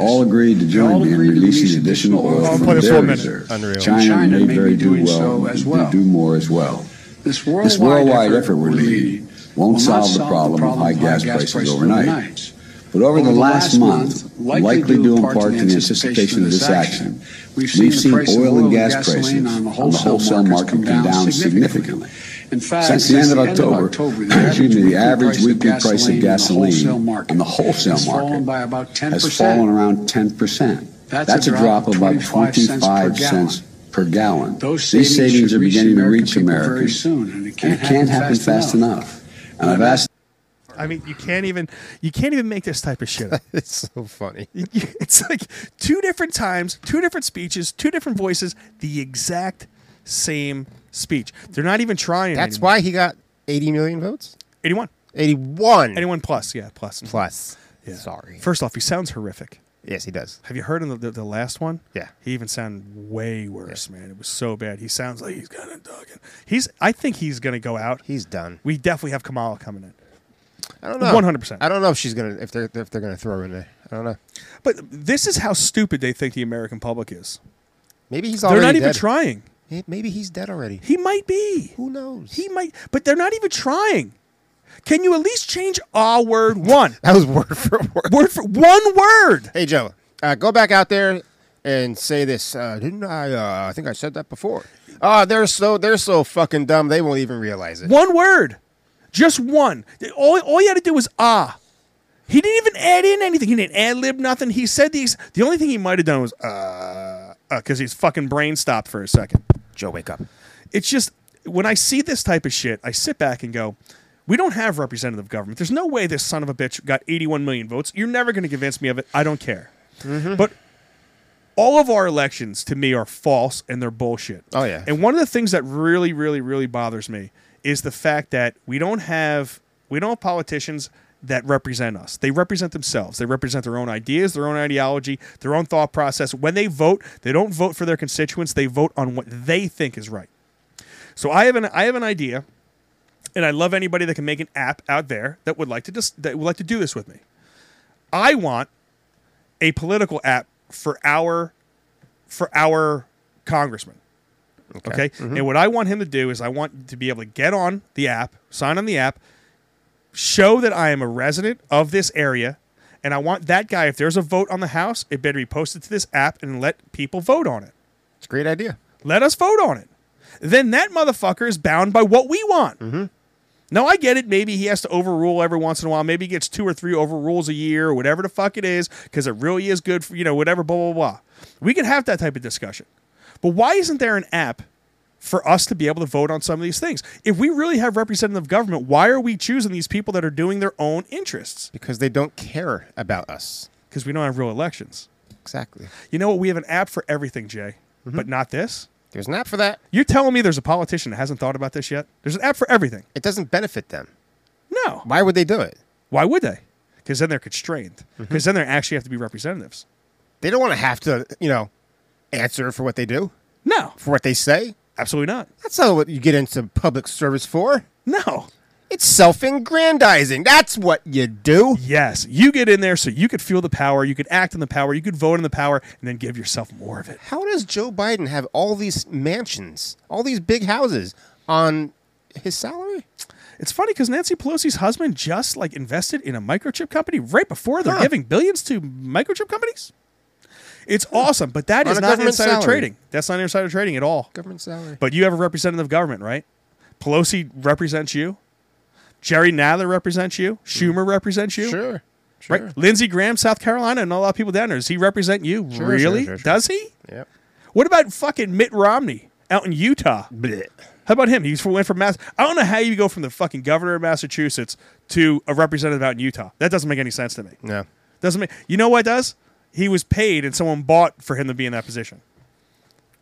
all, agreed to join me in releasing additional oil from
play this
their
one minute.
reserves.
Unreal.
China,
China
may
may
very
be
do
doing
well,
so as
do-
well.
do more as well.
This
This worldwide effort we're leading won't solve the problem of high gas prices overnight. But over the last month, likely due in part to the anticipation of this action,
we've
we've seen
price of
oil and gas
gasoline
prices
on
on the
the
wholesale market come down significantly.
In fact,
Since the end of October, excuse me, the average weekly price of gasoline on the wholesale
has fallen
market
by about 10%.
has fallen around 10%.
That's
That's
a
a drop of about
25 cents per
25
gallon.
cents per gallon.
Those
These
savings
savings
should
are
reach
beginning to
American
reach
people very
Americans.
soon, and it
and
can't
it can't
happen
happen
fast
fast enough. And I've asked
I mean, you can't even you can't even make this type of shit up.
it's so funny.
It's like two different times, two different speeches, two different voices, the exact same speech. They're not even trying.
That's
anymore.
why he got 80 million votes?
81.
81.
81 plus, yeah, plus.
Plus.
Yeah.
Sorry.
First off, he sounds horrific.
Yes, he does.
Have you heard him the, the, the last one?
Yeah.
He even sounded way worse, man. It was so bad. He sounds like he's gonna dog He's I think he's gonna go out.
He's done.
We definitely have Kamala coming in.
I don't know.
100%.
I don't know if she's gonna if they're if they're gonna throw her in there. I don't know.
But this is how stupid they think the American public is.
Maybe he's
They're
already
not even
dead.
trying.
Hey, Maybe he's dead already.
He might be.
Who knows?
He might, but they're not even trying. Can you at least change a word one?
That was word for word.
Word for one word.
Hey Joe, uh, go back out there and say this. Uh, didn't I? Uh, I think I said that before. Oh, they're so they're so fucking dumb. They won't even realize it.
One word, just one. All, all you had to do was ah. He didn't even add in anything. He didn't ad lib nothing. He said these. The only thing he might have done was uh, because his fucking brain stopped for a second.
Joe, wake up.
It's just when I see this type of shit, I sit back and go, "We don't have representative government. There's no way this son of a bitch got 81 million votes. You're never going to convince me of it. I don't care."
Mm-hmm.
But all of our elections to me are false and they're bullshit.
Oh yeah.
And one of the things that really, really, really bothers me is the fact that we don't have we don't have politicians that represent us. They represent themselves. They represent their own ideas, their own ideology, their own thought process. When they vote, they don't vote for their constituents. They vote on what they think is right. So I have an I have an idea, and I love anybody that can make an app out there that would like to dis- that would like to do this with me. I want a political app for our for our congressman. Okay.
Mhm.
And what I want him to do is I want to be able to get on the app, sign on the app, show that I am a resident of this area, and I want that guy, if there's a vote on the House, it better be posted to this app and let people vote on it.
It's a great idea.
Let us vote on it. Then that motherfucker is bound by what we want. Mm-hmm. Now I get it. Maybe he has to overrule every once in a while. Maybe he gets two or three overrules a year or whatever the fuck it is because it really is good for you know whatever. Blah blah blah. We could have that type of discussion. But why isn't there an app for us to be able to vote on some of these things? If we really have representative government, why are we choosing these people that are doing their own interests?
Because they don't care about us.
Because we don't have real elections.
Exactly.
You know what? We have an app for everything, Jay, but not this.
There's an app for that.
You're telling me there's a politician that hasn't thought about this yet? There's an app for everything.
It doesn't benefit them.
No.
Why would they do it?
Why would they? Because then they're constrained.
Mm-hmm.
Because then they actually have to be representatives.
They don't want to have to, you know, answer for what they do.
No.
For what they say.
Absolutely not.
That's not what you get into public service for.
No.
It's self aggrandizing. That's what you do.
Yes, you get in there so you could feel the power, you could act on the power, you could vote on the power, and then give yourself more of it.
How does Joe Biden have all these mansions, all these big houses on his salary?
It's funny because Nancy Pelosi's husband just like invested in a microchip company right before they're
Huh.
giving billions to microchip companies. It's awesome, but that
On
is
a
not
government
insider
salary.
trading. That's not insider trading at all.
Government salary.
But you have a representative government, right? Pelosi represents you. Jerry Nadler represents you. Schumer represents you.
Mm. Sure. sure.
Right? Lindsey Graham, South Carolina, and a lot of people down there. Does he represent you?
Sure, sure,
really?
sure, sure.
Does he?
Yep.
What about fucking Mitt Romney out in Utah? How about him? He's from, went from Mass. I don't know how you go from the fucking governor of Massachusetts to a representative out in Utah. That doesn't make any sense to me.
No.
Doesn't make. You know what does? He was paid, and someone bought for him to be in that position.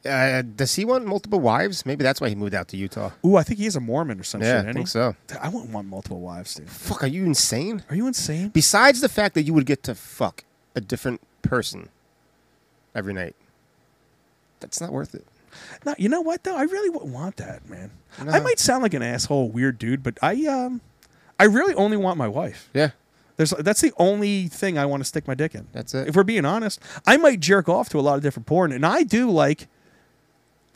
Uh, does he want multiple wives? Maybe that's why he moved out to Utah.
Ooh, I think he is a Mormon or some
Yeah,
shit.
I
ain't
think
he?
so.
I wouldn't want multiple wives, dude.
Fuck, are you insane?
Are you insane?
Besides the fact that you would get to fuck a different person every night, that's not worth it.
No, you know what though? I really wouldn't want that, man. I might sound like an asshole, weird dude, but I um, I really only want my wife.
Yeah.
There's that's the only thing I want to stick my dick in.
That's it.
If we're being honest, I might jerk off to a lot of different porn, and I do like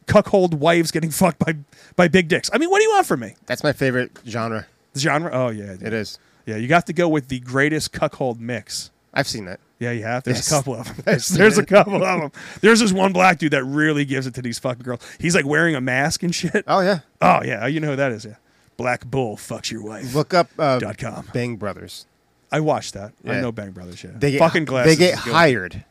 cuckold wives getting fucked by by big dicks. I mean, what do you want from me?
That's my favorite genre.
The genre? Oh yeah, dude.
It is.
Yeah, you got to go with the greatest cuckold mix.
I've seen that.
Yeah, you have. There's
Yes.
a couple of them.
I've
There's,
seen
there's a
it.
couple of them. There's this one black dude that really gives it to these fucking girls. He's like wearing a mask and shit.
Oh yeah.
Oh yeah. You know who that is? Yeah. Black Bull fucks your wife.
Look up uh,
Dot com.
Bang Brothers.
I watched that. I
Yeah.
know Bang Brothers. Yeah.
They get,
fucking glasses.
They get
is good.
hired,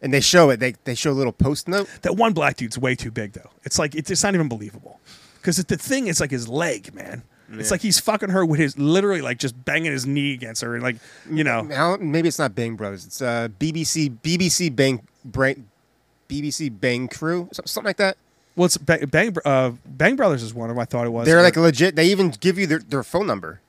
and they show it. They they show a little post note.
That one black dude's way too big though. It's like it's, it's not even believable. Because the thing is like his leg, man. It's
Yeah.
like he's fucking her with his literally like just banging his knee against her and like you know
Now, maybe it's not Bang Brothers. It's uh, BBC BBC Bang Bang BBC Bang Crew, so- something like that.
well it's Bang Bang, uh, Bang Brothers is one of them, I thought it was.
They're
Or-
like legit. They even give you their, their phone number.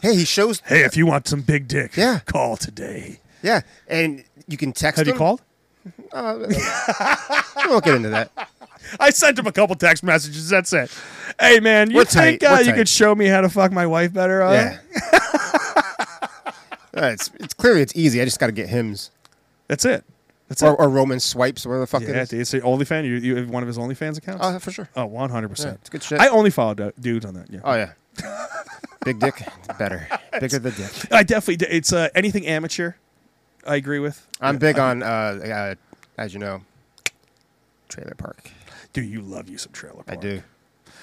hey, he shows.
hey if you want some big dick
Yeah.
call today.
Yeah, and you can text.
Have you
them.
called?
Uh, we'll get into that.
I sent him a couple text messages. That's it. Hey man, you
We're
think
tight. We're
uh, you
tight.
could show me how to fuck my wife better? Uh?
Yeah. Uh, it's, it's clearly it's easy. I just got to get hymns
That's it. That's
or,
it.
or Roman swipes, whatever the fuck it
yeah,
is.
it's, the OnlyFans. You, you have one of his OnlyFans accounts?
Oh, for sure.
Oh, 100.
Yeah,
percent
it's good shit.
I only follow du- dudes on that. Yeah.
Oh yeah, big dick, better, bigger the dick.
I definitely. d- It's uh, anything amateur. I agree with.
I'm
Yeah,
big
I-
on, uh, uh, as you know, Trailer Park.
Do you love you some trailer? Park.
I do.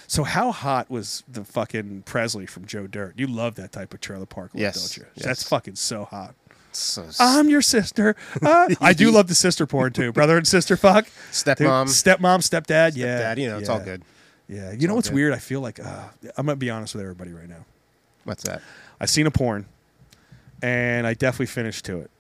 So how hot was the fucking Presley from Joe Dirt? You love that type of trailer park, look,
Yes,
don't you?
yes.
That's fucking so hot.
So
I'm your sister. Uh, I do love the sister porn too, brother and sister fuck, Dude,
stepmom,
stepmom, stepdad. yeah,
dad. You know, it's all
yeah.
good.
Yeah, you know
all
what's
good.
weird? I feel like uh, I'm gonna be honest with everybody right now.
What's that?
I seen a porn, and I definitely finished to it.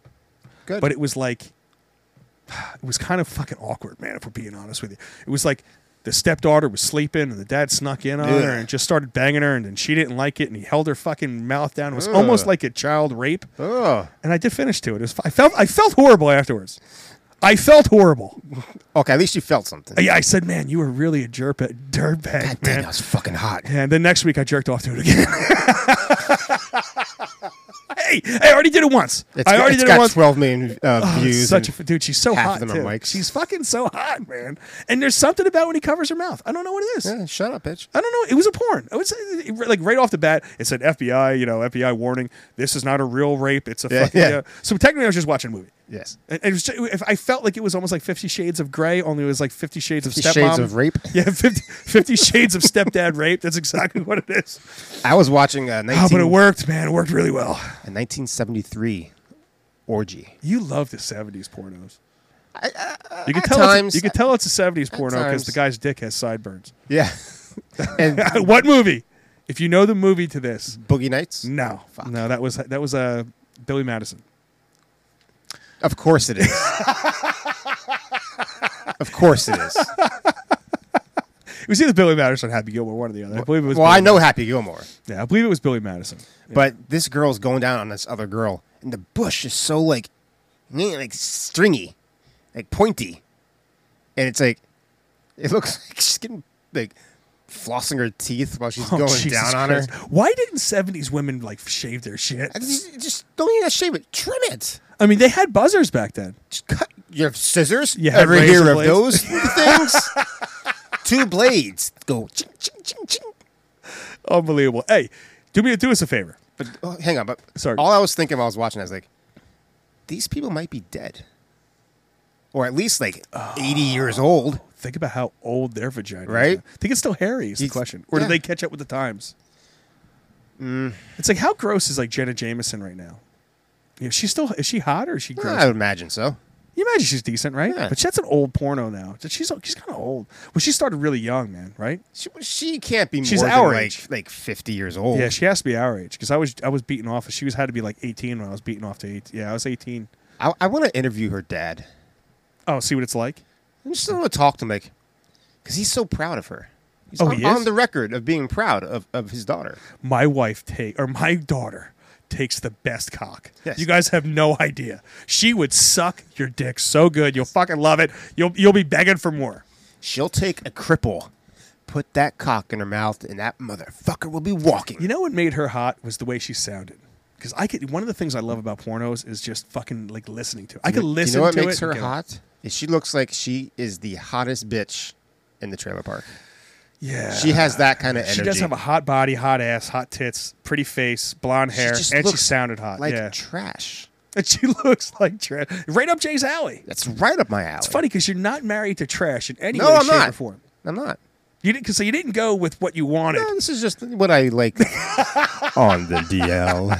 Good.
But it was like, it was kind of fucking awkward, man. If we're being honest with you, it was like the stepdaughter was sleeping, and the dad snuck in on her
Ugh.
and just started banging her, and then she didn't like it, and he held her fucking mouth down. It was almost
Ugh.
like a child rape.
Oh,
And I did finish to it. it was, I felt I felt horrible afterwards. I felt horrible.
okay. At least you felt something.
Yeah, I said, man, you were really a jerp dirtbag, man.
Damn, that was fucking hot.
And then next week I jerked off to it again. hey, I already did it once.
It's
I
got-
already
it's
did
got
it once.
12 million uh,
Oh,
views.
such a
and
f- dude. She's so
half
hot
of them
too.
are mics.
She's fucking so hot, man. And there's something about when he covers her mouth. I don't know what it is.
Yeah, shut up, bitch.
I don't know. It was a porn. It was it- it- like right off the bat, it said FBI. You know, FBI warning. This is not a real rape. It's a
Yeah,
fucking.
yeah.
uh, so technically, I was just watching a movie.
Yes.
And it was just, if I felt like it was almost like Fifty Shades of Grey, only it was like Fifty Shades
Fifty
of Stepmom.
Shades of Rape.
Yeah, 50, 50 Shades of Stepdad Rape. That's exactly what it is.
I was watching uh, a 19,
Oh, but it worked, man. It worked really well.
a 1973 orgy.
You love the 70s pornos. You can
uh, At
tell. it's-
times-
you can tell it's a '70s porno because
times.
the guy's dick has sideburns.
Yeah. And
Uh, what movie? If you know the movie to this,
Boogie Nights.
No, no, that was that was uh, Billy Madison.
Of course it is. of course it is.
It was either Billy Madison or Happy Gilmore, one or the other. I believe it was.
well,
Billy
I know
Madison.
Happy Gilmore.
Yeah, I believe it was Billy Madison.
But this girl's going down on this other girl, and the bush is so like, meh, like stringy, like pointy, and it's like, it looks like she's getting like flossing her teeth while she's
Oh,
going
Jesus
down on
Christ.
her.
Why didn't '70s women like shave their shit?
I Just, just don't even shave it. Trim it.
I mean, they had buzzers back then.
You have scissors.
You had
Ever
razor
hear of
blades.
those things? Two blades go. Ching, ching, ching, ching.
Unbelievable. Hey, do me do us a favor.
But oh, hang on. But
Sorry.
all I was thinking while I was watching, I was like, these people might be dead, or at least like eighty
Oh,
years old.
Think about how old their vagina.
Right?
I think it's still hairy. Is the question, or
yeah. Mm.
do they catch up with the times? It's like how gross is like Jenna Jameson right now? Yeah, she's still is she hot or is she gross?
I would imagine so.
You imagine she's decent, right? But that's an old porno now. She's she's kind of old. Well, she started really young, man. Right?
She, she can't be
She's
more
our
than
age.
like like fifty years old.
Yeah, she has to be our age because I was I was beating off. She was had to be like eighteen when I was beating off to eight. Yeah, I was eighteen.
I, I want to interview her dad.
Oh, see what it's like.
I just want to talk to him, like, because he's so proud of her. He's
Oh,
on,
he is?
on the record of being proud of, of his daughter.
My wife take or my daughter takes the best cock.
Yes.
You guys have no idea. She would suck your dick so good. You'll fucking love it. You'll you'll be begging for more.
She'll take a cripple, put that cock in her mouth, and that motherfucker will be walking.
You know what made her hot was the way she sounded. Because I could one of the things I love about pornos is just fucking like listening to. It. I
Do
could
you- do
listen.
You know what
to
makes
it and
her
go,
hot? Is she looks like she is the hottest bitch in the trailer park.
Yeah.
She has that kind of energy.
She does have a hot body, hot ass, hot tits, pretty face, blonde
She
hair,
just
and she
looks
sounded hot.
like
yeah.
trash.
And she looks like trash. Right up Jay's alley.
That's right up my alley.
It's funny because you're not married to trash in any
No,
way,
I'm
shape, or
not.
form.
I'm not.
You didn't, 'cause- so you didn't go with what you wanted.
No, this is just what I like on the DL.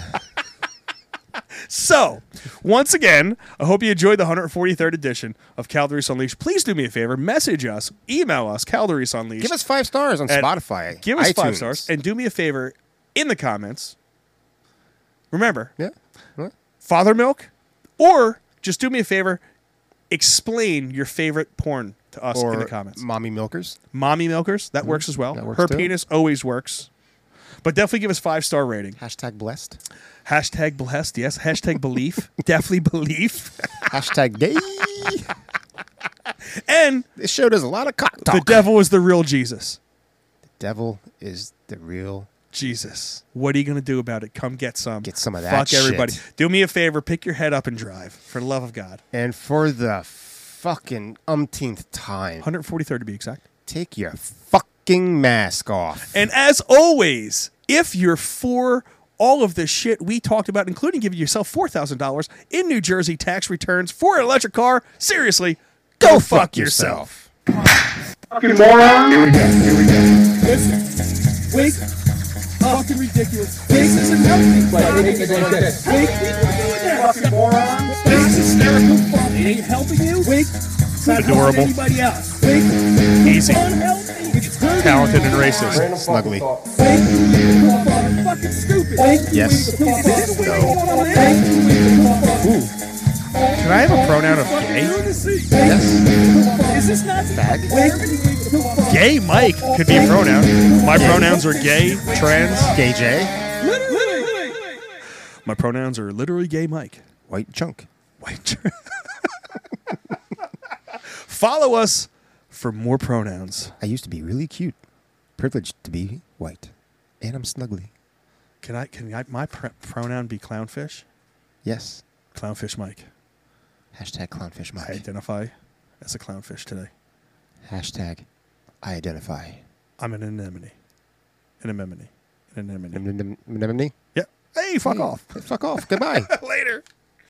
So, once again, I hope you enjoyed the 143rd edition of Calderese Unleashed. Please do me a favor, message us, email us, Calderese Unleashed.
Give us five stars on
at-
Spotify.
Give us five
iTunes.
stars and do me a favor in the comments. Remember,
yeah, What?
Father Milk, or just do me a favor, explain your favorite porn to us in the
Or
comments.
mommy milkers.
Mommy Milkers, that works as well.
that works
Her
too.
penis always works. But definitely give us five star rating.
Hashtag blessed.
Hashtag blessed, yes. Hashtag belief. definitely belief.
Hashtag gay.
and
this show does a lot of cock
The
talk.
devil is the real Jesus.
devil is the real
Jesus. What are you going to do about it? Come get some. Get
some of that
Fuck everybody.
shit.
Do me a favor. Pick your head up and drive. For the love of God.
And for the fucking umpteenth time,
143rd to be exact.
Take your fucking mask off.
And as always, if you're for all of the shit we talked about, including giving yourself $4,000 in New Jersey tax returns for an electric car, seriously, go, fuck, yourself.
Fucking moron.
Here we go. Here we go. Listen. Wake up. Oh, Fucking ridiculous. Wake isn't healthy. But they make it like this. Wake. People doing that. Fucking moron. This is hysterical. Fuck. It ain't helping you. Wake. It's not helping
Adorable.
Anybody else. Wake. Easy. Unhealthy. It's hurting
Talented
you.
and racist. Random
Snuggly.
Wake. You are Fucking stupid. Wake.
Yes.
You are fucking stupid. Wake. You are fucking stupid.
Can I have a pronoun of
Fucking
gay?
lunacy. Yes. Is this not
fag?
Wake.
Gay Mike could be a pronoun. My pronouns are gay, trans,
gay J.
My pronouns are literally gay Mike.
White junk.
White junk. Follow us for more pronouns.
I used to be really cute. Privileged to be white. And I'm snuggly.
Can I? Can I? My pr- pronoun be clownfish?
Yes.
Clownfish Mike.
Hashtag clownfish
I
Mike.
identify as a clownfish today.
Hashtag I identify.
I'm an anemone. An anemone. An anemone.
Anemone?
Yep. Hey, fuck off.
Fuck off. Goodbye.
Later.